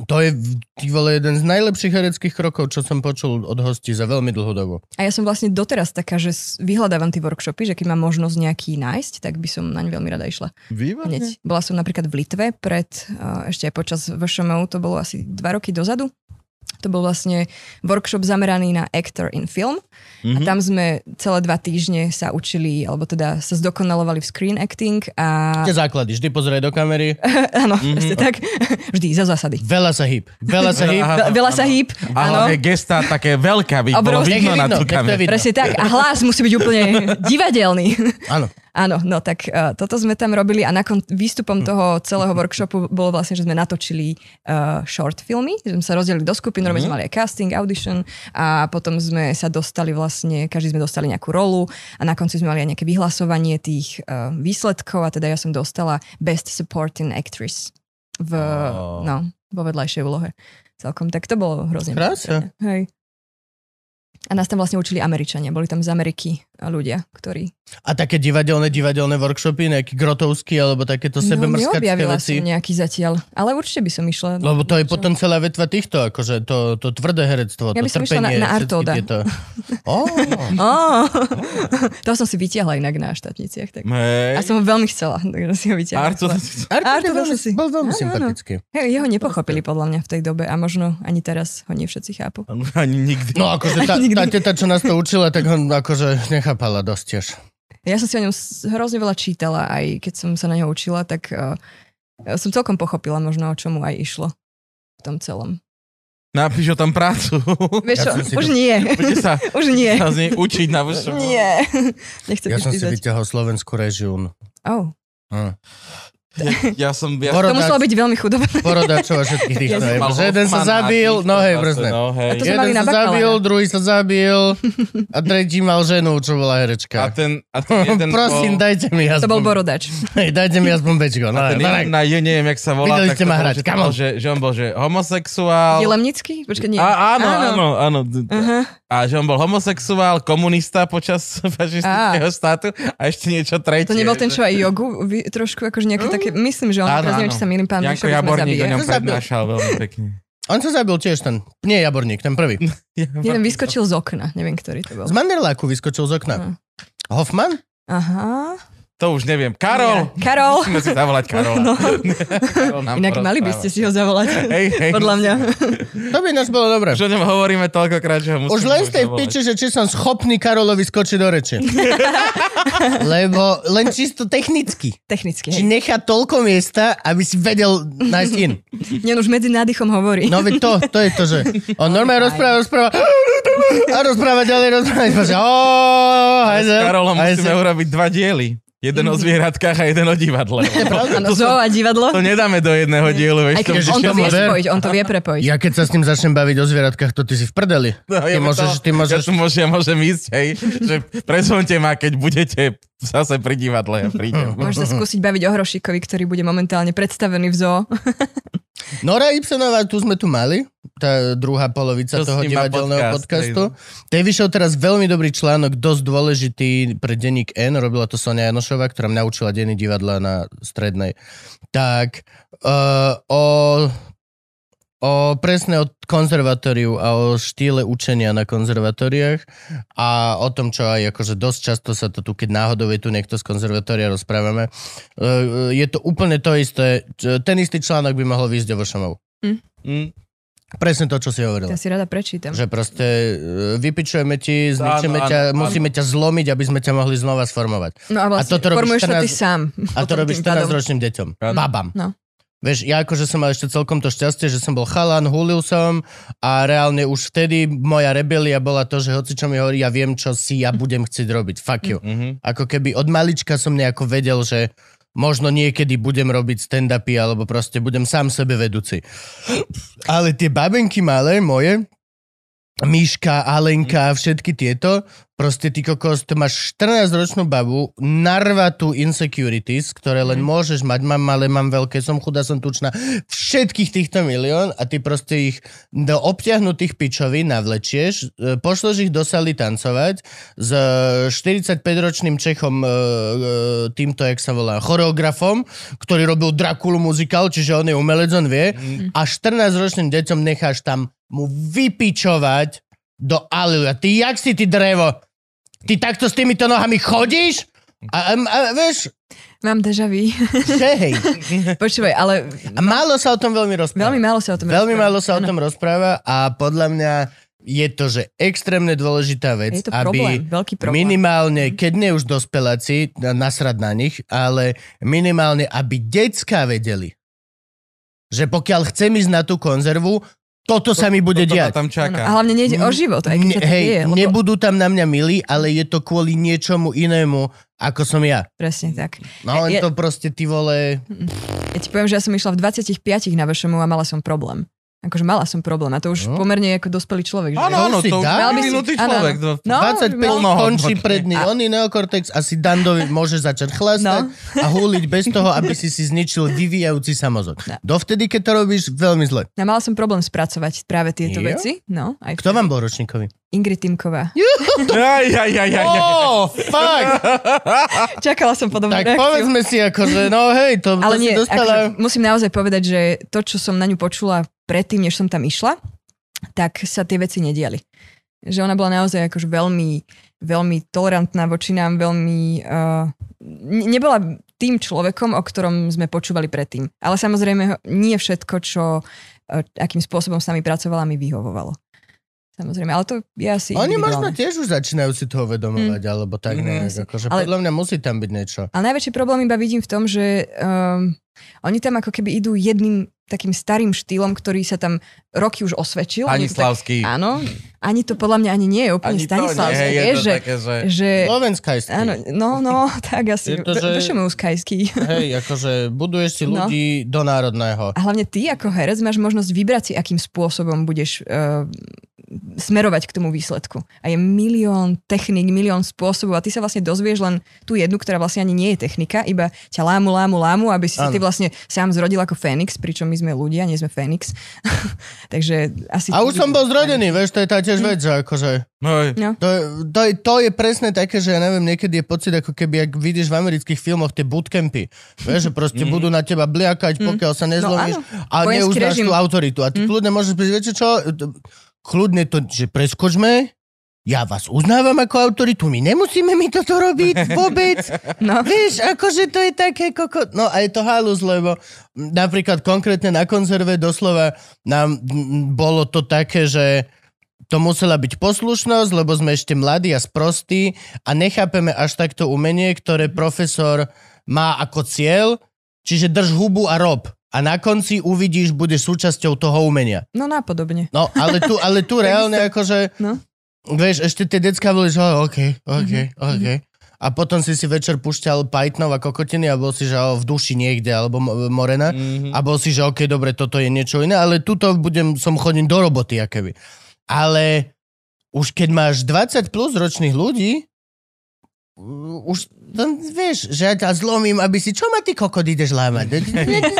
S2: To je, ty vole, jeden z najlepších hereckých krokov, čo som počul od hostí za veľmi dlhú dobu.
S4: A ja som vlastne doteraz taká, že s- vyhľadávam tie workshopy, že keď mám možnosť nejaký nájsť, tak by som naň veľmi rada išla.
S3: Výborne.
S4: Hneď. Bola som napríklad v Litve pred, eh, ešte aj počas VŠMU, to bolo asi dva roky dozadu. To bol vlastne workshop zameraný na actor in film. A
S3: Mhm.
S4: tam sme celé dva týždne sa učili, alebo teda sa zdokonalovali v screen acting a...
S2: Tie základy, vždy pozeraj do kamery,
S4: Áno, mm-hmm. presne tak. <laughs> Vždy, za zásady.
S2: veľa sa hýb, veľa sa hýb.
S4: <laughs>
S3: Aha,
S4: Ve- veľa sa hýb,
S3: A hlavne
S4: áno.
S3: gesta také veľká by bolo vidno
S4: Obrovské.
S2: Nech je
S3: na
S2: vidno,
S3: tú
S2: nech to je
S3: kameru.
S2: vidno.
S4: Presne tak. A hlas musí byť úplne divadelný.
S2: Áno.
S4: Áno, no tak uh, toto sme tam robili a nakon výstupom toho celého workshopu bolo vlastne, že sme natočili uh, short filmy, že sme sa rozdelili do skupín, mm-hmm. sme mali aj casting, audition a potom sme sa dostali vlastne, každý sme dostali nejakú rolu a na konci sme mali aj nejaké vyhlasovanie tých uh, výsledkov a teda ja som dostala Best Supporting Actress v,
S3: Oh.
S4: oh. no, vo vedľajšej úlohe. Celkom, tak to bolo hrozne.
S2: Krása.
S4: Hej. A nás tam vlastne učili Američania, boli tam z Ameriky e, ľudia, ktorí
S2: A také divadelné, divadelné workshopy, nejaký grotovský, alebo takéto sebemrskačské
S4: No, neobjavila
S2: veci.
S4: som nejaký zatiaľ, ale určite by som išla.
S2: Lebo to je
S4: Čo?
S2: potom celá vetva týchto, akože to, to tvrdé herectvo,
S4: Ja
S2: to
S4: by som išla na-
S2: trpenie,
S4: na
S2: všetky
S4: Artolda. <laughs>
S2: tieto. Ó,
S4: Ó, <laughs> to som si vytiahla inak na štatniciach. Tak.
S3: Hej.
S4: A som No. ho veľmi chcela, <laughs> takže som si ho vytiahla.
S3: Artur,
S2: Artold je
S4: Artold
S2: veľmi-
S4: si-
S2: bol veľmi
S4: Áno, áno.
S2: sympatický.
S4: Hej, jeho nepochopili podľa mňa v tej dobe a možno ani teraz ho nie všetci chápu.
S3: ani nikdy.
S2: No
S4: <laughs>
S2: akože tá, tá
S4: Nikdy.
S2: teta, čo nás to učila, tak ho akože nechápala dosť tiež.
S4: Ja som si o ňom s- hrozne veľa čítala, aj keď som sa na ňo učila, tak uh, som celkom pochopila možno, o čomu aj išlo v tom celom.
S3: Napíš o tam prácu. <laughs>
S4: Vieš
S2: Ja
S4: čo,
S2: som si
S4: už
S2: to- <laughs>
S4: nie,
S3: Poďte sa,
S4: už nie. <laughs>
S3: sa z nej učiť na vršu.
S4: Nie, <laughs> nechcem
S2: Ja
S4: ja
S2: som si
S4: písať.
S2: vyťahol slovenskú režiu.
S4: Oh,
S2: Hm.
S3: Ja, ja som... Ja
S2: Boro-
S4: To muselo byť veľmi chudobné.
S2: Porodačova všetkých
S3: <laughs>
S2: týchto.
S4: Ja som
S2: hej,
S3: mal
S2: že jeden sa
S3: Hoffmana,
S2: zabil,
S3: týchto
S2: no hej,
S3: proste,
S2: brzne.
S3: No, hej.
S4: To sme
S2: Jeden sa
S4: mali na Bacalana.
S2: zabil, druhý sa zabil a tretí mal ženu, čo bola
S3: A
S2: herečka.
S3: ten, a ten jeden
S2: <laughs> Prosím,
S3: bol,
S2: dajte mi
S4: To
S2: aspoň...
S4: bol Borodač.
S2: Hej, dajte mi aspoň bečko. No,
S3: ten
S2: hej,
S3: jeden
S2: Marek.
S3: na je, neviem, jak sa volá.
S2: Videli
S3: tak
S2: ste
S3: to
S2: ma
S3: bol,
S2: hrať,
S3: že to
S2: come on.
S3: bol, Že, že on bol, že homosexuál.
S4: Jelemnický? Počkaj, nie.
S3: A, áno, áno, áno.
S4: Aha.
S3: A že on bol homosexuál, komunista počas <laughs> fašistického štátu a ešte niečo tretie.
S4: To nebol ten,
S3: že- Mm.
S4: čo aj jogu vy- trošku akože nejaké také... Myslím, že on
S3: Áno,
S4: teraz neviem,
S3: áno.
S4: či sa milím, pán
S3: Janko
S4: Mišovi sme
S3: Jaborník o
S4: zabije.
S3: ňom
S2: To zabil.
S3: prednášal veľmi
S4: <laughs>
S3: pekne.
S2: On sa zabil tiež ten, nie Jaborník, ten prvý.
S3: No.
S4: Jeden vyskočil z okna, neviem, ktorý to bol.
S2: Z Manderláku vyskočil z okna.
S4: Hm.
S2: Hoffman?
S4: Aha.
S3: To už neviem. Karol!
S4: Karol.
S3: Musíme si zavolať Karola.
S4: No,
S3: Karol nám
S4: inak mali by ste si ho zavolať.
S3: Hej, hej,
S4: Podľa mňa.
S2: To by nás bolo dobré.
S3: Už o ňom hovoríme toľkokrát, že ho musíme
S2: Už len z tej
S3: zavolať.
S2: piče, že či som schopný Karolovi skočiť do reči. Lebo len čisto technicky.
S4: Technicky,
S2: Či
S4: hej.
S2: nechá toľko miesta, aby si vedel nájsť in.
S4: Nie, on už medzi nádychom hovorí.
S2: No veď to, to je to, že on normálne rozpráva, rozpráva a rozpráva ďalej, rozpráva. iba že, "Ó, aj
S3: S
S2: sem,
S3: Karolom
S2: aj
S3: musíme
S2: sem."
S3: urobiť dva diely. Jeden o zvieratkách a jeden o divadle.
S4: Áno, zoo No, a divadlo.
S3: To nedáme do jedného dielu, vieš.
S4: Aj keď
S2: Ježiš,
S4: on to
S2: to
S4: vie
S2: modern.
S4: spojiť, on to vie prepojiť.
S2: Ja keď sa s ním začnem baviť o zvieratkách, to ty si v prdeli. Ty
S3: mi
S2: môžeš, ty môžeš,
S3: Ja tu môžem, môžem ísť, hej, že prezvonte ma, keď budete zase pri divadle. Ja prídem.
S4: Môžeš sa skúsiť baviť o Hrošíkovi, ktorý bude momentálne predstavený v zoo.
S3: No.
S2: Nora Ibsenová, tu sme tu mali, tá druhá polovica
S3: To s
S2: toho
S3: ním má
S2: divadelného
S3: podcast, no.
S2: podcastu. Tej vyšiel teraz veľmi dobrý článok, dosť dôležitý pre denník N, robila to Sonia Janošová, ktorá mňa učila denní divadla na strednej. Tak, uh, o, o presne o konzervatóriu a o štýle učenia na konzervatóriách a o tom, čo aj akože dosť často sa to tu, keď náhodou je tu niekto z konzervatória, rozprávame. Uh, je to úplne to isté. Č- Ten istý článok by mohol výjsť vo Šamov. Hm.
S3: Mm.
S2: Presne to, čo si hovoril.
S4: Ja si rada prečítam.
S2: Že proste e, vypičujeme ti, zničíme
S3: Áno, áno,
S2: ťa,
S3: áno.
S2: musíme ťa zlomiť, aby sme ťa mohli znova sformovať.
S4: <laughs> No a vlastne
S2: toto robíš
S4: formuješ to ty
S2: 14
S4: sám.
S2: A to
S4: Potom
S2: robíš
S4: tým pádom.
S2: 14-ročným deťom.
S3: Áno.
S2: Babám.
S4: No.
S2: Vieš, ja akože som mal ešte celkom to šťastie, že som bol chalan, hulil som a reálne už vtedy moja rebelia bola to, že hoci čo mi hovorí, ja viem, čo si ja budem chcieť robiť. Fuck you.
S3: Mhm.
S2: Ako keby od malička som nejako vedel, že možno niekedy budem robiť stand-upy alebo proste budem sám sebe vedúci. Ale tie babenky malé moje, Miška, Alenka, všetky tieto, proste ty kokos, ty máš 14-ročnú babu, narvatú insecurities, ktoré len môžeš mať, mám malé, mám veľké, som chudá, som tučná, všetkých týchto milión a ty proste ich do obťahnutých pičoví navlečieš, e, pošleš ich do saly tancovať s e, 45-ročným Čechom, e, e, týmto, jak sa volá, choreografom, ktorý robil Drakulu muzikál, čiže on je umelec, on vie, a 14-ročným deťom necháš tam mu vypičovať do Aleluja. Ty, jak si ty drevo? Ty takto s týmito nohami chodíš? A, a, a vieš,
S4: Mám
S3: <laughs>
S4: deja vu.
S2: že hej.
S4: Počúvaj, ale
S2: A málo sa o tom veľmi rozpráva.
S4: veľmi málo sa o tom
S2: veľmi
S4: rozpráva.
S2: málo sa o tom rozpráva a podľa mňa je to, že extrémne dôležitá
S4: Áno.
S2: vec,
S4: Je to
S2: aby
S4: problém, veľký problém. Mhm.
S2: minimálne, keď nie už dospeláci, na- nasrad na nich, ale minimálne, aby decka vedeli, že pokiaľ chcem ísť na tú konzervu, toto sa mi bude
S3: Toto ma
S2: diať.
S3: tam
S4: Áno,
S3: čaká.
S4: a hlavne nejde o život, aj keď
S2: Mm, Ne,
S4: sa to
S2: hej,
S4: deje, lebo...
S2: nebudú tam na mňa milí, ale je to kvôli niečomu inému, ako som ja.
S4: Presne tak.
S2: No len
S4: Je-
S2: to proste ty vole...
S4: Ja ti poviem, že ja som išla v 25 na vašemu a mala som problém. Akože mala som problém a to už
S2: No.
S4: pomerne ako dospelý človek. že?
S3: Áno,
S2: To
S3: áno,
S2: si
S3: to už
S2: dá?
S3: je
S2: Mal
S4: by si-
S3: minutý
S4: áno,
S3: človek.
S4: áno.
S3: No.
S4: No,
S2: 25
S3: mal-
S2: končí
S3: plnohodnotne.
S2: predný oný neokortex, asi Dandovi môže začať chlastať
S4: No.
S2: a húliť bez toho, aby si si zničil vyvíjajúci samozok.
S4: No.
S2: Dovtedy, keď to robíš, veľmi zle.
S4: A mala som problém spracovať práve tieto
S2: Jo?
S4: veci. No, aj
S2: Kto vám bol ročníkovi?
S4: Ingrid Timková.
S3: Aj, aj, aj, aj, aj.
S2: Oh, fuck!
S4: Čakala som podobnú
S2: Tak
S4: reakciu.
S2: povedzme si akože, no hej, to, to
S4: Ale
S2: si
S4: nie,
S2: dostala...
S4: akože musím naozaj povedať, že to, čo som na ňu počula predtým, než som tam išla, tak sa tie veci nediali. Že ona bola naozaj akože veľmi, veľmi tolerantná voči nám, veľmi... Uh, ne- nebola tým človekom, o ktorom sme počúvali predtým. Ale samozrejme, ho- nie všetko, čo, uh, akým spôsobom s nami pracovala, mi vyhovovalo. Samozrejme, ale to je asi
S2: Oni možno
S4: individuálne. Hm.
S2: tiež už začínajú si to uvedomovať, alebo tak
S3: Mhm.
S2: nejak. Akože
S4: Ale-
S2: podľa mňa musí tam byť niečo.
S4: ehm, Ale najväčší problém iba vidím v tom, že um, oni tam ako keby idú jedným takým starým štýlom, ktorý sa tam roky už osvedčil. Oni to tak-
S3: Stanislavský.
S4: Áno, ani to podľa mňa ani nie je úplne
S3: Ani to
S4: Stanislavské,
S3: nie, je
S4: vieš,
S3: to
S4: že,
S3: také, že...
S4: že
S2: Slovenskajský.
S4: áno, no, no, tak asi,
S2: Je to, že-
S4: došeme už kajský.
S2: Hej, akože buduješ si
S4: No.
S2: ľudí do národného.
S4: A hlavne ty ako herec máš možnosť vybrať si, akým spôsobom budeš uh, smerovať k tomu výsledku. A je milión technik, milión spôsobov a ty sa vlastne dozvieš len tú jednu, ktorá vlastne ani nie je technika, iba ťa lámu, lámu, lámu, aby si sa
S2: Áno.
S4: ty vlastne sám zrodil ako Fénix, pričom my sme ľudia, nie sme Fénix. <laughs> Takže asi...
S2: A už som bol zrodený, vieš, to je tá tiež vec, že akože...
S3: Hej.
S4: No.
S2: To, je- to, je, to je presne také, že ja neviem, niekedy je pocit, ako keby, ak vidíš v amerických filmoch tie bootcampy. Vieš, že proste budú na teba bliakať, pokiaľ sa nezlomíš
S4: Mhm. No
S2: a
S4: Vojenský
S2: neuznáš
S4: režim. Mhm.
S2: tú autoritu. A ty kľudne môžeš byť, viete čo, t- kľudne to, že preskočme, ja vás uznávam ako autoritu, my nemusíme mi toto
S4: <laughs>
S2: robiť vôbec.
S4: No.
S2: <laughs> Vieš, akože to je také koko... No a je to halus, lebo m, napríklad konkrétne na konzerve doslova nám m, bolo to také, že to musela byť poslušnosť, lebo sme ešte mladí a sprostí a nechápeme až takto umenie, ktoré profesor má ako cieľ, čiže drž hubu a rob. A na konci uvidíš, budeš súčasťou toho umenia.
S4: No nápodobne.
S2: No, ale tu, ale
S3: <laughs>
S2: tu reálne akože...
S4: No.
S2: Vieš, ešte tie decka boli, že "Oh, OK, OK,
S3: Mhm,
S2: OK. A potom si si večer pušťal Pythonov a kokotiny a bol si, že "Oh, v duši niekde, alebo Mo- Morena.
S1: Mhm.
S2: A bol si, že OK, dobre, toto je niečo iné, ale tuto budem, som chodím do roboty, akéby. Ale už keď máš 20 plus ročných ľudí, u- už tam, vieš, že ja ťa zlomím, aby si, čo ma ty kokot ideš
S3: <laughs>
S2: lámať?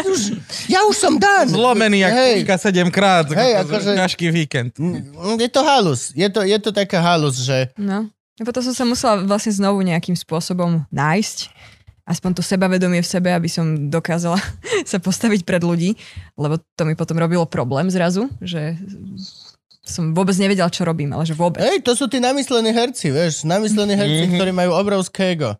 S2: Už- ja už som dán.
S3: Zlomený, jak
S2: Hej.
S3: puška sedemkrát.
S2: Hej,
S3: Hej,
S2: akože-
S3: akože... Ťažký víkend.
S2: Mm, Je to halus. Je to, je to taká halus, že...
S4: No. A potom som sa musela vlastne znovu nejakým spôsobom nájsť aspoň to sebavedomie v sebe, aby som dokázala <laughs> sa postaviť pred ľudí, lebo to mi potom robilo problém zrazu, že som vôbec nevedela, čo robím, ale že vôbec.
S2: Hej, to sú tí namyslení herci, vieš. Namyslení herci,
S1: Mhm.
S2: ktorí majú obrovské ego.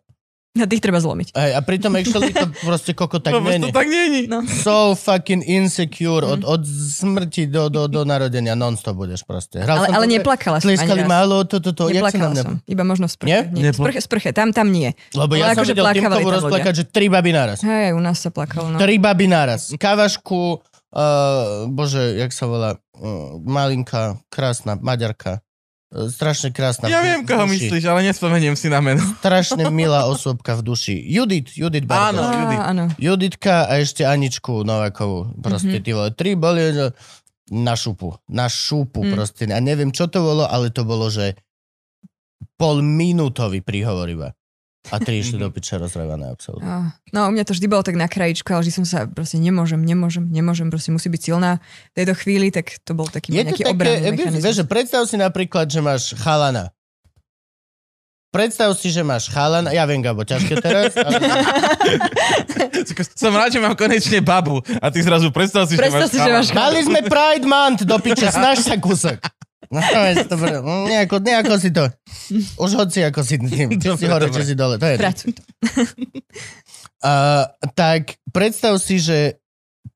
S4: Na tých treba zlomiť.
S2: Hej, a pritom actually
S3: <laughs>
S2: to proste koko tak
S3: no, to
S2: není.
S3: tak není.
S4: No.
S2: So fucking insecure. Od, od smrti do, do, do narodenia non-stop budeš proste. Hral
S4: Ale,
S2: som
S4: ale
S2: dobre?
S4: neplakala som ani
S2: Tlieskali
S4: raz.
S2: málo, to, to, to. Jak sa na
S4: Neplakala
S2: mňa...
S4: som. Iba možno v sprche.
S2: Nie?
S4: Nie, v
S3: Nepla-
S4: sprche, sprche, tam, tam nie.
S2: Lebo
S4: Ale
S2: ja som
S4: akože
S2: videl
S4: plakávali
S2: Timkovu
S4: tam ľudia.
S2: rozplakať, že tri baby naraz.
S4: Hej, u nás sa plakalo, no.
S2: Tri baby naraz. Kávašku, uh, bože, jak sa volá, uh, malinká, krásna, maďarka. Uh, strašne krásna. v-
S3: Ja viem,
S2: v
S3: koho
S2: duši.
S3: myslíš, ale nespomeniem si na
S2: <laughs>
S3: meno.
S2: strašne milá osobka v duši. Judit, Judit
S3: Áno.
S2: Bardo.
S4: Á,
S3: ľudí.
S4: áno.
S2: Juditka a ešte Aničku Novakovú. Proste mm-hmm.
S4: Mhm.
S2: tí vole, tri boli že na šupu. Na šupu
S4: Mm.
S2: mm. proste. A neviem, čo to bolo, ale to bolo, že polminútový príhovor iba. A tri išli do
S4: Mhm.
S2: piče rozrevané absolútne.
S4: Á, No, u mňa to vždy bolo tak na krajičku, ale vždy som sa proste nemôžem, nemôžem, nemôžem, proste musí byť silná v tejto chvíli, tak to bol taký
S2: Je to
S4: nejaký
S2: také,
S4: obranný
S2: vieš,
S4: mechanizmus.
S2: vieš, že predstav si napríklad, že máš chalana. Predstav si, že máš chalana. Ja viem, Gabo, ťažké teraz. Ale...
S3: Som rád, že mám konečne babu. A ty zrazu predstav si,
S4: Predstav si,
S3: že máš...
S4: že máš
S2: Mali sme Pride Month, do piče, snaž sa kúsok. No, je to dobre. Mm, nejako, nejako si to. Už hoci ako si, či si hore, či si dole. To je.
S4: Pracuj to.
S2: Uh, tak predstav si, že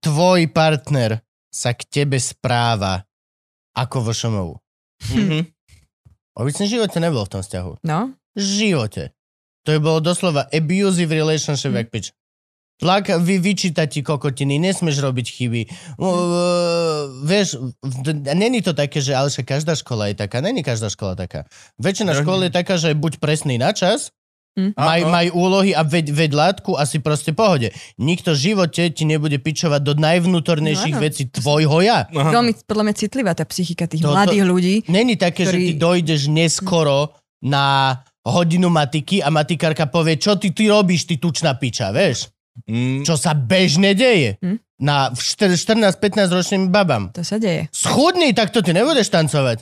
S2: tvoj partner sa k tebe správa ako vošomovu. <laughs>
S3: Mhm.
S2: Aby som v živote nebol v tom vzťahu.
S4: No,
S2: V živote. To je bolo doslova abusive relationship, jak pič. Tlak, vy, vyčíta ti kokotiny, nesmieš robiť chyby. Uh, vieš, d- d- není to také, že ale však každá škola je taká. Není každá škola taká. Väčšina
S3: Mhm.
S2: škôl je taká, že buď presný na čas,
S4: Mhm.
S2: maj,
S3: Áno.
S2: maj úlohy a ved, ved látku a si proste pohode. Nikto v živote ti nebude pičovať do najvnútornejších no,
S4: No áno.
S2: vecí tvojho ja.
S3: Aha.
S4: veľmi podľa mňa citlivá tá psychika tých
S2: Toto-
S4: mladých ľudí.
S2: Není také,
S4: ktorý-
S2: že ty dojdeš neskoro na hodinu matiky a matikárka povie, čo ty, ty robíš, ty tučná piča, vieš?
S3: Mm.
S2: Čo sa bežne deje
S4: Hm?
S2: na v št- 14-15 ročným babám.
S4: To sa deje.
S2: Schudni, tak to ty nebudeš tancovať.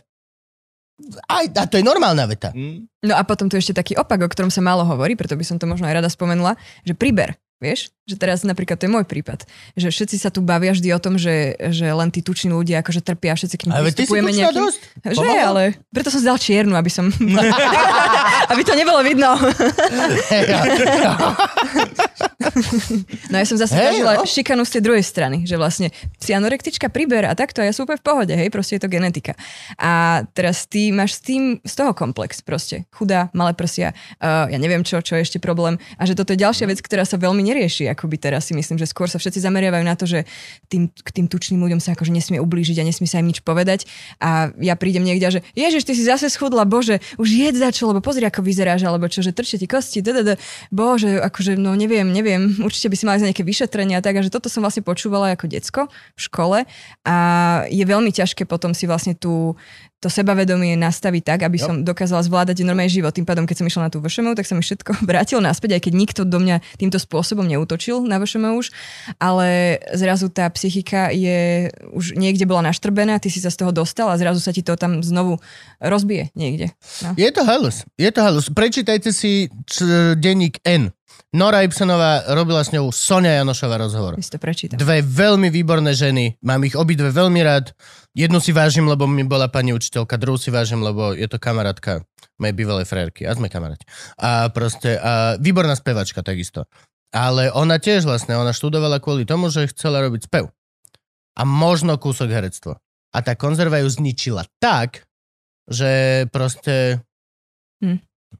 S2: Aj, a to je normálna veta.
S3: <laughs> Mm.
S4: No a potom tu ešte taký opak, o ktorom sa málo hovorí, preto by som to možno aj rada spomenula, že príber. Vieš, že teraz napríklad to je môj prípad, že všetci sa tu bavia vždy o tom, že, že len tí tuční ľudia akože trpia, všetci k nim
S2: Ale ty si
S4: pristupujeme
S2: tučná nejaký...
S4: nejakým...
S2: dosť.
S4: Že,
S2: Pomohlo?
S4: ale preto som zdal čiernu, aby
S2: <laughs>
S4: som... <laughs> aby to nebolo vidno. No ja som zase
S2: Hej,
S4: hey, zažila
S2: no.
S4: šikanu z tej druhej strany, že vlastne cianorektička priber a takto a ja som úplne v pohode, hej, proste je to genetika. A teraz ty máš s tým, z toho komplex proste. Chudá, malé prsia, uh, ja neviem čo, čo je ešte problém. A že toto je ďalšia vec, ktorá sa veľmi nerieši, akoby teraz si myslím, že skôr sa všetci zameriavajú na to, že tým, k tým tučným ľuďom sa akože nesmie ublížiť a nesmie sa im nič povedať. A ja prídem niekde a že Ježiš, ty si zase schudla, bože, už jedz za čo, lebo pozri, ako vyzeráš, alebo čo, že trčia ti kosti, dadada. Bože, akože, no neviem, neviem, určite by si mala ísť na nejaké vyšetrenie a tak, a že toto som vlastne počúvala ako decko v škole a je veľmi ťažké potom si vlastne tú, to sebavedomie nastaviť tak, aby som dokázala zvládať normálne život. Tým pádom, keď som išla na tú VŠMU, tak sa mi všetko <laughs> vrátilo naspäť, aj keď nikto do mňa týmto spôsobom neutočil na VŠMU už, ale zrazu tá psychika je už niekde bola naštrbená, ty si sa z toho dostal a zrazu sa ti to tam znovu rozbije niekde. No.
S2: Je to halus, je to halus. Prečítajte si č- denník N. Nora Ibsenová robila s ňou Sonia Janošová rozhovor.
S4: My si to prečítam.
S2: Dve veľmi výborné ženy, mám ich obidve veľmi rád. Jednu si vážim, lebo mi bola pani učiteľka, druhú si vážim, lebo je to kamarátka mojej bývalej frajerky a sme kamaráti. A proste, a výborná spevačka takisto. Ale ona tiež vlastne, ona študovala kvôli tomu, že chcela robiť spev. A možno kúsok herectvo. A tá konzerva ju zničila tak, že proste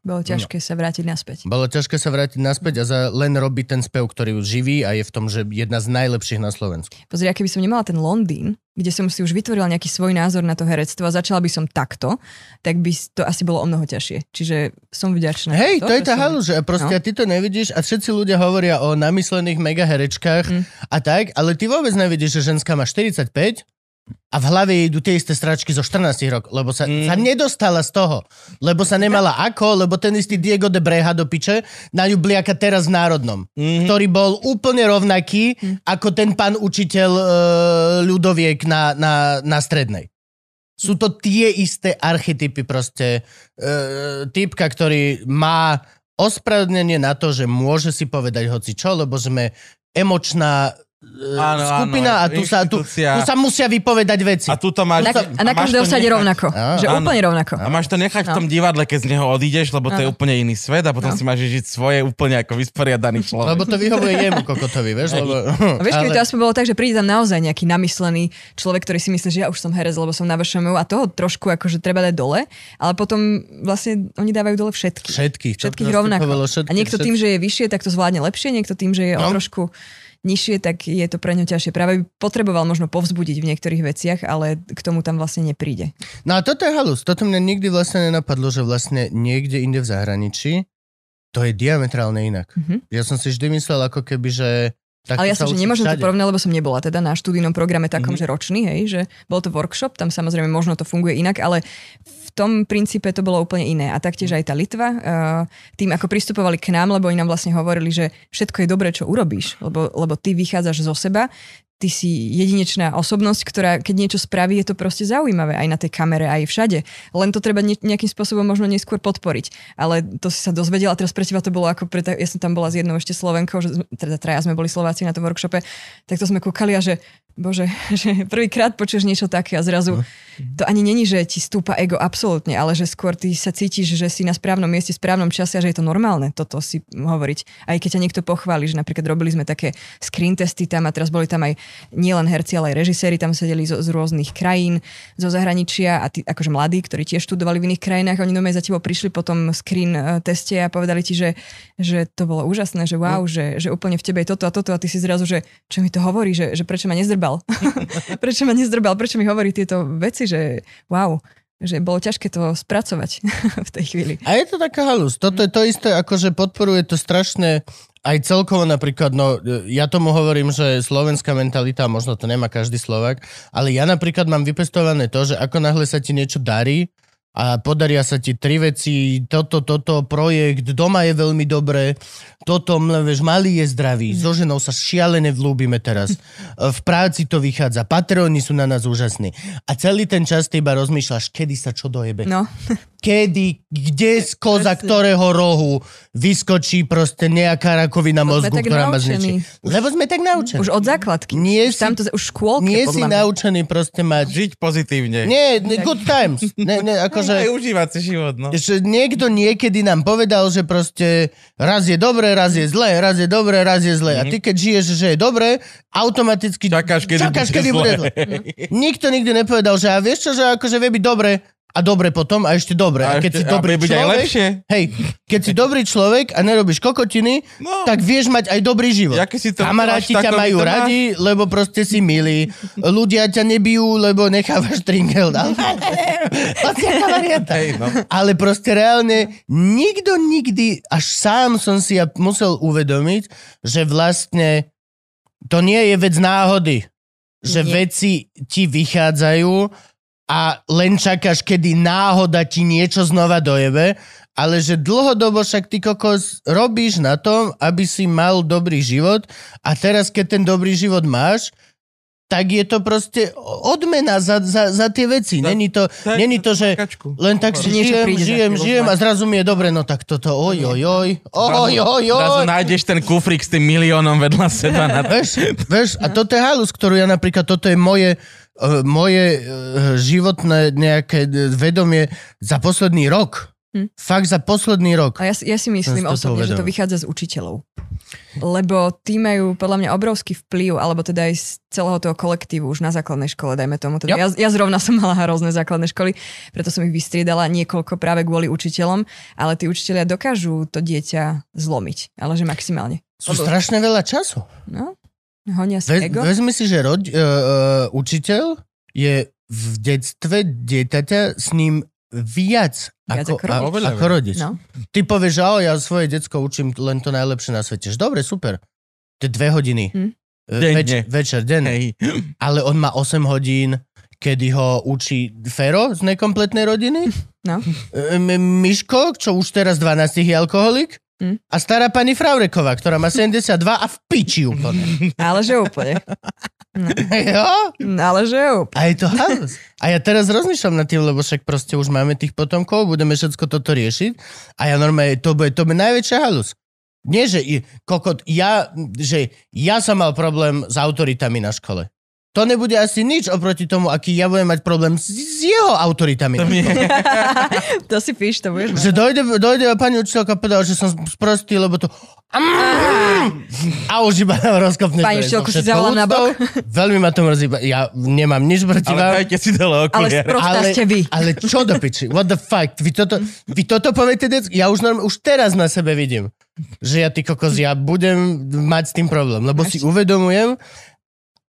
S4: Bolo ťažké sa vrátiť naspäť.
S2: bolo ťažké sa vrátiť naspäť a za, len robí ten spev, ktorý ju živí a je v tom, že jedna z najlepších na Slovensku.
S4: Pozri, keby som nemala ten Londýn, kde som si už vytvorila nejaký svoj názor na to herectvo a začala by som takto, tak by to asi bolo o mnoho ťažšie. Čiže som vďačná. za
S2: Hej, to, je
S4: že
S2: tá
S4: som-
S2: halu, že proste
S4: No.
S2: no. ty to nevidíš a všetci ľudia hovoria o namyslených megaherečkách
S4: Mm.
S2: mm. a tak, ale ty vôbec nevidíš, že ženská má 45 a v hlave jej idú tie isté stračky zo 14 rokov, lebo sa, mm. sa nedostala z toho, lebo sa nemala ako, lebo ten istý Diego de Breha do piče na ju bliaka teraz v Národnom,
S4: Mhm.
S2: mm. ktorý bol úplne rovnaký ako ten pán učiteľ e, ľudoviek na, na, na strednej. Sú to tie isté archetypy proste. E, typka, ktorý má ospravedlnenie na to, že môže si povedať hoci čo, lebo sme emočná e,
S3: Áno,
S2: skupina
S3: áno,
S2: a tu sa, tu,
S3: inštitúcia.
S2: tu sa musia vypovedať veci.
S3: A tuto máš...
S4: Na, a na
S3: máš
S4: každého
S3: to
S4: sa ide
S3: nechať-
S4: rovnako.
S2: Áno,
S4: že
S3: áno.
S4: úplne rovnako.
S3: A máš to nechať v
S4: No.
S3: tom divadle, keď z neho odídeš, lebo to je
S4: Áno.
S3: úplne iný svet a potom
S4: No.
S3: si máš žiť svoje úplne ako
S2: <laughs>
S3: vysporiadaný človek.
S2: Lebo to vyhovuje jemu kokotovi, vieš? Lebo,
S4: <laughs> A vieš,
S2: <laughs>
S4: keby to aspoň bolo tak, že príde tam naozaj nejaký namyslený človek, ktorý si myslí, že ja už som herec, lebo som na VŠMU a toho trošku akože treba dať dole, ale potom vlastne oni dávajú dole všetky.
S2: Všetkých. to
S4: Všetkých
S2: proste
S4: rovnako.
S2: povedalo No, všetkých,
S4: a niekto tým, že je vyššie, tak to zvládne lepšie, niekto tým, že je no. o
S2: No.
S4: trošku nižšie, tak je to pre ňo ťažšie. Práve by potreboval možno povzbudiť v niektorých veciach, ale k tomu tam vlastne nepríde.
S2: No a toto je halus. Toto mňa nikdy vlastne nenapadlo, že vlastne niekde inde v zahraničí to je diametrálne inak.
S4: Mhm.
S2: Ja som si vždy myslel ako keby, že... Tak
S4: ale ja som, že nemôžem
S2: všade.
S4: to porovnať, lebo som nebola teda na študijnom programe takom,
S3: Mhm.
S4: mm-hmm. že ročný, hej, že bol to workshop, tam samozrejme možno to funguje inak, ale v tom princípe to bolo úplne iné. A taktiež aj tá Litva, eh, tým ako pristupovali k nám, lebo oni nám vlastne hovorili, že všetko je dobré, čo urobíš, lebo, lebo ty vychádzaš zo seba, ty si jedinečná osobnosť, ktorá keď niečo spraví, je to proste zaujímavé aj na tej kamere, aj všade. Len to treba nie, nejakým spôsobom možno neskôr podporiť. Ale to si sa dozvedela, teraz pre teba to bolo ako pre... ta- Ja som tam bola s jednou ešte Slovenkou, že sme- teda traja sme boli Slováci na tom workshope, tak to sme kúkali a že bože, <laughs> že prvýkrát počuješ niečo také a zrazu to ani není, že ti stúpa ego absolútne, ale že skôr ty sa cítiš, že si na správnom mieste, v správnom čase a že je to normálne toto si hovoriť. Aj keď ťa niekto pochváli, že napríklad robili sme také screen testy tam a teraz boli tam aj nielen herci, ale aj režiséri tam sedeli zo, z rôznych krajín, zo zahraničia a tí, akože mladí, ktorí tiež študovali v iných krajinách, oni normálne za tebou prišli po tom screen eh, teste a povedali ti, že, že to bolo úžasné, že wow, že, že úplne v tebe je toto a toto a ty si zrazu, že čo mi to hovorí, že, že prečo ma nezdrbal, prečo ma nezdrbal, prečo mi hovorí tieto veci, že wow, že bolo ťažké to spracovať <laughs> v tej chvíli.
S2: A je to taká halus. Toto je to isté, akože podporuje to strašné aj celkovo napríklad, no e, ja tomu hovorím, že slovenská mentalita, možno to nemá každý Slovak, ale ja napríklad mám vypestované to, že ako náhle sa ti niečo darí a podaria sa ti tri veci, toto, toto, projekt, doma je veľmi dobré, toto, mle- vieš, malý je zdravý, so ženou sa šialene vlúbime teraz, E, v práci to vychádza, patróni sú na nás úžasní. A celý ten čas ty iba rozmýšľaš, kedy sa čo dojebe
S4: No,
S2: kedy, kde z koza ktorého rohu vyskočí proste nejaká rakovina
S4: Lebo sme
S2: mozgu,
S4: tak
S2: ktorá ma
S4: naučení.
S2: zničí. Lebo sme tak naučení.
S4: už od základky.
S2: Nie
S4: už
S2: si-
S4: tam to, už v škôlke,
S2: Nie
S4: podľa
S2: si
S4: mňa.
S2: naučený proste mať...
S3: Žiť pozitívne.
S2: Nie, ne, good times. Ne, ne, ako že...
S3: Aj užívať si život, no.
S2: že niekto niekedy nám povedal, že proste raz je dobre, raz je zlé, raz je dobre, raz je zlé. A ty keď žiješ, že je dobre, automaticky
S3: Čakáš, kedy
S2: čakáš,
S3: bude
S2: kedy
S3: zlé.
S2: bude zlé. Nikto nikdy nepovedal, že a vieš čo, že akože vie byť dobre a dobre potom a ešte dobre. A, keď si
S3: ešte- a
S2: dobrý
S3: bude byť aj
S2: človek,
S3: lepšie.
S2: hej, keď si dobrý človek a nerobíš kokotiny,
S3: No.
S2: tak vieš mať aj dobrý život.
S3: Ja keď si to
S2: Kamaráti
S3: dáš,
S2: ťa
S3: takový
S2: majú
S3: to máš.
S2: radi, lebo proste si milí. Ľudia ťa nebijú, lebo nechávaš tringel. <laughs> Pacietka varianta.
S3: Hej, no.
S2: Ale proste reálne nikto nikdy, až sám som si ja musel uvedomiť, že vlastne to nie je vec náhody. Že
S4: Nie.
S2: veci ti vychádzajú a len čakáš, kedy náhoda ti niečo znova dojebe, ale že dlhodobo však ty kokos robíš na tom, aby si mal dobrý život a teraz, keď ten dobrý život máš, tak je to proste odmena za, za, za tie veci.
S3: Tak-
S2: Není to,
S3: tak-
S2: není to že
S3: Kačku.
S2: len tak si
S4: Niečo
S2: žijem,
S4: príde
S2: žijem,
S4: také,
S2: žijem a zrazu mi je dobre, no tak toto, oj, oj, oj, oj, oj,
S3: Zrazu
S2: oj.
S3: nájdeš ten kufrík s tým miliónom vedľa seba. Na...
S2: Vieš, vieš, a toto je halus, ktorú ja napríklad, toto je moje, eh, moje eh, životné nejaké eh, vedomie za posledný rok.
S4: Hm.
S2: Fakt za posledný rok.
S4: A ja, si- ja si
S2: Som
S4: myslím
S2: si toto
S4: osobne, že to
S2: uvedomil.
S4: vychádza z učiteľov. Lebo tí majú podľa mňa obrovský vplyv, alebo teda aj z celého toho kolektívu už na základnej škole, dajme tomu.
S3: Jo.
S4: Teda ja, ja zrovna som mala rôzne základné školy, preto som ich vystriedala niekoľko práve kvôli učiteľom, ale tí učiteľia dokážu to dieťa zlomiť, ale že maximálne.
S2: Sú strašne veľa času.
S4: No, honia si
S2: Ve,
S4: ego.
S2: vezmi si, že rod, uh, uh, učiteľ je v detstve dieťaťa s ním viac,
S4: Viac
S2: ako,
S4: ako rodič.
S2: ako,
S3: Oveľa
S2: ako rodič.
S4: No.
S2: Ty povieš, že "Á, ja svoje decko učím len to najlepšie na svete. Že Dobre, super. To je dve hodiny.
S4: Hm.
S2: E,
S3: Denne.
S2: Več, večer, den.
S3: Hej.
S2: Ale on má 8 hodín, kedy ho učí Fero z nekompletnej rodiny.
S4: No.
S2: E, M- Miško, čo už teraz 12 je alkoholik.
S4: Hm.
S2: A stará pani Fraureková, ktorá má 72 a v piči úplne. <laughs>
S4: Ale že úplne.
S2: jo?
S4: Ale že úplne. <laughs>
S2: A je to halus. A ja teraz rozmýšľam nad tým, lebo však proste už máme tých potomkov, budeme všetko toto riešiť a ja normálne, to bude, to bude najväčšia halus. Nie, že i- kokot, ja, že ja som mal problém s autoritami na škole. To nebude asi nič oproti tomu, aký ja budem mať problém s, s jeho autoritami.
S3: To mi je...
S4: to si píš, to budeš mať.
S2: Že dojde, dojde a pani učiteľka povedala, že som sprostý, lebo to... A už iba rozkopne.
S4: Pani
S2: to je so
S4: učiteľku si
S2: všetkou
S4: zavolám na
S2: úctou.
S4: bok.
S2: Veľmi ma to mrzí. Ja nemám nič proti
S3: Ale
S2: vám.
S3: dajte si dole
S4: Ale
S3: okuliare.
S4: sprostá ste vy.
S2: ale čo do piči? What the fuck? Vy toto, vy toto poviete, dec? Ja už, norm, už teraz na sebe vidím, že ja ty kokos, ja budem mať s tým problém, lebo si uvedomujem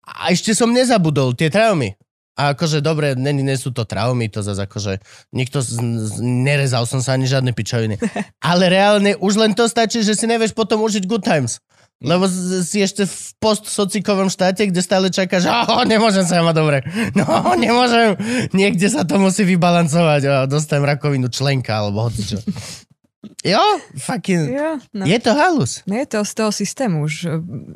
S2: a ešte som nezabudol tie traumy. A akože dobre, ne, ne sú to traumy, to zase akože nikto z, z, nerezal som sa ani žiadne pičoviny. Ale reálne už len to stačí, že si nevieš potom užiť good times. Lebo z- si ešte v postsocikovom štáte, kde stále čakáš, oh, <laughs> nemôžem sa ja mať dobre. No, nemôžem. Niekde sa to musí vybalancovať. A dostanem rakovinu členka, alebo
S4: <laughs>
S2: hocičo. Jo, fucking...
S4: Jo,
S2: Hm.
S4: no.
S2: Je to halus.
S4: No je to z toho systému, už,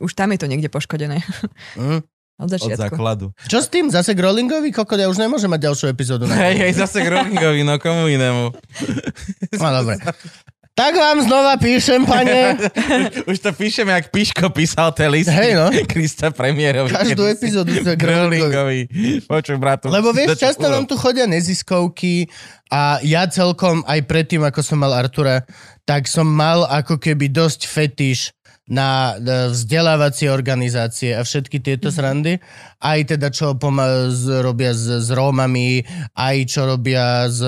S4: už tam je to niekde poškodené. <laughs>
S2: Mm.
S4: Od
S3: Od
S4: začiatku.
S3: základu.
S2: Čo s tým? Zase Growlingovi? Kokod, ja už nemôžem mať ďalšiu epizódu. Na...
S4: <laughs>
S3: Hej, hej, zase Groningovi, no komu inému.
S2: No, dobre. Tak vám znova píšem,
S4: <laughs>
S2: pane.
S3: <laughs> Už to píšeme, jak Piško písal tie listy.
S2: Hej, no.
S3: Krista premiérovi.
S2: Každú
S3: Kedy si-
S2: epizódu to je Growlingovi.
S3: Groningovi. Počuj, bratu. <laughs>
S2: Lebo vieš,
S3: to-
S2: často nám tu chodia neziskovky a ja celkom aj predtým, ako som mal Artura, tak som mal ako keby dosť fetiš na e, vzdelávacie organizácie a všetky tieto srandy. Aj teda, čo poma- z, robia s, s Rómami, aj čo robia s,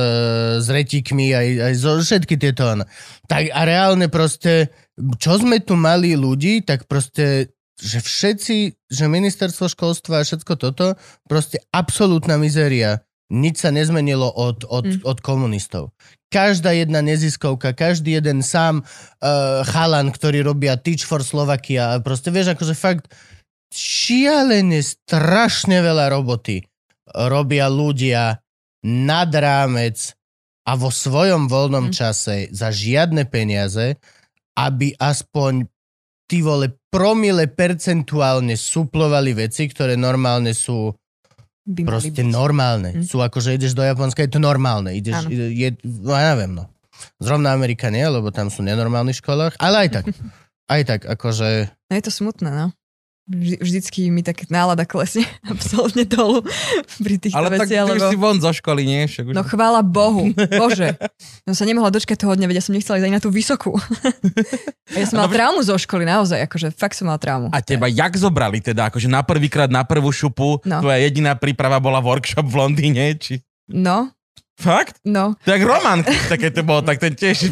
S2: s retikmi, aj, aj zo, všetky tieto. áno. Tak a reálne proste, čo sme tu mali ľudí, tak proste že všetci, že ministerstvo školstva a všetko toto, proste absolútna mizéria. Nič sa nezmenilo od, od, mm. od komunistov. Každá jedna neziskovka, každý jeden sám uh, chalan, ktorý robia Teach for Slovakia, a proste vieš, akože fakt šialene strašne veľa roboty robia ľudia nad rámec a vo svojom voľnom
S4: Mm.
S2: čase za žiadne peniaze, aby aspoň ty vole promile percentuálne suplovali veci, ktoré normálne sú
S4: By mali
S2: proste no.
S4: byť.
S2: normálne.
S4: Mm.
S2: Sú ako, že ideš do Japonska, je to normálne. Ideš,
S4: Áno.
S2: ide, je, no ja neviem, no. Zrovna Amerika nie, lebo tam sú nenormálni v školách, ale aj tak. Aj tak, akože...
S4: No je to smutné, no. Vždy, vždycky mi tak nálada klesne <laughs> absolútne dolu <laughs> pri týchto
S3: Ale tak ty
S4: veciach,
S3: už
S4: lebo...
S3: si von zo školy, nie? Však už...
S4: No chvála Bohu, Bože. No Som sa nemohla dočkať toho dňa, veď ja som nechcela ísť ani na tú vysokú. <laughs> A ja som mala traumu zo školy, naozaj, akože fakt som mala traumu.
S3: A teba jak zobrali teda? Akože na prvýkrát na prvú šupu
S4: No.
S3: tvoja jediná príprava bola workshop v Londýne? Či...
S4: No,
S3: Fakt?
S4: no.
S3: Tak Roman, také to bolo, tak ten
S2: <laughs>
S3: tiež.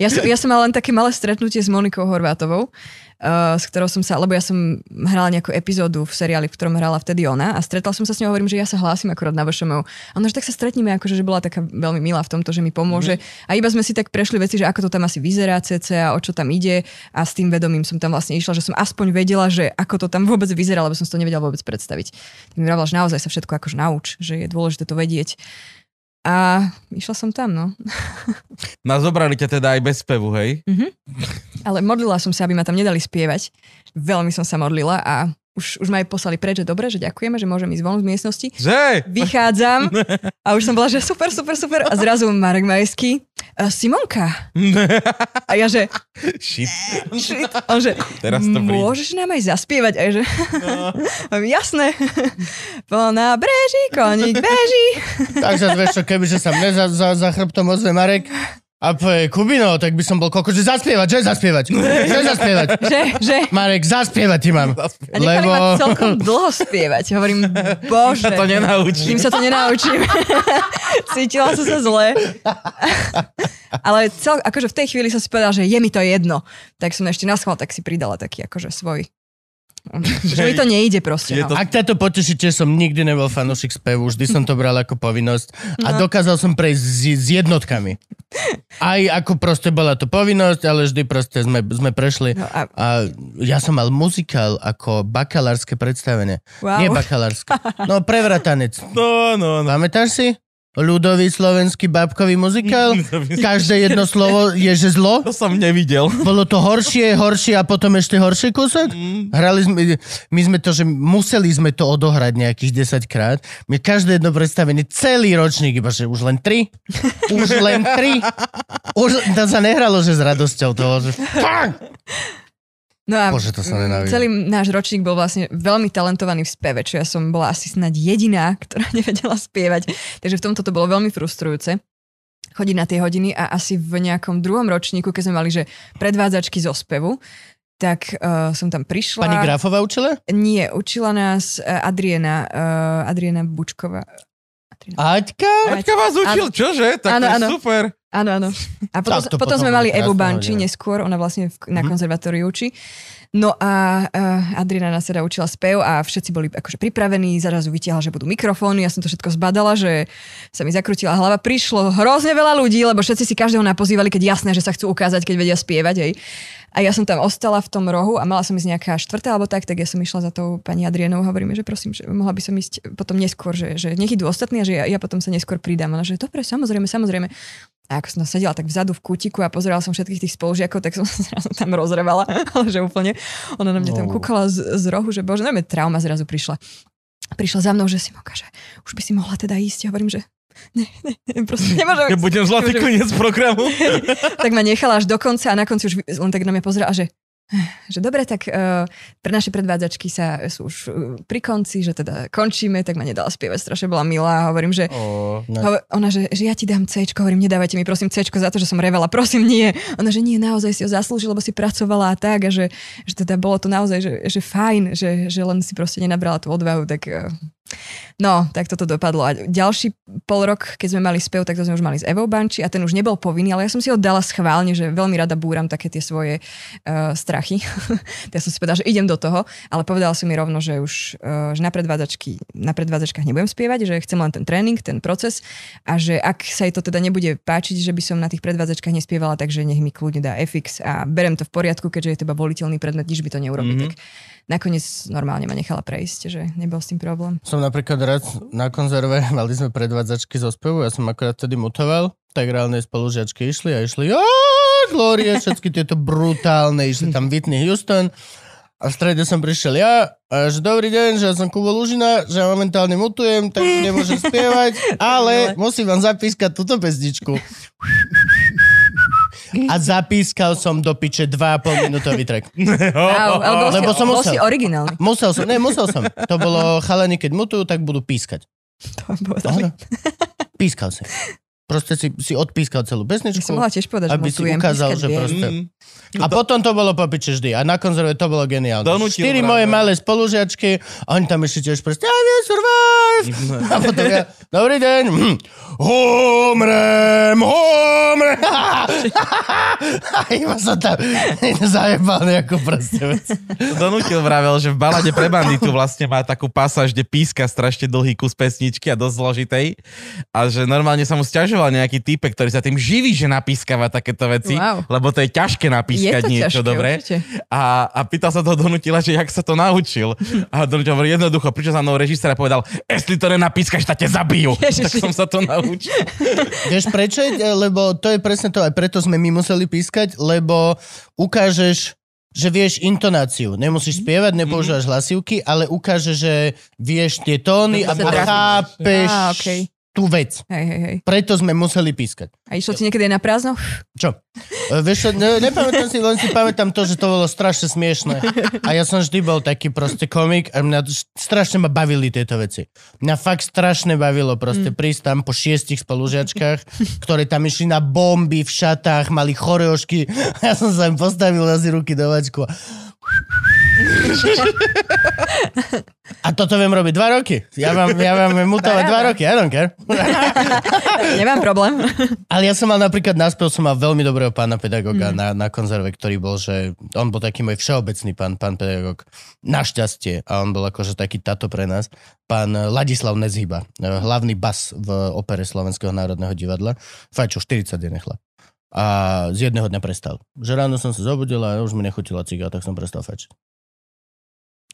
S4: Ja som, ja som mala len také malé stretnutie s Monikou Horvátovou, uh, s ktorou som sa, lebo ja som hrala nejakú epizódu v seriáli, v ktorom hrala vtedy ona a stretla som sa s ňou, hovorím, že ja sa hlásim akorát na VŠMU. A ona, že tak sa stretneme, akože, že bola taká veľmi milá v tomto, že mi pomôže. A iba sme si tak prešli veci, že ako to tam asi vyzerá cca, o čo tam ide a s tým vedomím som tam vlastne išla, že som aspoň vedela, že ako to tam vôbec vyzerá, lebo som si to nevedela vôbec predstaviť. Tak mi vravila, že naozaj sa všetko akože nauč, že je dôležité to vedieť. A išla som tam, no.
S3: No zobrali ťa teda aj bez spevu, hej?
S4: Ale modlila som sa, aby ma tam nedali spievať. Veľmi som sa modlila a už, už ma aj poslali preč, že dobre, že ďakujeme, že môžem ísť von z miestnosti.
S3: Že?
S4: Vychádzam a už som bola, že super, super, super. A zrazu Marek Majský, "E, Simonka. A ja, že
S3: Shit.
S4: shit. A on, že
S3: Teraz to príde.
S4: môžeš nám aj zaspievať? A ja, že no. jasné. Plná breží, koník beží.
S2: Takže vieš čo, kebyže sa mne za, za, za chrbtom ozve Marek a povie Kubino, tak by som bol koko, že zaspievať, že zaspievať, že zaspievať.
S4: Že, že.
S2: Marek, zaspievať ti mám.
S4: A nechali ma
S2: Lebo...
S4: celkom dlho spievať. Hovorím, bože.
S3: To
S4: <laughs>
S3: nenaučím.
S4: Kým sa to nenaučím. <laughs> Cítila som sa zle. <laughs> Ale cel, akože v tej chvíli som si povedala, že je mi to jedno. Tak som ešte naschval, tak si pridala taký akože svoj. Že mi to nejde proste.
S3: Je
S4: No.
S3: to-
S2: Ak ťa to poteší, tiež som nikdy nebol fanúšik spevu, vždy som to bral ako povinnosť a dokázal som prejsť s, s jednotkami. Aj ako proste bola to povinnosť, ale vždy proste sme, sme prešli.
S4: No a-
S2: A ja som mal muzikál ako bakalárske predstavenie.
S4: Wow.
S2: Nie bakalárske. No prevratanec.
S3: No, no, no.
S2: Pamätáš si? Ľudový slovenský bábkový
S3: <laughs>
S2: muzikál. Každé jedno slovo je, že zlo.
S3: To som nevidel.
S2: Bolo to horšie, horšie a potom ešte horší kúsok? Hrali sme, my sme to, že museli sme to odohrať nejakých 10 krát. My každé jedno predstavenie, celý ročník, iba že už len 3. Už len 3. Už to sa nehralo, že s radosťou toho, že fuck!
S4: No a
S2: Bože, to som nenávidel.
S4: celý náš ročník bol vlastne veľmi talentovaný v speve, čo ja som bola asi snad jediná, <laughs> ktorá nevedela spievať. Takže v tomto to bolo veľmi frustrujúce chodiť na tie hodiny a asi v nejakom druhom ročníku, keď sme mali, že predvádzačky zo spevu, tak uh, som tam prišla.
S2: Pani Grafová učila?
S4: Nie, učila nás eh, Adriana, uh, Adriana Bučková.
S2: Aťka?
S3: Aťka vás učil, čože? Tak
S4: Áno,
S3: to je
S4: áno.
S3: super.
S4: Áno, áno. A potom,
S2: Tak to
S4: potom
S2: potom
S4: sme
S2: bude Mhm.
S4: mali Evu
S2: krásna
S4: Banči
S2: hodina.
S4: neskôr, ona vlastne v, na konzervatóriu učí. No a uh, Adriana nás teda učila spev a všetci boli akože pripravení, zarazu vytiahla, že budú mikrofóny, ja som to všetko zbadala, že sa mi zakrutila hlava. Prišlo hrozne veľa ľudí, lebo všetci si každého napozývali, keď jasné, že sa chcú ukázať, keď vedia spievať. Hej. A ja som tam ostala v tom rohu a mala som ísť nejaká štvrtá alebo tak, tak ja som išla za tou pani Adrienou, hovoríme, že prosím, že mohla by som ísť potom neskôr, že, že nech idú ostatní a že ja, ja potom sa neskôr pridám. Ona, že dobre, samozrejme, samozrejme. A ako som sedela tak vzadu v kútiku a pozerala som všetkých tých spolužiakov, tak som <laughs> sa zrazu tam rozrevala, <laughs> ale že úplne. Ona na mňa tam kúkala z, z rohu, že bože, neviem, trauma zrazu prišla. Prišla za mnou, že si moka, že už by si mohla teda ísť. Ja hovorím, že <laughs> ne, ne, ne proste nemôžem. ísť.
S3: Nebudem zlatý koniec programu.
S4: tak ma nechala až do konca a na konci už vy- len tak na mňa pozerala, že eh, že dobre, tak uh, pre naše predvádzačky sa sú už uh, pri konci, že teda končíme, tak ma nedala spievať, strašne bola milá a hovorím, že
S3: <laughs>
S4: Hove- Ona, že, že ja ti dám C, hovorím, nedávajte mi prosím C za to, že som revela, prosím nie. Ona, že nie, naozaj si ho zaslúžil, lebo si pracovala a tak, a že, že teda bolo to naozaj, že, že fajn, že, že len si proste nenabrala tú odvahu, tak eh, No, tak toto dopadlo. A ďalší pol rok, keď sme mali spev, tak to sme už mali s Evou Banči a ten už nebol povinný, ale ja som si ho dala schválne, že veľmi rada búram také tie svoje uh, strachy. <laughs> ja som si povedala, že idem do toho, ale povedala som mi rovno, že už uh, že na, predvádzačky, na predvádzačkách nebudem spievať, že chcem len ten tréning, ten proces a že ak sa jej to teda nebude páčiť, že by som na tých predvádzačkách nespievala, takže nech mi kľudne dá FX a berem to v poriadku, keďže je teba voliteľný predmet, nič by to neurobi. Mm-hmm. Tak nakoniec normálne ma nechala prejsť, že nebol s tým problém.
S2: Som napríklad raz na konzerve, <laughs> mali sme predvádzačky zo spevu, ja som akorát vtedy mutoval, tak reálne spolužiačky išli a išli "Á, Gloria, všetky tieto brutálne, išli tam Whitney Houston a v strede som prišiel ja a že dobrý deň, že ja som Kubo Lužina, že ja momentálne mutujem, tak nemôžem spievať, ale musím vám zapískať túto pesničku. a zapískal som do piče 2,5 minútový track.
S4: Au, ale bol
S2: Lebo
S4: si,
S2: som
S4: bol
S2: musel.
S4: si originálny.
S2: Musel som, ne, musel som. To bolo chalani, keď mutujú, tak budú pískať.
S4: To vám povedali. <laughs>
S2: Áno. Pískal si. Proste si, si odpískal celú
S4: Ja som
S2: pesničku.
S4: mohla tiež povedať, že
S2: aby si
S4: mutujem,
S2: ukázal,
S4: pískať
S2: že
S4: viem.
S2: proste- A potom to bolo po piče vždy. A na konzerve to bolo geniálne.
S1: Donútil
S2: Štyri
S1: pravda.
S2: moje malé spolužiačky, a oni tam ešte tiež proste, I will survive! A potom ja, dobrý deň, hm. homrem, homrem! <laughs> A iba sa tam <laughs> zajebal nejakú proste vec.
S3: Donutil vravel, že v balade pre banditu vlastne má takú pasáž, kde píska strašne dlhý kus pesničky a dosť zložitej. A že normálne sa mu stiažoval nejaký type, ktorý sa tým živí, že napískava takéto veci,
S4: Wow.
S3: lebo to je ťažké
S4: Je
S3: napískať
S4: to
S3: niečo,
S4: ťažké,
S3: dobre?
S4: určite.
S3: A, a pýtal sa toho Donutila, že jak sa to naučil. A Donutil hovorí jednoducho, pričo za mnou režisér a povedal, jestli to nenapískaš, tak ťa zabijú.
S4: Ježiši.
S3: Tak som sa to naučil.
S2: Vieš prečo? E, Lebo to je presne to, aj preto sme my museli pískať, lebo ukážeš, že vieš intonáciu.
S4: Mhm.
S2: Nemusíš spievať, nepoužívaš hlasivky, ale ukáže, že vieš tie tóny a,
S1: To sa
S2: a
S1: dá.
S2: chápeš
S4: Á, okej.
S2: tú vec.
S4: Hej, hej, hej.
S2: Preto sme museli pískať.
S4: A išlo ti niekedy aj na prázdno? <laughs>
S2: Čo? E, Vieš, čo, ne, nepamätám si, len si pamätám to, že to bolo strašne smiešne. A ja som vždy bol taký proste komik a mňa š- strašne ma bavili tieto veci. Mňa fakt strašne bavilo proste mm. prísť tam po šiestich spolužiačkách, ktoré tam išli na bomby v šatách, mali choreošky. A ja som sa im postavil asi ruky do vačku. a- A toto viem robiť dva roky. Ja vám, ja vám viem mutovať dva roky, I don't care.
S4: Nemám problém. <laughs>
S2: Ale ja som mal napríklad na spev, som mal veľmi dobrého pána pedagoga
S3: Mhm.
S2: mm. na, na konzerve, ktorý bol, že on bol taký môj všeobecný pán, pán pedagóg, našťastie, a on bol akože taký tato pre nás, pán eh, Ladislav Nezhyba, eh, hlavný bas v opere Slovenského národného divadla, fajčo 40 je nechla. A z jedného dňa prestal. Že ráno som sa zobudil a už mi nechutila ciga, tak som prestal fajčiť.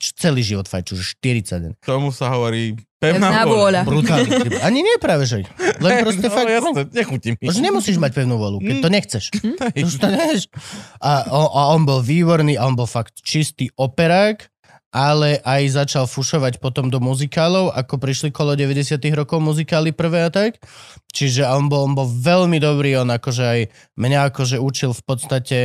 S2: Č- Celý život fajču, že 40 deň.
S3: Tomu sa hovorí
S4: Pevná
S3: pevná
S4: vôľa.
S3: vôľa.
S2: Brutálne. Ani nie práve, že. Len proste
S3: <laughs> no,
S2: fakt.
S3: jasne, nechutí mi.
S2: Že nemusíš mať pevnú volu, keď to nechceš. <laughs>
S3: Hej. <laughs>
S2: Už to nevieš. A, o, a on bol výborný, a on bol fakt čistý operák, ale aj začal fušovať potom do muzikálov, ako prišli kolo 90 rokov muzikály prvé a tak. Čiže on bol, on bol veľmi dobrý, on akože aj mňa akože učil v podstate,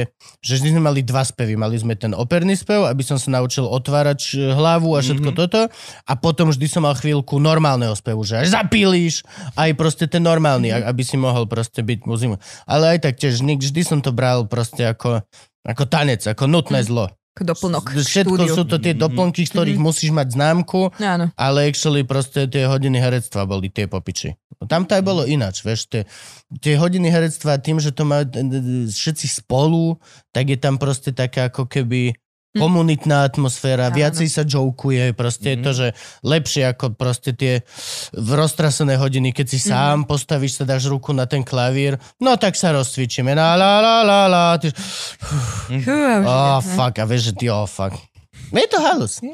S2: že vždy sme mali dva spevy. Mali sme ten operný spev, aby som sa naučil otvárať e, hlavu a všetko mm-hmm. toto. A potom vždy som mal chvíľku normálneho spevu, že až zapíliš, aj proste ten normálny, mm-hmm. aby si mohol proste byť muzim. Ale aj tak tiež, nik- vždy som to bral proste ako, ako tanec, ako nutné zlo.
S4: Ako Mhm. doplnok k
S2: Všetko
S4: štúdiu. Mhm.
S2: sú to tie doplnky, z ktorých musíš mať známku,
S4: No, áno.
S2: ale actually proste tie hodiny herectva boli tie popiči. No Tam to aj bolo ináč, vieš, tie, tie hodiny herectva tým, že to majú e, e, všetci spolu, tak je tam proste taká ako keby komunitná atmosféra,
S4: Hm. Áno. Mhm.
S2: viacej sa jokuje, proste mm-hmm. je to, že lepšie ako proste tie v roztrasené hodiny, keď si
S4: Mhm.
S2: sám postavíš sa, dáš ruku na ten klavír, no tak sa rozcvičíme, la la la la la, ty,
S4: Fú, a už
S2: oh
S4: ide.
S2: fuck, a vieš, že ty, oh fuck. Je to halus. Je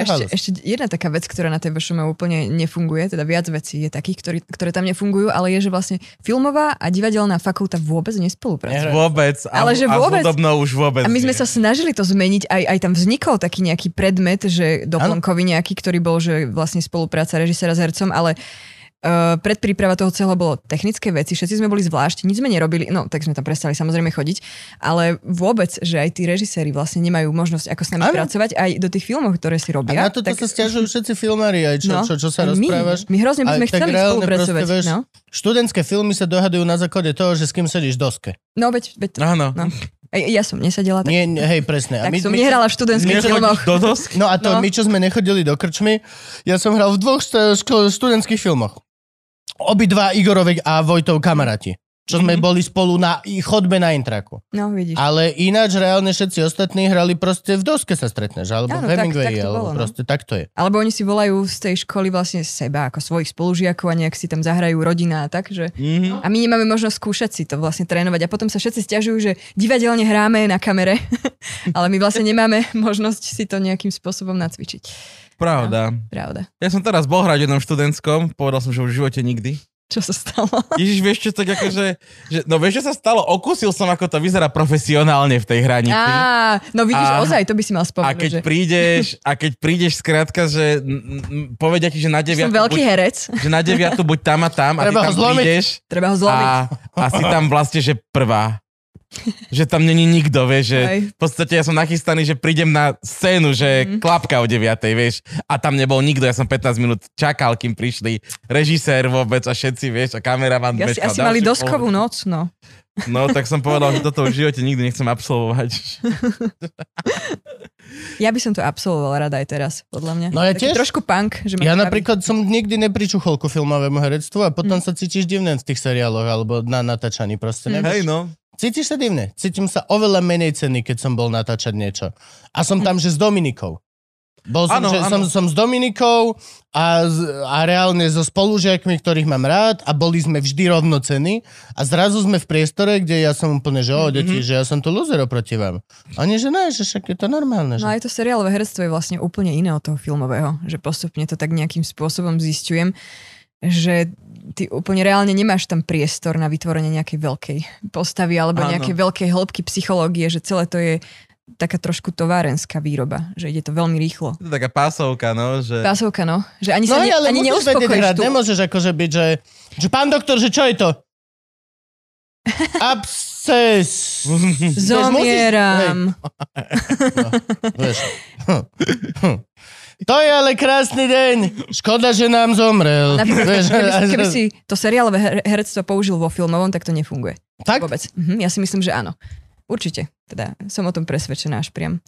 S2: to
S4: ešte,
S2: halus.
S4: ešte jedna taká vec, ktorá na tej VŠME úplne nefunguje, teda viac vecí je takých, ktorý, ktoré tam nefungujú, ale je, že vlastne filmová a divadelná fakulta vôbec nespolupracuje.
S3: Vôbec. A,
S4: Ale že
S3: a
S4: vôbec.
S3: s hudobnou už vôbec
S4: A my sme
S3: nie.
S4: sa snažili to zmeniť, aj, aj tam vznikol taký nejaký predmet, že doplnkový nejaký, ktorý bol, že vlastne spolupráca režisera s hercom, ale Uh, predpríprava toho celého bolo technické veci, všetci sme boli zvlášť, nič sme nerobili, no tak sme tam prestali samozrejme chodiť, ale vôbec, že aj tí režiséri vlastne nemajú možnosť ako s nami
S2: Áno.
S4: pracovať aj do tých filmov, ktoré
S2: A
S4: si robia.
S2: na toto tak... sa stiažujú všetci filmári, aj čo, no, čo, čo sa
S4: my,
S2: rozprávaš.
S4: My hrozne by
S2: Ale
S4: sme
S2: tak
S4: chceli
S2: reálne
S4: spolupracovať.
S2: proste, vieš,
S4: no?
S2: Študentské filmy sa dohadujú na základe toho, že s kým sedíš v doske.
S4: no veď, veď
S3: Áno.
S4: no. Aj Ja som nesedela, tak,
S2: Nie, nie, hej, presne.
S4: tak som nehrala v študentských
S2: my-
S4: filmoch.
S3: Do dosk?
S2: No a to no.
S4: No.
S2: my, čo sme nechodili do krčmy, ja som hral v dvoch st- ško- študentských filmoch. Obidva Igorovek a Vojtov kamaráti. Čo
S4: Mhm.
S2: sme mm-hmm. boli spolu na i- chodbe na intraku.
S4: No vidíš.
S2: Ale ináč reálne všetci ostatní hrali proste v doske sa stretneš, alebo v
S4: Áno, tak-
S2: Hemingwayi,
S4: tak to
S2: alebo
S4: bolo, no.
S2: proste tak to je.
S4: Alebo oni si volajú z tej školy vlastne seba, ako svojich spolužiakov a nejak si tam zahrajú rodina a tak, že...
S3: Mhm.
S4: A my nemáme možnosť skúšať si to vlastne trénovať. A potom sa všetci stiažujú, že divadelne hráme na kamere, <laughs> ale my vlastne nemáme <laughs> možnosť si to nejakým spôsobom nacvičiť.
S3: Pravda.
S4: Pravda.
S3: Ja som teraz bol hrať v jednom študentskom, povedal som, že už v živote nikdy.
S4: Čo sa stalo?
S3: Ježiš, vieš čo, tak akože, že, no vieš čo sa stalo, okusil som, ako to vyzerá profesionálne v tej hranici.
S4: Á, no vidíš,
S3: A-
S4: ozaj, to by si mal
S3: A
S4: spomenúť.
S3: keď
S4: že...
S3: prídeš, a keď prídeš skrátka, že n- n- povedia ti, že na
S4: Som
S3: deviatu,
S4: veľký
S3: buď,
S4: herec,
S3: že na deviatu buď tam a tam a ty
S2: Treba ho
S3: tam
S2: zlomiť.
S3: prídeš
S4: treba ho zlomiť.
S3: a, a si tam vlastne, že prvá. že tam není nikto, vieš, že
S4: Hej.
S3: v podstate ja som nachystaný, že prídem na scénu,
S4: Mhm.
S3: že mm. klapka o 9, vieš, a tam nebol nikto, ja som 15 minút čakal, kým prišli režisér vôbec a všetci, vieš, a kameraman.
S4: Ja si
S3: bežal
S4: asi mali
S3: ďalší
S4: doskovú
S3: pohľad.
S4: noc, no.
S3: No, tak som povedal, že toto v živote nikdy nechcem absolvovať.
S4: Ja by som to absolvovala rada aj teraz, podľa mňa.
S2: No ja tiež.
S4: Taký trošku punk. Že ma
S2: Ja
S4: to baví.
S2: napríklad som nikdy nepričuchol ku filmovému herectvu a potom sa cítiš divne v tých seriáloch alebo na natáčaní proste.
S4: Mm.
S2: Mm.
S3: Hej, no.
S2: Cítiš sa divne? Cítim sa oveľa menej cený, keď som bol natáčať niečo. A som tam, že s Dominikou. Bol som,
S3: Áno,
S2: že
S3: áno.
S2: som, som s Dominikou a, z- a reálne so spolužiakmi, ktorých mám rád a boli sme vždy rovnocení a zrazu sme v priestore, kde ja som úplne, že o, deti, mm-hmm. že ja som tu loser oproti vám. A nie, že ne, že však je to normálne.
S4: No
S2: Že...
S4: aj to seriálové herectvo je vlastne úplne iné od toho filmového, že postupne to tak nejakým spôsobom zistujem, že ty úplne reálne nemáš tam priestor na vytvorenie nejakej veľkej postavy alebo
S3: Áno.
S4: nejakej veľkej hĺbky psychológie, že celé to je taká trošku továrenská výroba, že ide to veľmi rýchlo.
S3: Je to taká pásovka, no, že...
S4: Pásovka, no. Že ani
S2: No
S4: sa ne,
S2: hej, ale
S4: ani
S2: musíš vedieť
S4: neuspokojíš
S2: hrať,
S4: tú...
S2: nemôžeš akože byť, že, že pán doktor, že čo je <laughs> to? Absces. Vieš,
S4: Zomieram.
S2: musíš- Vieš. Hm. Hm. To je ale krásny deň. Škoda, že nám zomrel.
S4: Napríklad,
S2: <laughs> Vieš,
S4: keby, si,
S2: a-
S4: keby si to seriálové her- herectvo použil vo filmovom, tak to nefunguje.
S2: Tak?
S4: Vôbec. Mhm, ja si myslím, že áno. Určite. Teda som o tom presvedčená až priam.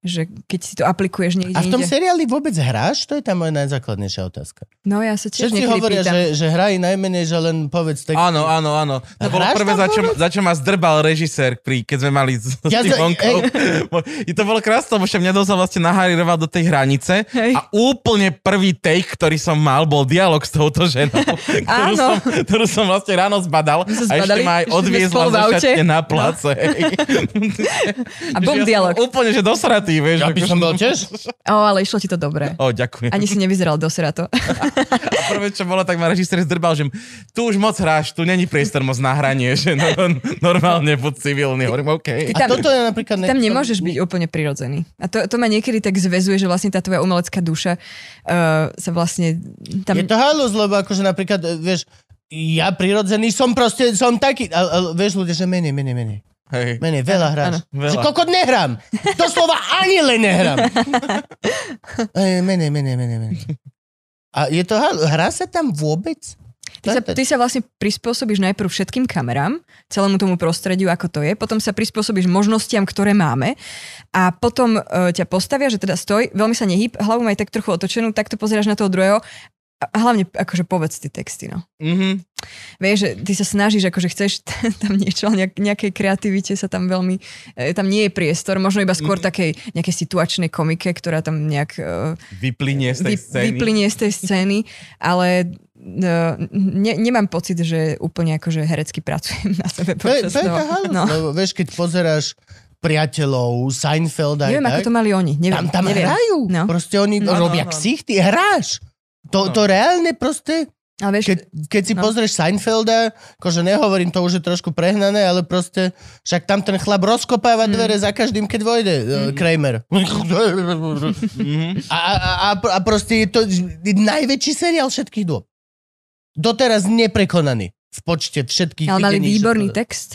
S4: Že keď si to aplikuješ
S2: A
S4: niekde
S2: v tom
S4: inde.
S2: seriáli vôbec hráš? To je tá moja najzákladnejšia otázka.
S4: No ja sa tiež
S2: Všetci
S4: niekedy
S2: hovoria,
S4: pýtam.
S2: že, že hrají najmenej, že len povedz tak.
S3: Áno, áno, áno. To
S4: No
S3: bolo
S2: hráš
S3: prvé,
S2: tam
S3: za čo, za čo ma zdrbal režisér, pri, keď sme mali s
S2: Ja za-
S3: ja Ivonkou. <laughs> I to bolo krásne, lebo však mňa dosť vlastne naharíroval do tej hranice
S4: Hej.
S3: a úplne prvý take, ktorý som mal, bol dialog s touto
S4: <laughs>
S3: ženou, ktorú,
S4: Áno.
S3: som, ktorú som vlastne ráno zbadal
S4: My sme
S3: a ešte
S4: zbadali,
S3: ma aj
S4: že sme
S3: odviezla
S4: spolu v
S3: zo
S4: aute.
S3: šatne na place.
S4: <laughs> A bom dialog.
S3: Úplne, že dosratý, vieš. akože-
S2: Ja by som bol tiež.
S4: O, ale išlo ti to dobre.
S2: No,
S3: O, ďakujem.
S4: Ani si nevyzeral dosera to.
S3: <laughs> A prvé, čo bolo, tak ma režisér zdrbal, že tu už moc hráš, tu není priestor moc na hranie, že no, no, normálne buď civilný. Hovorím, OK.
S2: A
S4: Tam-
S2: toto je napríklad...
S4: Tam nemôžeš byť úplne prirodzený. A to, to ma niekedy tak zväzuje, že vlastne tá tvoja umelecká duša uh, sa vlastne tam...
S2: Je to halus, lebo akože napríklad, e, vieš, ja prirodzený som proste, som taký, ale, ale vieš ľudia, že menej, menej, menej.
S3: Hej.
S2: Menej, veľa hráš.
S4: áno,
S2: Že
S3: veľa.
S2: kokot nehrám. Doslova ani len
S4: <laughs>
S2: nehrám. Ej, menej, menej, menej, menej. A je to halus, hrá sa tam vôbec?
S4: Ty sa, ty sa vlastne prispôsobíš najprv všetkým kamerám, celému tomu prostrediu, ako to je, potom sa prispôsobíš možnostiam, ktoré máme a potom e, ťa postavia, že teda stoj, veľmi sa nehyb, hlavu maj tak trochu otočenú, takto pozeráš na toho druhého a hlavne akože povedz tie texty, no.
S3: Mm-hmm.
S4: Vieš, že ty sa snažíš, akože chceš <laughs> t- tam niečo, nejak, nejakej kreativite sa tam veľmi, e, tam nie je priestor, možno iba skôr takej nejakej situačnej komike, ktorá tam nejak e,
S3: Vyplynie z tej
S4: vy-
S3: scény.
S4: vyplynie z tej scény, ale no, ne, nemám pocit, že úplne akože herecky pracujem na sebe
S2: to je,
S4: počas
S2: to je tá
S4: toho.
S2: halus,
S4: No.
S2: lebo vieš, keď pozeráš priateľov, Seinfelda
S4: Neviem,
S2: a
S4: ako
S2: tak,
S4: to mali oni.
S2: tam,
S4: Neviem,
S2: tam
S4: neviem.
S2: hrajú.
S4: No.
S2: Proste oni
S4: No,
S2: robia
S3: áno.
S2: ksichty, hráš. To, to reálne proste...
S4: Ale vieš,
S2: Keď, keď si
S4: No.
S2: no. pozrieš Seinfelda, akože nehovorím, to už je trošku prehnané, ale proste, však tam ten chlap rozkopáva mm. dvere za každým, keď vojde, mm. Kramer.
S3: Mm-hmm.
S4: Mhm.
S2: A, a, a, a proste je to najväčší seriál všetkých dôb. Doteraz neprekonaný v počte všetkých
S4: ale mali
S2: videní,
S4: výborný
S2: všetko.
S4: text.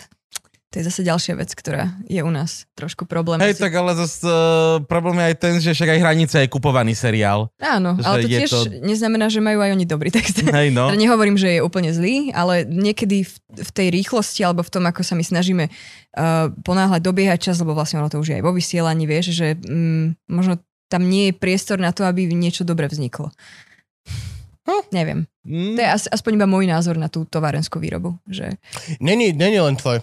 S4: To je zase ďalšia vec, ktorá je u nás trošku problém.
S3: Hej, tak ale zase uh, problém je aj ten, že však aj Hranica je kupovaný seriál.
S4: Áno, ale
S3: že
S4: to
S3: je
S4: tiež
S3: to-
S4: neznamená, že majú aj oni dobrý text.
S3: Hej, no.
S4: Teda nehovorím, že je úplne zlý, ale niekedy v, v tej rýchlosti alebo v tom, ako sa my snažíme uh, ponáhľať dobiehať čas, lebo vlastne ono to už je aj vo vysielaní, vieš, že um, možno tam nie je priestor na to, aby niečo dobre vzniklo. Hm, neviem.
S3: Mm.
S4: To je as, aspoň iba môj názor na tú továrenskú výrobu. Že...
S2: Není, není len tvoj.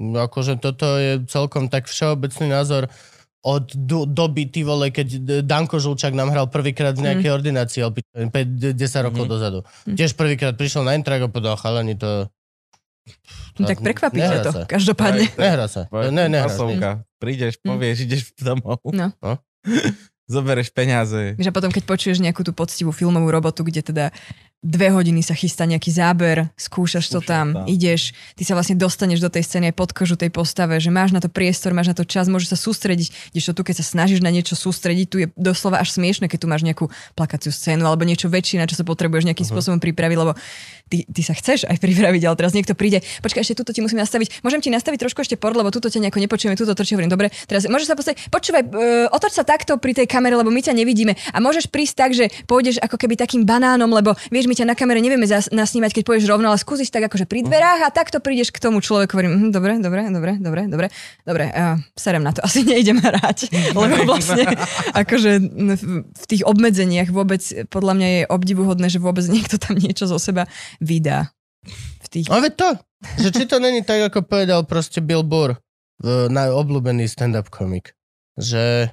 S2: Akože toto je celkom tak všeobecný názor od do, doby, ty vole, keď D- Danko Žulčák nám hral prvýkrát v nejakej mm. ordinácii, ale 10 rokov
S3: Mhm.
S2: dozadu.
S4: Mhm.
S2: Tiež prvýkrát prišiel na intrak a povedal, chalani, to...
S4: No, tak prekvapí ťa
S2: nehrá
S4: to,
S2: sa.
S4: každopádne.
S3: Hej,
S2: Nehrá sa. Ne, nehrá sa.
S3: Pasovka. Prídeš,
S4: Mhm.
S3: povieš, ideš domov.
S4: No.
S2: No.
S3: Zobereš peniaze.
S4: Že potom, keď počuješ nejakú tú poctivú filmovú robotu, kde teda dve hodiny sa chystá nejaký záber, skúšaš to
S5: Skúšaš,
S4: tam,
S5: tá.
S4: ideš, ty sa vlastne dostaneš do tej scény aj pod kožu tej postave, že máš na to priestor, máš na to čas, môžeš sa sústrediť, ideš to tu, keď sa snažíš na niečo sústrediť, tu je doslova až smiešne, keď tu máš nejakú plakaciu scénu alebo niečo väčšie, na čo sa potrebuješ nejakým uh-huh. spôsobom pripraviť, lebo ty, ty, sa chceš aj pripraviť, ale teraz niekto príde, počkaj, ešte túto ti musím nastaviť, môžem ti nastaviť trošku ešte por, lebo túto ťa nejako nepočujeme, túto točí, hovorím, dobre, teraz môžeš sa postaviť, počúvaj, e, otoč sa takto pri tej kamere, lebo my ťa nevidíme a môžeš prísť tak, že pôjdeš ako keby takým banánom, lebo vieš, my ťa na kamere nevieme zas, nasnímať, keď pôjdeš rovno, ale skúsiš tak akože
S2: Mhm.
S4: pri dverách a takto prídeš k tomu človeku, hovorím, hm, dobre, dobre, dobre, dobre, dobre, dobre, uh, serem na to, asi nejdem hrať,
S2: Mhm.
S4: lebo vlastne akože v, v tých obmedzeniach vôbec podľa mňa je obdivuhodné, že vôbec niekto tam niečo zo seba vydá. V tých...
S2: Ale veď to, že či to není tak, ako povedal proste Bill Burr, e, náj obľúbený stand-up komik, že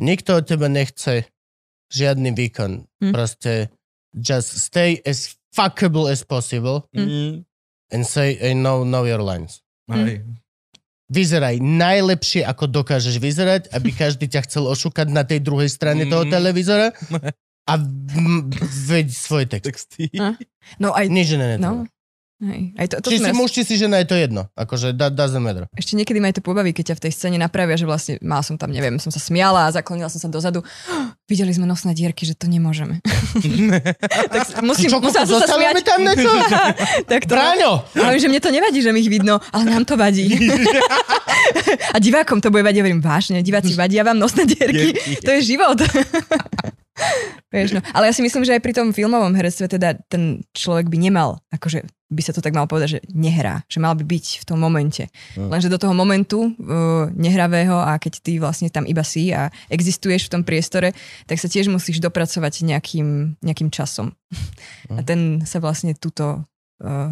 S2: nikto od teba nechce žiadny výkon.
S4: Hm.
S2: Proste just stay as fuckable as possible
S4: Mhm.
S3: Mhm.
S1: Mm.
S2: and say I know, know your lines.
S1: Hej.
S4: Mhm.
S2: Vyzeraj najlepšie, ako dokážeš vyzerať, aby
S4: <laughs>
S2: každý ťa chcel ošukať na tej druhej strane toho
S4: Mhm.
S1: Mm.
S2: televízora a m- veď svoj text.
S4: <laughs>
S1: Texty.
S4: No aj...
S2: Nič iné
S4: No,
S2: netreba.
S4: hej. Aj to, to
S2: Či
S4: sme
S2: si
S4: raz-
S2: muž, či si žena, je to jedno. Akože da, doesn't matter.
S4: Ešte niekedy ma aj to pobaví, keď ťa v tej scéne napravia, že vlastne mal som tam, neviem, som sa smiala a zaklonila som sa dozadu. <gasps> Videli sme nosné dierky, že to nemôžeme. <laughs> tak musím,
S2: Čo,
S4: musela som sa
S2: zostalo mi
S4: smiať.
S2: tam niečo?
S4: <laughs> tak to,
S2: Bráňo!
S4: ale No, že mne to nevadí, že mi ich vidno, ale nám to vadí. a divákom to bude vadiť, hovorím vážne, diváci vadia vám nosné dierky. To je život. Vieš, no. Ale ja si myslím, že aj pri tom filmovom herectve teda ten človek by nemal, akože by sa to tak malo povedať, že nehrá, že mal by byť v tom momente. Lenže do toho momentu uh, nehravého a keď ty vlastne tam iba si a existuješ v tom priestore, tak sa tiež musíš dopracovať nejakým, nejakým časom. A ten sa vlastne tuto uh,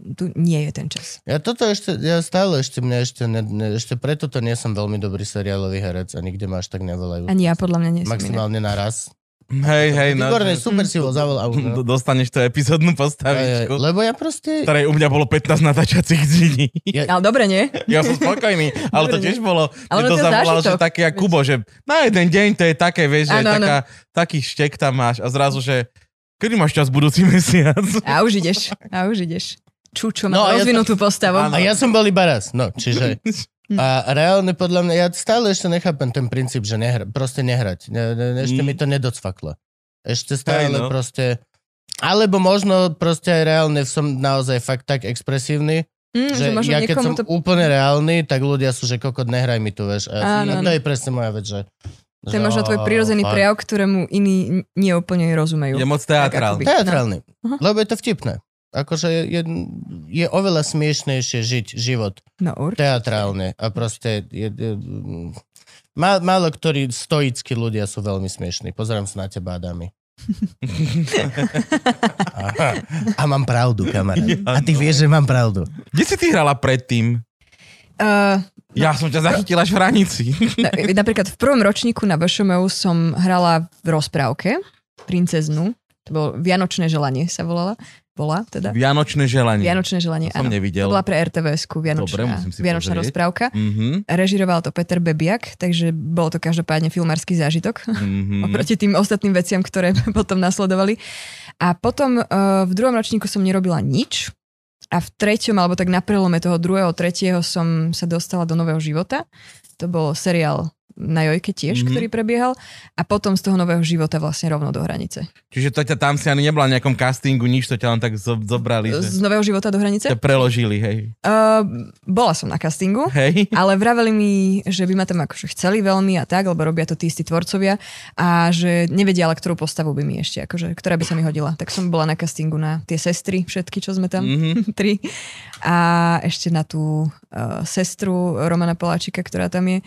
S4: tu nie je ten čas.
S2: Ja toto ešte, ja stále ešte, mňa ešte, ne, ne, ešte preto to nie som veľmi dobrý seriálový herec a nikde ma až tak nevolajú.
S4: Ani ja podľa mňa nie som inak.
S2: Maximálne naraz.
S3: Hej, hej, no.
S2: Výborné, super si ho
S4: <laughs>
S2: zavolal.
S3: D- Dostaneš tú epizódnu postavičku,
S2: Lebo ja proste,
S3: ktorej u mňa bolo 15 natáčacích dní.
S4: Ale dobre, nie?
S3: Ja som spokojný, ale to
S4: Dobre,
S3: tiež bolo, ale
S4: Ale to
S3: to
S4: je
S3: zavolal, že
S4: zážitok.
S3: také ako Kubo, že na jeden deň to je také, vieš, že
S4: Áno, áno.
S3: taká, taký štek tam máš a zrazu, že kedy máš čas budúci
S4: <laughs>
S3: mesiac?
S4: A už ideš, a už ideš. Čučo má
S2: No,
S4: no,
S2: a ja to-
S4: rozvinutú postavu.
S2: a ja som bol iba raz, no, čiže...
S4: Mm.
S2: A reálne podľa mňa, ja stále ešte nechápem ten princíp, že nehra, proste nehrať. Ne, ne, ešte
S3: Mm.
S2: mi to nedocvaklo. Ešte stále
S3: Hej, no.
S2: proste... Alebo možno proste aj reálne som naozaj fakt tak expresívny,
S4: Mm, že
S2: že
S4: možno
S2: ja keď
S4: niekomu
S2: som
S4: to...
S2: to... úplne reálny, tak ľudia sú, že kokot, nehraj mi tu, vieš. A, a
S4: Áno, áno.
S2: to je presne moja vec, že...
S4: To je možno tvoj
S2: že,
S4: prirodzený
S2: fakt.
S4: prejav, ktorému iní n- nie úplne rozumejú.
S3: Je moc
S4: Tak
S3: teatrálny.
S4: akoby.
S2: Teatrálny.
S4: No. Aha.
S2: Lebo je to vtipné. Akože je, je, je oveľa smiešnejšie žiť život
S4: No, ur.
S2: teatrálne a proste je, je, mm, má, málo ktorí stoickí ľudia sú veľmi smiešní. Pozerám sa na teba,
S4: <laughs>
S2: Adami. Aha. a mám pravdu, kamarát. A
S4: no.
S2: ty vieš, že mám pravdu.
S3: Kde si ty hrala predtým?
S4: Uh,
S3: Ja som ťa zachytila až v
S4: <laughs>
S3: hranici.
S4: na- napríklad v prvom ročníku na VŠMU som hrala v rozprávke princeznú. To bolo Vianočné želanie sa volala. Bola teda.
S3: Vianočné želanie.
S4: Vianočné želanie,
S3: Som
S4: áno.
S3: nevidel.
S4: To bola pre RTVS-ku
S3: Dobre,
S4: Vianočná,
S3: musím si
S4: Vianočná
S3: pozrieť.
S4: rozprávka. <laughs>
S3: Mhm,
S4: Režiroval to Peter Bebiak, takže bol to každopádne filmársky zážitok.
S3: mhm.
S4: oproti tým ostatným veciam, ktoré <laughs> potom nasledovali. A potom uh, v druhom ročníku som nerobila nič a v treťom, alebo tak na prelome toho druhého, tretieho som sa dostala do nového života. To bol seriál na Jojke
S3: Mhm.
S4: tiež, mm-hmm. ktorý prebiehal. A potom z toho nového života vlastne rovno do hranice.
S3: Čiže to ťa tam si ani nebola na nejakom castingu, nič, to ťa len tak zo- zobrali,
S4: Z
S3: že
S4: nového života do
S3: ťa
S4: hranice?
S3: preložili, hej.
S4: Uh, bola som na castingu.
S3: Hej?
S4: Ale vraveli mi, že by ma tam akože chceli veľmi a tak, lebo robia to tí istí tvorcovia a že nevedia, ale ktorú postavu by mi ešte, akože, ktorá by sa mi hodila. Tak som bola na castingu na tie sestry, všetky, čo sme tam,
S3: Mhm.
S4: <laughs> tri. A ešte na tú uh, sestru Romana Poláčika, ktorá tam je.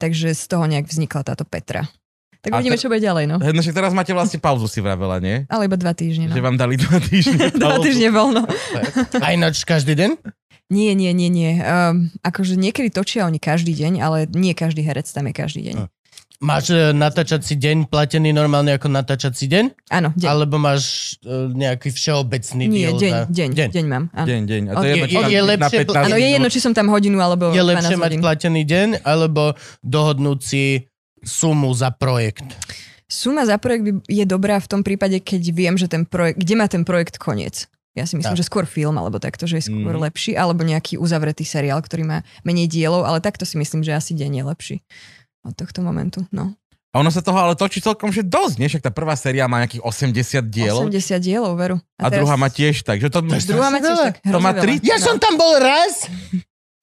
S4: Takže z toho nejak vznikla táto Petra.
S3: A
S4: Tak uvidíme,
S3: te-
S4: čo bude ďalej, no.
S3: Hej, No však teraz máte vlastne pauzu, si vravela, nie?
S4: Ale iba dva týždne,
S3: Že
S4: no.
S3: vám dali dva týždne
S4: <laughs> Dva
S3: pauzu.
S4: týždne voľno.
S2: A ináč každý deň?
S4: Nie, nie, nie, nie. Um, akože niekedy točia oni každý deň, ale nie každý herec tam je každý deň.
S2: Hm. Máš e, natáčací deň platený normálne ako natáčací deň?
S4: Áno, deň.
S2: Alebo máš e, nejaký všeobecný
S4: Nie,
S2: deal?
S4: deň,
S2: na...
S4: deň, deň,
S2: deň.
S4: deň mám. Áno.
S3: Deň, no. deň. A to
S4: Je-
S3: je, jedno,
S2: je-
S3: či tam
S2: je
S3: na
S2: lepšie
S3: 15
S4: Áno, je
S3: minút.
S4: jedno, či som tam hodinu alebo
S2: Je lepšie
S4: 12
S2: mať
S4: hodín.
S2: platený deň, alebo dohodnúť si sumu za projekt.
S4: Suma za projekt by- je dobrá v tom prípade, keď viem, že ten projekt, kde má ten projekt koniec. Ja si myslím,
S2: Tak.
S4: že skôr film, alebo takto, že je skôr
S1: Mhm.
S4: mm. lepší, alebo nejaký uzavretý seriál, ktorý má menej dielov, ale takto si myslím, že asi deň je lepší od tohto momentu. No.
S3: A ono sa toho ale točí celkom, že dosť, nie? Však tá prvá séria má nejakých 80 dielov
S4: 80 dielov, veru.
S3: a, druhá má tiež tak, že to...
S2: To je
S4: Druhá má tiež
S2: Veľa.
S4: tak hrozne
S3: To má no.
S4: veľa.
S3: tri-
S2: Ja som tam bol raz.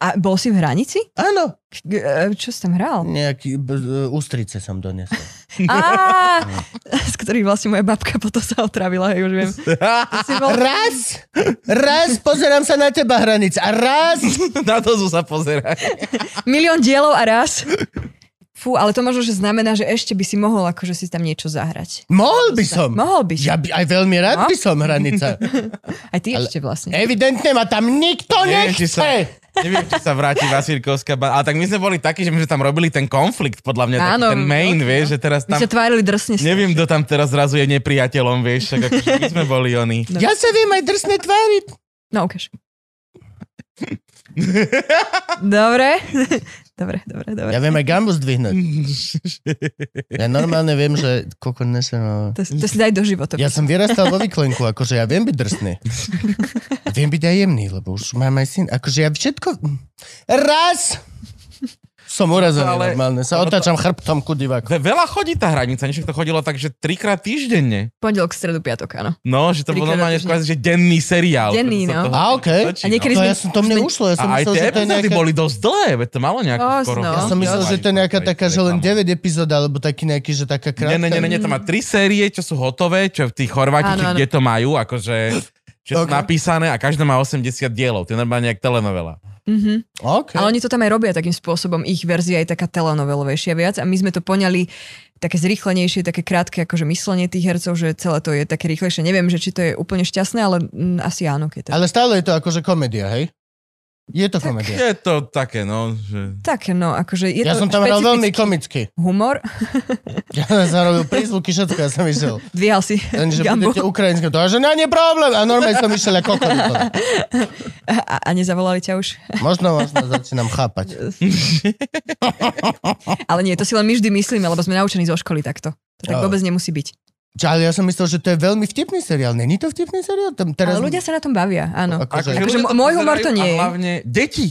S4: A bol si v hranici?
S2: Áno.
S4: K- e, Čo si tam hral?
S2: Nejaký b- e, ústrice som doniesol.
S4: Á, z ktorých vlastne moja babka potom sa otravila, ja už viem. To si bol...
S2: Raz, raz pozerám sa na teba, hranic. A raz,
S3: <laughs> Na to sa pozera.
S4: Milión dielov a raz. Fú, ale to možno, že znamená, že ešte by si mohol akože si tam niečo zahrať.
S2: mohol by som.
S4: Mohol by No. si.
S2: Ja by, aj veľmi rád by som, hranica.
S4: Aj ty
S2: Ale-
S4: ešte vlastne.
S2: Evidentne ma tam nikto
S3: Neviem, či sa-
S2: nechce.
S3: Neviem, či sa vráti Vasírkovská ba- Ale tak my sme boli takí, že my sme tam robili ten konflikt, podľa mňa, taký
S4: Áno,
S3: ten main,
S4: veľký,
S3: vieš,
S4: no.
S3: že teraz
S4: My
S3: tam...
S4: sa tvárili drsne.
S3: Neviem, kto tam teraz zrazu je nepriateľom, vieš, však akože my sme boli oni.
S2: Ja sa viem aj drsne tváriť.
S4: No, ukáž. dobre. <laughs> dobre, dobre, dobre.
S2: Ja viem aj gambu zdvihnúť. Ja normálne viem, že koko nesem. ale-
S4: To, to si daj do života.
S2: Ja som vyrastal vo vyklenku, akože ja viem byť drsný. A viem byť aj jemný, lebo už mám aj syn. Akože ja všetko... Raz! Som urazený ale...
S3: Ale-
S2: normálne. Sa otáčam chrbtom ku diváku.
S3: Ve- Veľa chodí tá hranica, niečo to chodilo tak, že trikrát týždenne.
S4: Pondelok, stredu, piatok, áno.
S3: No, že to bolo
S4: Trikrát do
S3: normálne
S4: týždňa.
S3: kvázi, že denný seriál.
S4: Denný,
S3: ktorý sa
S4: no.
S3: toho
S2: A, okej.
S3: točí,
S4: A niekedy
S2: To,
S4: sme-
S2: ja som, to mne ušlo, ja som
S3: A aj
S2: myslel,
S3: tie
S2: že to je
S3: epizódy
S2: nejaká...
S3: boli dosť dlhé, veď to malo nejako
S4: Dosť,
S3: skoro.
S4: no.
S2: Ja som myslel, že to je nejaká taká, že len 9 epizód, alebo taký nejaký, že taká krátka.
S3: Nie, nie, nie, nie, to má tri série, čo sú hotové, čo v tých Chorváti,
S4: Áno,
S3: či
S4: áno.
S3: kde to majú, akože čo sú
S2: Ok.
S3: napísané a každá má 80 dielov. To je normálne jak telenovela.
S4: Mhm.
S2: OK.
S4: Ale oni to tam aj robia takým spôsobom. Ich verzia je taká telenovelovejšia viac a my sme to poňali také zrýchlenejšie, také krátke akože myslenie tých hercov, že celé to je také rýchlejšie. Neviem, že či to je úplne šťastné, ale mm, asi áno, keď to...
S2: Ale stále je to akože komédia, hej? Je to komédia.
S3: Je to také, no, že...
S4: Tak, no, akože je
S2: Ja som
S4: to
S2: tam hral veľmi
S4: špecifický
S2: komicky. <laughs>
S4: humor. <laughs>
S2: Ja som robil prízvuky, všetko, ja som išiel.
S4: Dvíhal si
S2: Len,
S4: <laughs>
S2: že
S4: gambo
S2: budete ukrajinské, to a že nie, nie problém. A normálne som išiel ako kokot.
S4: a, a nezavolali ťa už.
S2: Možno, možno začínam chápať.
S4: Ale nie, to si len my vždy myslíme, lebo sme naučení zo školy takto. To tak
S2: Áno.
S4: vôbec nemusí byť.
S2: Čo, ale ja som myslel, že to je veľmi vtipný seriál. Není to vtipný seriál? Tam teraz...
S4: Ale ľudia sa na tom bavia, áno.
S2: Akože...
S4: Akože
S3: ľudia
S4: môj humor to
S3: pozerajú A
S4: nie je.
S3: hlavne deti.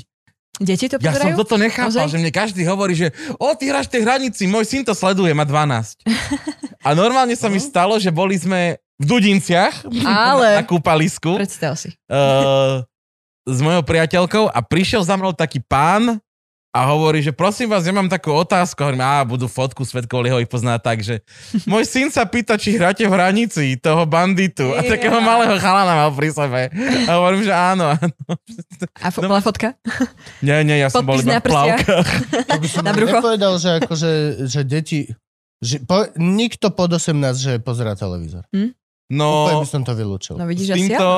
S4: Deti to
S3: Ja som
S4: pozerajú?
S3: toto nechápal,
S4: Ozaj?
S3: že mne každý hovorí, že o, ty hráš v tej hranici, môj syn to sleduje, má 12. A normálne sa mi stalo, že boli sme v Dudinciach
S4: No.
S3: na
S4: Ale-
S3: kúpalisku
S4: Predstav si.
S3: uh, s mojou priateľkou a prišiel za mnou taký pán a hovorí, že prosím vás, ja mám takú otázku. Hovorím, a budú fotku svetkov Lieho ich pozná tak,
S4: <laughs>
S3: že môj syn sa pýta, či hráte v hranici toho banditu. A takého
S4: Ja.
S3: malého chalana mal pri sebe. A hovorím, že áno.
S4: A
S2: No.
S4: fo- bola fotka?
S3: Nie, nie, ja som bol
S4: Podpis
S3: iba
S4: na
S3: v plavkách.
S4: prstiach. Na brucho?
S2: Nepovedal, že akože, že deti... Že po, nikto pod 18, že pozerá televízor. Úplne
S3: No,
S2: by som to vylúčil.
S4: No
S3: s
S4: vidíš, asi áno.
S3: týmto,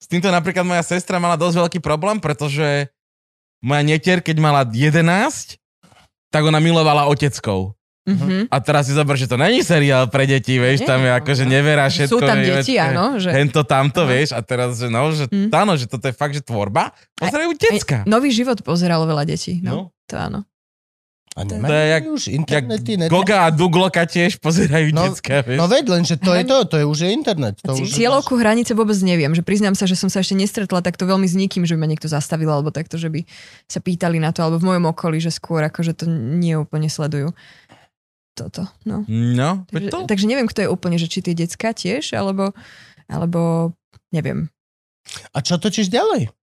S3: s týmto napríklad moja sestra mala dosť veľký problém, pretože moja netier, keď mala 11, tak ona milovala oteckov.
S4: Mhm.
S3: A teraz si zober, že to není seriál pre deti, vieš,
S4: Nie,
S3: tam je
S4: no.
S3: akože nevera všetko.
S4: Sú tam
S3: neveď,
S4: deti,
S3: že
S4: áno. Že...
S3: Hento, tamto,
S4: Aha.
S3: vieš, a teraz, že no, že
S4: Mm.
S3: áno, že toto je fakt, že tvorba. Pozerajú decka.
S4: Nový život pozeralo veľa detí. No,
S3: No.
S4: to áno.
S2: A
S3: To je jak-
S2: nemajú už
S3: Jak
S2: internety? Ne...
S3: Goga a Dugloka tiež pozerajú
S2: No,
S3: decka, vieš.
S2: No veď, lenže to je to, to je už je internet. To už
S4: Cieľovku hranice vôbec neviem, že priznám sa, že som sa ešte nestretla takto veľmi s nikým, že by ma niekto zastavil alebo takto, že by sa pýtali na to, alebo v mojom okolí, že skôr akože to nie úplne sledujú. Toto, no.
S3: No, veď
S4: Takže,
S3: to.
S4: takže neviem, kto je úplne, že či tie decka tiež, alebo, alebo neviem.
S2: A čo točíš ďalej?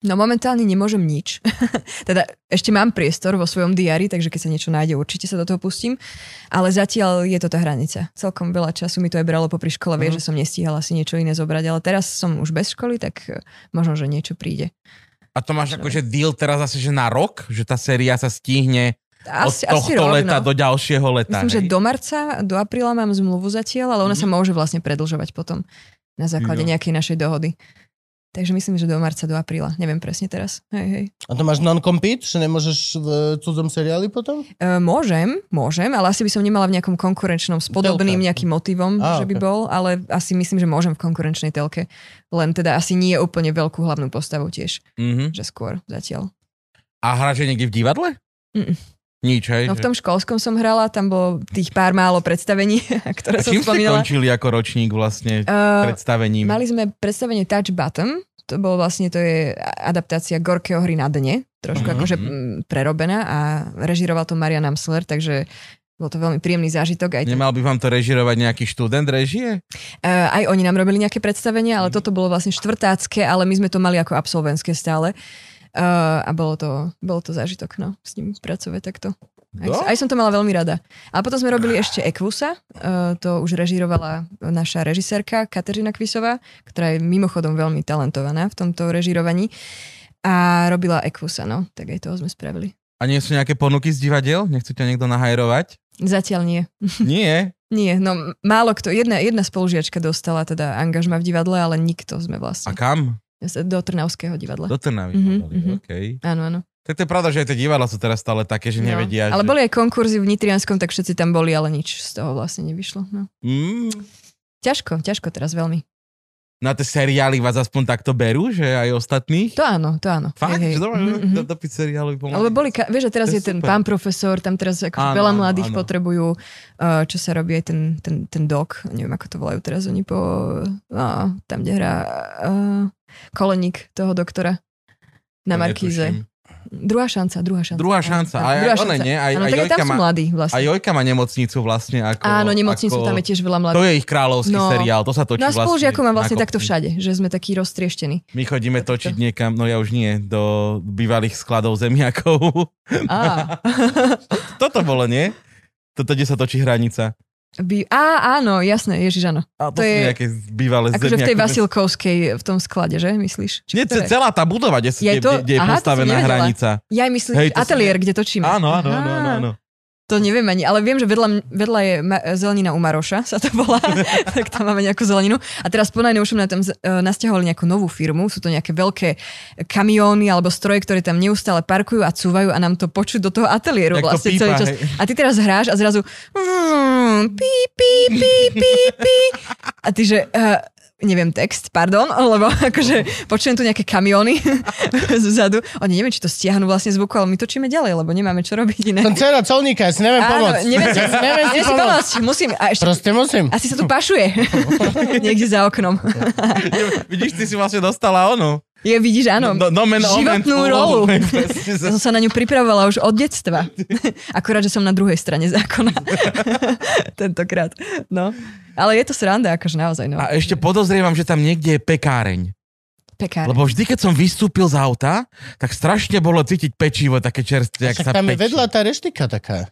S4: No momentálne nemôžem nič. <laughs> teda ešte mám priestor vo svojom diári, takže keď sa niečo nájde, určite sa do toho pustím. Ale zatiaľ je to tá hranica. Celkom veľa času mi to aj bralo popri škole,
S3: Mhm.
S4: vieš, že som nestihala si niečo iné zobrať, ale teraz som už bez školy, tak eh, možno, že niečo príde.
S3: A to máš akože deal teraz asi, že na rok, že tá séria sa stihne
S4: Asi,
S3: od
S4: asi
S3: tohto
S4: rok,
S3: leta
S4: no.
S3: do ďalšieho leta.
S4: Myslím, že
S3: hej?
S4: do marca, do apríla mám zmluvu zatiaľ, ale ona sa môže vlastne predlžovať potom na základe
S3: Mhm. Jo.
S4: nejakej našej dohody. Takže myslím, že do marca, do apríla. Neviem presne teraz. Hej, hej.
S2: A to máš non-compete, že nemôžeš v cudzom seriáli potom?
S4: E, môžem, môžem, ale asi by som nemala v nejakom konkurenčnom s podobným
S2: Telke.
S4: nejakým motivom,
S2: Á,
S4: že by
S2: ok.
S4: bol, ale asi myslím, že môžem v konkurenčnej telke. Len teda asi nie úplne veľkú hlavnú postavu tiež,
S3: Mhm.
S4: že skôr zatiaľ.
S3: A hráš aj niekde v divadle?
S4: Mm.
S3: Nič, hej?
S2: Mhm.
S4: No v tom školskom som hrala, tam bolo tých pár málo predstavení, <laughs>
S3: A
S4: ktoré som
S3: čím ste
S4: spomínala.
S3: končili ako ročník vlastne
S4: Eh,
S3: predstavením?
S4: Mali sme predstavenie Touch Button, to bolo vlastne, to je adaptácia Gorkého hry na dne,
S3: Mhm.
S4: trošku uh-huh. akože mm, prerobená a režiroval to Marian Amsler, takže bol to veľmi príjemný zážitok. Aj, to,
S3: Nemal by vám to režirovať nejaký študent režie?
S4: Eh, aj oni nám robili nejaké predstavenie, ale toto bolo vlastne štvrtácké, ale my sme to mali ako absolventské stále. Uh, a bolo to, bolo to zážitok, no, s ním pracovať takto. Aj,
S3: No.
S4: aj som to mala veľmi rada. A potom sme robili ešte Ekvusa, uh, to už režírovala naša režisérka Kateřina Kvisová, ktorá je mimochodom veľmi talentovaná v tomto režírovaní. A robila Ekvusa, no, tak aj toho sme spravili.
S3: A nie sú nejaké ponuky z divadiel? Nechce ťa niekto
S4: <laughs>
S3: nahajrovať?
S4: Zatiaľ nie.
S3: Nie.
S4: Nie, no m- málo kto. Jedna, jedna spolužiačka dostala teda angažma v divadle, ale nikto sme
S3: A
S4: vlastne.
S3: kam?
S4: Do Trnavského divadla.
S3: Do Trnavy.
S4: Mhm,
S3: Mm-hmm,
S4: mhm.
S3: okay.
S4: Áno, áno.
S3: Tak to je pravda, že aj tie divadla sú teraz stále také, že nevedia.
S4: Ale
S3: že...
S4: boli aj konkurzy v Nitrianskom, tak všetci tam boli, ale nič z toho vlastne nevyšlo. No.
S3: Mm,
S4: Ťažko, ťažko teraz veľmi.
S3: na tie seriály vás aspoň takto berú, že aj ostatných?
S4: To áno, to áno.
S3: Fakt? Že dobre,
S4: Mhm, mhm.
S3: do, do piť seriálu by pomohli.
S4: Alebo boli, ka- vieš, že teraz
S3: To
S4: je,
S3: je
S4: ten
S3: super.
S4: pán profesor, tam teraz akože
S3: Áno,
S4: veľa
S3: áno,
S4: mladých
S3: áno.
S4: potrebujú, uh, čo sa robí aj ten, ten, ten dok, neviem ako to volajú teraz oni po, uh, tam kde hrá uh, koleník toho doktora na
S3: To
S4: Markíze.
S3: netuším.
S4: Druhá šanca, druhá šanca.
S3: Druhá
S4: áno,
S3: šanca.
S4: áno,
S3: Aj,
S4: druhá
S3: aj one, nie? Aj,
S4: Áno,
S3: aj,
S4: tak aj tam
S3: Jojka
S4: sú
S3: má,
S4: mladí
S3: aj
S4: vlastne.
S3: Jojka má nemocnicu vlastne ako...
S4: Áno, nemocnicu,
S3: ako,
S4: tam je tiež veľa mladých.
S3: To je ich kráľovský
S4: No.
S3: seriál, to sa točí
S4: No a
S3: vlastne.
S4: spolužiakov mám vlastne
S3: na
S4: takto
S3: kopci.
S4: všade, že sme takí
S3: <laughs>
S4: roztrieštení.
S3: My chodíme
S4: Takto.
S3: točiť niekam, no ja už nie, do bývalých skladov zemiakov. <laughs>
S4: Á, <laughs>
S3: Toto bolo, nie? Toto, kde sa točí hranica.
S4: by, á áno, jasné, ježiš, áno.
S3: A to,
S4: To
S3: sú
S4: je-
S3: nejaké bývalé
S4: Akože v tej
S3: zemiakové-
S4: Vasilkovskej, v tom sklade, že, myslíš? Či
S3: Nie,
S4: ktoré?
S3: celá tá budova, kde, je,
S4: Je to-
S3: kde, kde je
S4: aha, to som
S3: postavená
S4: nevedela.
S3: hranica.
S4: Ja aj myslím,
S3: Hej,
S4: Hej,
S3: to
S4: ateliér, kde točíme.
S3: Áno, áno, áno, áno,
S4: Á, <laughs>
S3: áno.
S4: To neviem ani, ale viem, že vedľa, m- vedľa je ma- zelenina u Maroša, sa to
S3: <laughs>
S4: volá, tak tam máme nejakú zeleninu. A teraz po najnovšom na tam z- e, nasťahovali nejakú novú firmu, sú to nejaké veľké kamióny alebo stroje, ktoré tam neustále parkujú a cúvajú a nám to počuť do toho
S3: Jak
S4: ateliéru
S3: to
S4: vlastne
S3: pípa,
S4: celý čas.
S3: hej.
S4: A ty teraz hráš a zrazu vrrm, pí, pí, pí, pí, pí. A ty že... Uh, neviem text, pardon, lebo akože počujem tu nejaké kamióny <laughs> zozadu. Oni neviem, či to stiahnu vlastne zvuku, ale my točíme ďalej, lebo nemáme čo robiť iné.
S2: Som dcera colníka, ja si neviem
S4: Áno,
S2: pomôcť.
S4: neviem,
S2: ja si <laughs> neviem si
S4: neviem si
S2: pomôcť.
S4: pomôcť. Musím, a ešte,
S2: Proste musím.
S4: asi sa tu
S2: <laughs>
S4: pašuje. Niekde za oknom.
S3: Vidíš, ty si vlastne dostala ono.
S4: Je, vidíš, áno,
S3: No, no, men,
S4: životnú
S3: omen,
S4: rolu.
S3: omen, presne
S4: Ja
S3: sa-
S4: <laughs> som sa na ňu pripravovala už od detstva. <laughs> Akurát, že som na druhej strane zákona. <laughs> Tentokrát. No. Ale je to sranda, akože naozaj. No.
S3: A e- ešte podozrievam, že tam niekde je pekáreň.
S4: Pekár.
S3: Lebo vždy, keď som vystúpil z auta, tak strašne bolo cítiť pečivo, také čerstvé, jak
S2: Však
S3: sa
S2: tam je
S3: pečí.
S2: vedľa tá reštika taká.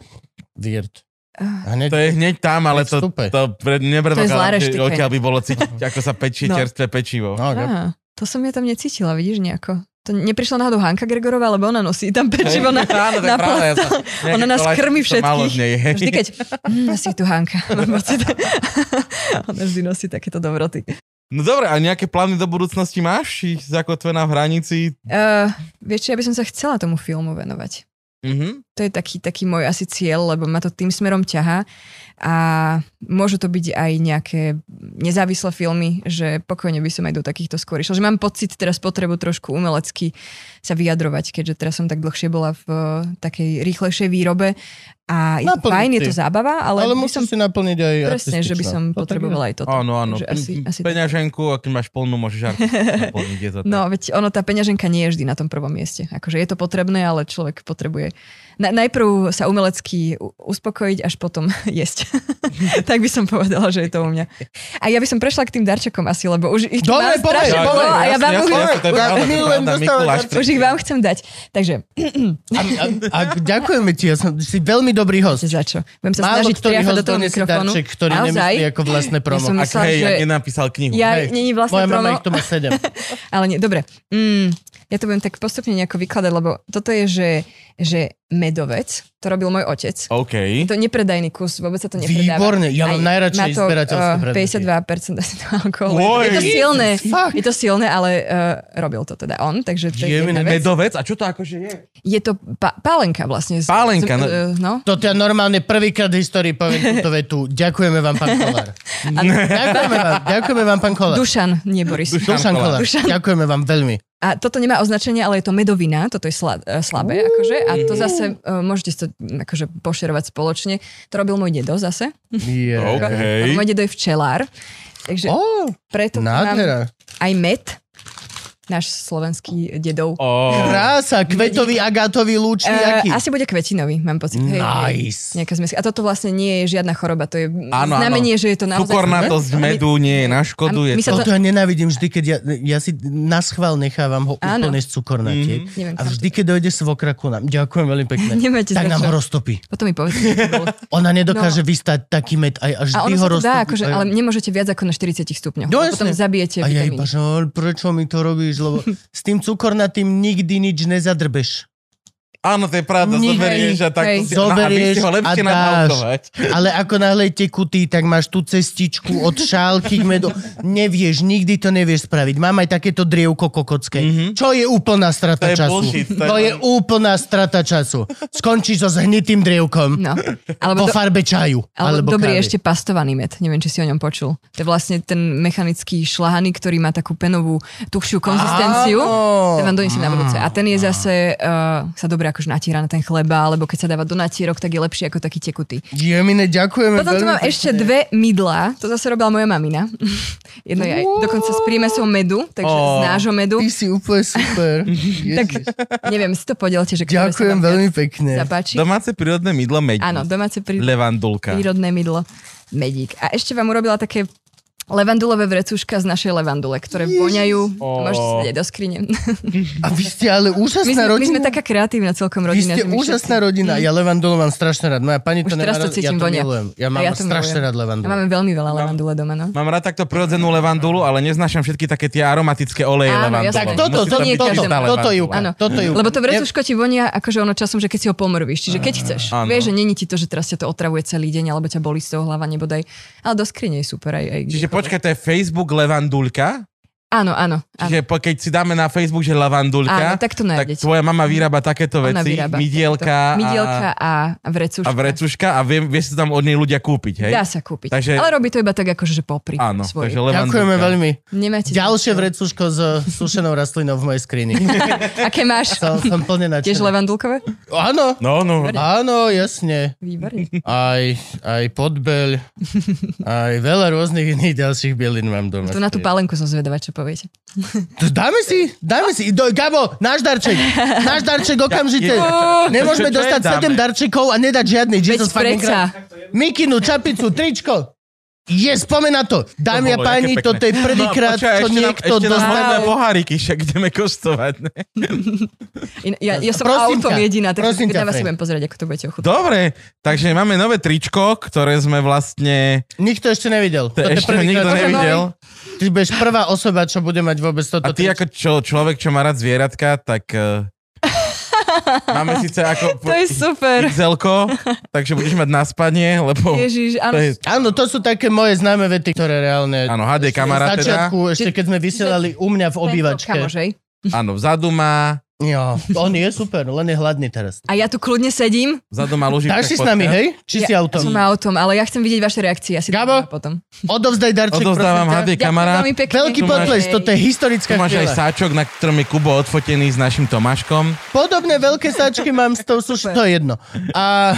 S2: Weird.
S4: Ah,
S2: A hneď
S3: To je hneď tam, ale
S2: Hneď
S3: to,
S2: vstupe.
S3: to pred,
S4: To je zlá
S3: nebredokladám, že
S4: reštika.
S3: odtiaľ by bolo cítiť, ako sa pečie
S4: <laughs> No.
S3: čerstvé pečivo.
S2: No, ne-
S4: Á, to som ja tam necítila, vidíš, nejako. To neprišla náhodou Hanka Gregorová, lebo ona nosí tam pečivo na,
S3: Áno, to je
S4: na
S3: pravda, ja
S4: <laughs>
S3: som- nejaké
S4: Ona nás
S3: koláče
S4: krmi
S3: som Malo z
S4: všetkých. <laughs>
S3: nej, hej.
S4: Vždy keď, hm, asi je tu Hanka. <laughs> Mám pocit. Ona vždy nosí takéto dobroty.
S3: No dobre, a nejaké plány do budúcnosti máš? Či zakotvená v hranici?
S4: Uh, vieš čo, ja by som sa chcela tomu filmu venovať.
S3: Mhm.
S4: To je taký, taký môj asi cieľ, lebo ma to tým smerom ťaha a môžu to byť aj nejaké nezávislé filmy, že pokojne by som aj do takýchto skôr išla. Že mám pocit teraz potrebu trošku umelecky sa vyjadrovať, keďže teraz som tak dlhšie bola v eh, takej rýchlejšej výrobe a je to
S2: Naplniť
S4: fajn, je
S2: si.
S4: to zábava, ale,
S2: ale
S4: ale by
S2: musím
S4: som
S2: si naplniť aj
S4: presne, že by
S2: artistično.
S4: som
S2: No, tak
S4: potrebovala aj toto.
S3: Áno, áno.
S4: Takže asi,
S3: Pe-
S4: asi tak.
S3: peňaženku, a keď máš plnú, môžeš
S4: <laughs>
S3: artistu naplniť. Je to tak.
S4: No, veď ono, tá peňaženka nie je vždy na tom prvom mieste. Akože je to potrebné, ale človek potrebuje na, najprv sa umelecky u- uspokojiť, až potom <laughs>
S2: <laughs>
S4: jesť. tak by som povedala, že je to u mňa. A ja by som prešla k tým darčekom asi, lebo už ich
S2: Dobre,
S4: mám
S2: povedz,
S4: strašne
S2: povedz.
S4: veľa a ja
S3: Jasne,
S4: vám
S3: jasne,
S4: už,
S3: jasne, to je
S2: Ja
S3: pravda, to je
S2: milujem
S3: pravda,
S2: dostávať
S3: Mikuláš,
S2: darčeky.
S4: už ich vám chcem dať. Takže,
S2: A, a, a ďakujeme ti, ja som, si veľmi dobrý host.
S4: za čo? Budem sa
S2: Málo
S4: snažiť
S2: ktorý
S4: triafať
S2: host
S4: do toho
S2: donesie
S4: mikrofónu.
S2: darček, ktorý
S4: Naozaj?
S2: nemyslí ako vlastné promo.
S4: som
S2: Ja
S3: Ak
S4: myslela,
S3: hej,
S4: že-
S3: ja nenapísal knihu.
S4: Ja,
S2: Hej,
S4: není vlastne
S2: Moja mama
S4: promo,
S2: ich tu má sedem.
S4: ale nie, dobre. Mm, ja to budem tak postupne nejako vykladať, lebo toto je, že, že medovec, to robil môj otec.
S3: OK.
S4: Je to nepredajný kus, vôbec sa to nepredáva.
S2: Výborne, ja mám
S4: Aj
S2: najradšej
S4: má to,
S2: zberateľské
S4: eh,
S2: predmety.
S4: 52% asi toho <laughs> alkoholu.
S3: Oj,
S4: je to silné,
S2: fuck.
S4: je to silné, ale uh, robil to teda on, takže to je jedna vec.
S3: Medovec, a čo to akože je?
S4: Je to pa- pálenka vlastne. z-
S3: Pálenka,
S4: z-
S3: no.
S4: eh, no.
S2: To ťa normálne prvýkrát v histórii
S4: <laughs>
S2: poviem túto vetu. Ďakujeme vám, pán Kolár. ďakujeme vám, ďakujeme vám, pán Kolár.
S4: Dušan, nie Boris.
S2: Dušan Kolár,
S4: Dušan. <laughs>
S2: ďakujeme vám veľmi.
S4: A toto nemá označenie, ale je to medovina, toto je sla, e, slabé akože. A to zase, uh, môžete si to mm, akože pošerovať spoločne. To robil môj dedo zase.
S2: Yeah.
S1: OK.
S4: Môj dedo je včelár. Takže
S2: Oh,
S4: preto tu mám
S2: nádhera.
S4: aj med, náš slovenský dedov. <laughs>
S1: Oh.
S2: Krása, kvetový, agátový, lúčný, aký?
S4: Eh, asi bude kvetinový, mám pocit. Hej, hej.
S2: Nice.
S4: Nejaká zmes. A toto vlastne nie je žiadna choroba, to je
S3: Áno,
S4: áno, znamenie, áno. že je to naozaj...
S3: Cukornatosť
S4: A my-
S3: medu nie je na škodu.
S4: A my
S3: Je
S4: sa
S3: to...
S4: to-
S2: Toto ja nenávidím vždy, keď ja, ja si na schvál nechávam ho
S4: Áno.
S2: úplne z cukornatiek.
S4: Neviem,
S2: A
S4: kam
S2: vždy, keď dojde svokra ku nám, ďakujem veľmi pekne,
S4: <laughs> Nemáte
S2: tak
S4: za
S2: nám
S4: čo.
S2: ho roztopí.
S4: Potom mi povedzte, čo to
S2: <laughs>
S4: bolo.
S2: Ona nedokáže no. vystať taký med aj až
S4: A
S2: vždy
S4: ono
S2: ho
S4: sa to
S2: roztopí.
S4: dá, akože,
S2: A ja-
S4: ale nemôžete viac ako na 40 stupňoch.
S2: No
S4: lebo potom
S2: jasne.
S4: zabijete
S2: a ja iba,
S4: vitamíny.
S2: že "Ol, prečo mi to robíš,
S4: <laughs>
S2: lebo s tým cukornatým nikdy nič nezadrbeš.
S3: Áno, to je pravda,
S2: Nie.
S3: zoberieš a
S4: Hej.
S3: takto si...
S2: Zoberieš
S3: no, a my si ho lepšie
S2: a dáš.
S3: namalkovať.
S2: Ale ako náhle je tekutý, tak máš tú cestičku od šálky k medu. Nevieš, nikdy to nevieš spraviť. Mám aj takéto drievko kokocké, mm-hmm. čo je úplná strata
S3: Mhm. To je
S2: času.
S3: bullshit, to je-
S2: to je úplná strata času. Skončíš so zhnitým drievkom.
S4: No. Alebo,
S2: Po
S4: do,
S2: farbe čaju.
S4: alebo
S2: alebo
S4: dobrý
S2: kávy.
S4: ešte pastovaný med. Neviem, či si o ňom počul. To je vlastne ten mechanický šlahaný, ktorý má takú penovú, tuchšiu konzistenciu. Ten vám donesiem na budúce. A ten je zase, uh, sa dobre akože natíra na ten chleba, alebo keď sa dáva do natírok, tak je lepší ako taký tekutý.
S2: Jemine, ďakujeme
S4: Potom
S2: veľmi
S4: tu mám
S2: pekne.
S4: ešte dve mydlá, to zase robila moja mamina. <laughs> Jedno je aj dokonca s prímesou medu, takže z nášho medu.
S2: Ty si úplne super.
S4: <laughs> Tak
S2: Ježiš.
S4: neviem, si to podielte, že ktoré sa
S2: Ďakujem
S4: vám
S2: veľmi
S4: viac
S2: pekne.
S4: zapáči.
S3: Domáce prírodné mydlo medí.
S4: Áno, domáce prí...
S3: Levandulka.
S4: prírodné mydlo medík. A ešte vám urobila také levandulové vrecúška z našej levandule, ktoré voňajú. Oh. Môžete si dať aj do skrine. <laughs>
S2: A vy ste ale
S4: My
S2: úžasná
S4: sme, my sme
S2: rodina.
S4: taká kreatívna celkom
S2: Vy
S4: rodina.
S2: ste
S4: že my Mhm.
S2: úžasná rodina. Ja levandulu mám strašne rád. Moja pani to
S4: Už
S2: nemá
S4: teraz to
S2: rád, ja
S4: cítim
S2: to
S4: vonia.
S2: milujem. Ja mám
S4: ja to
S2: strašne
S4: milujem.
S2: rád
S4: všetci-
S2: levandulu.
S4: A máme veľmi veľa levandule doma, no.
S3: Mám rád takto prirodzenú levandulu, ale neznášam všetky také tie aromatické oleje
S4: Áno,
S3: levandule.
S4: jasné.
S2: Tak toto,
S3: Musí to
S2: toto,
S4: Nie
S3: byť
S2: toto,
S3: čistá
S4: každá
S2: toto,
S3: levandula.
S2: Júka,
S4: Áno.
S2: toto Júka.
S4: Lebo to vrecuško ti vonia akože ono časom, že keď si ho pomrvíš. Čiže keď chceš.
S3: Áno.
S4: Vieš, že není ti to, že teraz ťa to otravuje celý deň, alebo ťa bolí z toho hlava, nebodaj. Ale do skrine je super aj. aj
S3: Čiže
S4: kdekoľvek.
S3: počkaj, to je Facebook levandulka.
S4: Áno, áno. áno.
S3: Čiže po, keď si dáme na Facebook, že lavandulka,
S4: Áno, tak to
S3: tak
S4: nájdete.
S3: tvoja mama vyrába takéto
S4: Ona
S3: veci,
S4: vyrába
S3: midielka,
S4: takéto. Midielka
S3: a,
S4: a, a vrecuška.
S3: a vrecuška a vie, vie si to tam od nej ľudia kúpiť, hej?
S4: Dá sa kúpiť.
S3: Takže-
S4: Takže... Ale robí to iba tak, akože že popri
S3: Áno,
S4: svoji.
S3: takže levandulka.
S2: Ďakujeme veľmi.
S4: Nemáte
S2: Ďalšie vrecuško s eh, sušenou rastlinou v mojej
S4: <laughs>
S2: skrini.
S4: Aké máš?
S2: <laughs> To som plne nadšený.
S4: Tiež levandulkové?
S2: Áno,
S3: No, no.
S2: áno, jasne.
S4: Výborne.
S2: Aj, aj podbeľ, aj veľa rôznych iných ďalších bielín mám doma.
S4: Tu na tú pálenku som zvedavá, čo poviete.
S2: To dáme si, dáme si. Do, Gabo, náš darček, náš
S3: <laughs>
S2: darček okamžite.
S3: Ja-
S2: Nemôžeme
S3: Čo- čo
S2: dostať
S3: je dáme?
S2: 7 darčekov a nedať žiadny. Jesus
S4: Veď
S2: fucking
S4: preca.
S2: Christ. Mikinu, čapicu, tričko. Je, spomena to. Dámy
S3: no,
S2: a
S3: To bolo
S2: páni,
S3: také pekné. No,
S2: toto je prvýkrát,
S3: počkaj,
S2: čo
S3: ešte nám,
S2: niekto
S3: ešte nám hodné
S2: dostane.
S3: poháriky, však ideme kostovať. Ne?
S4: In- Ja, ja som
S2: Prosím
S4: autom
S2: ťa.
S4: jediná, tak
S2: Prosím ťa,
S4: na vás si
S2: Frank.
S4: budem pozrieť, ako to budete ochutnať.
S3: Dobre, takže máme nové tričko, ktoré sme vlastne...
S2: Nikto ešte nevidel.
S3: To
S2: Toto je
S3: ešte ho nikto
S2: prvýkrát.
S3: nevidel.
S2: Ty budeš prvá osoba, čo bude mať vôbec toto.
S3: A ty ako čo, človek, čo má rád zvieratka, tak...
S2: <laughs>
S3: eh, máme síce ako...
S4: To je super.
S3: Zelko, takže budeš mať na spanie, lebo...
S4: Ježiš, áno.
S3: To je,
S2: Áno, to sú také moje známe vety, ktoré reálne...
S3: áno, HD
S2: Na
S3: kamera teda.
S2: začiatku, ešte keď sme vysielali u mňa v
S4: to je
S2: obývačke.
S4: kamož, hej?
S3: Áno, vzadu má,
S2: Jo, on je super, len je hladný teraz.
S4: A ja tu kľudne sedím.
S3: vzadu má ložička.
S2: Dáš si s nami, hej? Či si
S4: ja,
S2: autom?
S4: Som autom, ale ja chcem vidieť vaše reakcie. Asi
S2: Gabo?
S4: potom.
S2: Odovzdaj darček,
S3: Odovzdávam
S2: prosím ťa.
S3: HD kamera.
S4: veľmi pekne.
S2: Veľký
S3: Tu máš-
S2: potlesk, toto je
S3: Tu
S2: historická
S3: máš aj
S2: chvíľa.
S3: sáčok, na ktorom je Kubo odfotený s našim Tomáškom.
S2: Podobné
S4: <laughs>
S2: veľké sáčky mám s tou suš... To je jedno. A...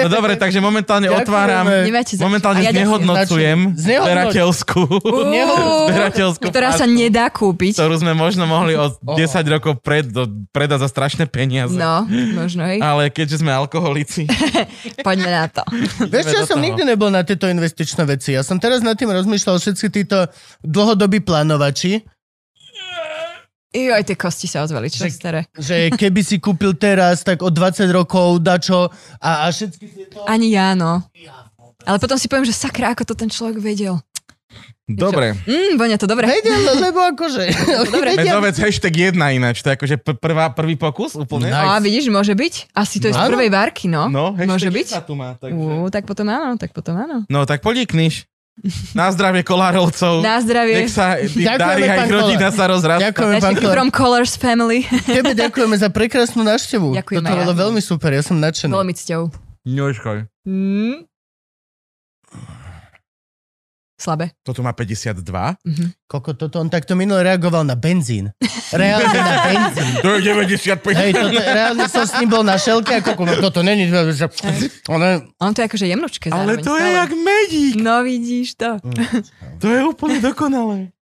S3: No dobre, takže momentálne
S2: Ďakujeme.
S3: otváram,
S4: Nemáte zač-
S3: momentálne
S4: A ja ďakujem.
S3: znehodnocujem
S2: Stačí. Znehodnoť.
S3: zberateľskú, <laughs>
S4: Uú,
S3: zberateľskú
S4: Ktorá sa
S3: pásku,
S4: nedá kúpiť.
S3: ktorú sme možno mohli od
S2: Oh.
S3: 10 rokov pred, do, predať za strašné peniaze.
S4: No, možno, hej.
S3: Ale keďže sme
S4: <laughs>
S3: alkoholici,
S4: Poďme na to.
S2: Vieš, čo, ja
S3: do
S2: som
S3: toho.
S2: nikdy nebol na tieto investičné veci. Ja som teraz nad tým rozmýšľal všetci títo dlhodobí plánovači,
S4: Joj, tie kosti sa ozvali, čo
S2: Že-
S4: staré.
S2: že keby si kúpil teraz, tak o 20 rokov dačo a, a všetky tieto...
S4: Ani ja, no. Ale potom si poviem, že sakra, ako to ten človek vedel.
S3: dobre.
S4: Mm, vonia to dobre.
S2: Vedel, lebo akože...
S4: <laughs> Dobre.
S3: Medovec no hashtag 1 ináč, to je akože pr- prvá, prvý pokus úplne.
S2: Nice.
S4: No a vidíš, môže byť. Asi to je z
S2: Áno.
S4: prvej várky, no.
S3: No,
S4: môže
S3: hashtag
S4: byť.
S3: jedna tu má, takže...
S4: Ú, tak potom áno, tak potom áno.
S3: No tak podnikneš.
S4: <laughs>
S3: Na zdravie kolárovcov.
S4: Na zdravie.
S3: Nech sa ich
S2: Ďakujeme,
S3: darí, aj
S2: pán
S3: ich rodina sa rozrastá.
S2: Ďakujeme, pán
S4: Hashtag
S2: Kler.
S4: From Colors Family.
S2: Tebe ďakujeme za prekrásnu návštevu.
S4: Ďakujeme
S2: Toto
S4: aj ja.
S2: bolo veľmi super, ja som nadšený.
S3: Hm?
S4: Veľmi cťou.
S3: Ňoškoj.
S4: Mm. Slabé.
S3: Toto má 52.
S4: Mhm.
S2: Koko, toto, on takto minule reagoval na benzín. Reálne na benzín.
S3: To je 95.
S2: Hej, toto, reálne som s ním bol na šelke, ako no toto není... že- Ale,
S4: Ono to je akože jemnočké
S3: Ale
S4: zároveň
S3: to je
S4: stále.
S3: jak medík.
S4: No vidíš to.
S3: To je úplne dokonalé.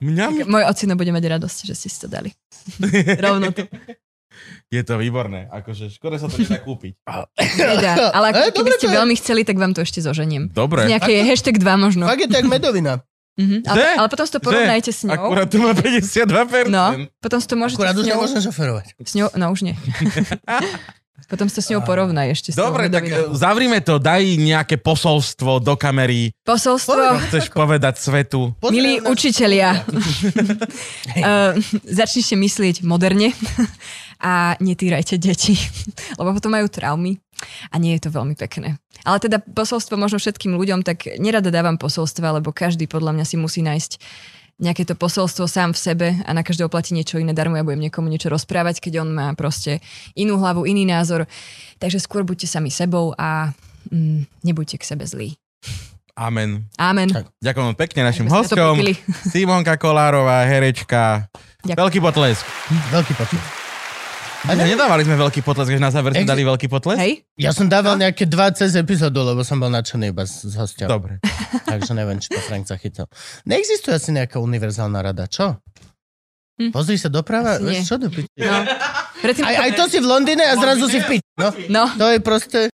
S3: Mňam.
S4: Tak Môj ocino bude mať radosť, že ste si to
S3: <laughs>
S4: dali. Rovno to.
S3: Je to výborné. Akože škoda sa to nedá kúpiť.
S4: Nedá. Ale
S2: E,
S4: ako, keby
S2: dobre to
S4: ste
S2: je.
S4: veľmi chceli, tak vám to ešte zoženiem. Z
S3: Dobre.
S4: nejakej hashtag 2
S2: No.
S4: možno.
S2: fakt je to jak medovina.
S4: Mhm. Ale,
S3: Že?
S4: ale potom si to
S3: Že?
S4: porovnajte s ňou.
S3: Akurát tu má 52%.
S4: No, potom si to môžete
S2: Akurát
S4: s
S2: už
S4: ňou...
S2: nemôžem šoferovať.
S4: S ňou... No
S3: <laughs>
S4: už nie. potom si to s ňou porovnaj ešte. s tou
S3: Dobre, tak e,
S4: medovinou.
S3: zavrime to. Daj nejaké posolstvo do kamery. Čo
S4: Posolstvo...
S3: chceš povedať svetu?
S4: Milí
S2: Pozdravujem nás-
S4: učitelia, <laughs> uh, začnite myslieť moderne a netýrajte deti, <laughs> lebo potom majú traumy a nie je to veľmi pekné. Ale teda posolstvo možno všetkým ľuďom, tak nerada dávam posolstva, lebo každý podľa mňa si musí nájsť nejaké to posolstvo sám v sebe a na každého platí niečo iné darmo. Ja budem niekomu niečo rozprávať, keď on má proste inú hlavu, iný názor. Takže skôr buďte sami sebou a mm, nebuďte k sebe zlí.
S3: Amen.
S4: Amen.
S3: Ďakujem veľmi pekne našim
S4: Sme to
S3: hostom.
S4: pokryli.
S3: Simonka Kolárová, herečka.
S4: Ďakujem.
S3: Veľký potlesk.
S2: Veľký potlesk. A ne,
S3: Nedávali sme veľký potlesk, až na záver sme
S2: Ex-
S3: dali veľký potlesk?
S4: Hej?
S2: ja som dával nejaké dva cez epizódu, lebo som bol nadšený iba s, s hosťom.
S3: Dobre.
S2: Takže neviem, či to Frank zachytil. Neexistuje asi nejaká univerzálna rada, čo?
S4: Hm.
S2: Pozri sa doprava,
S4: Asi nie.
S2: vieš čo do piči?
S4: No. Predtým
S2: Aj, aj to si v Londýne a zrazu si v piči. No,
S4: No,
S2: to je proste...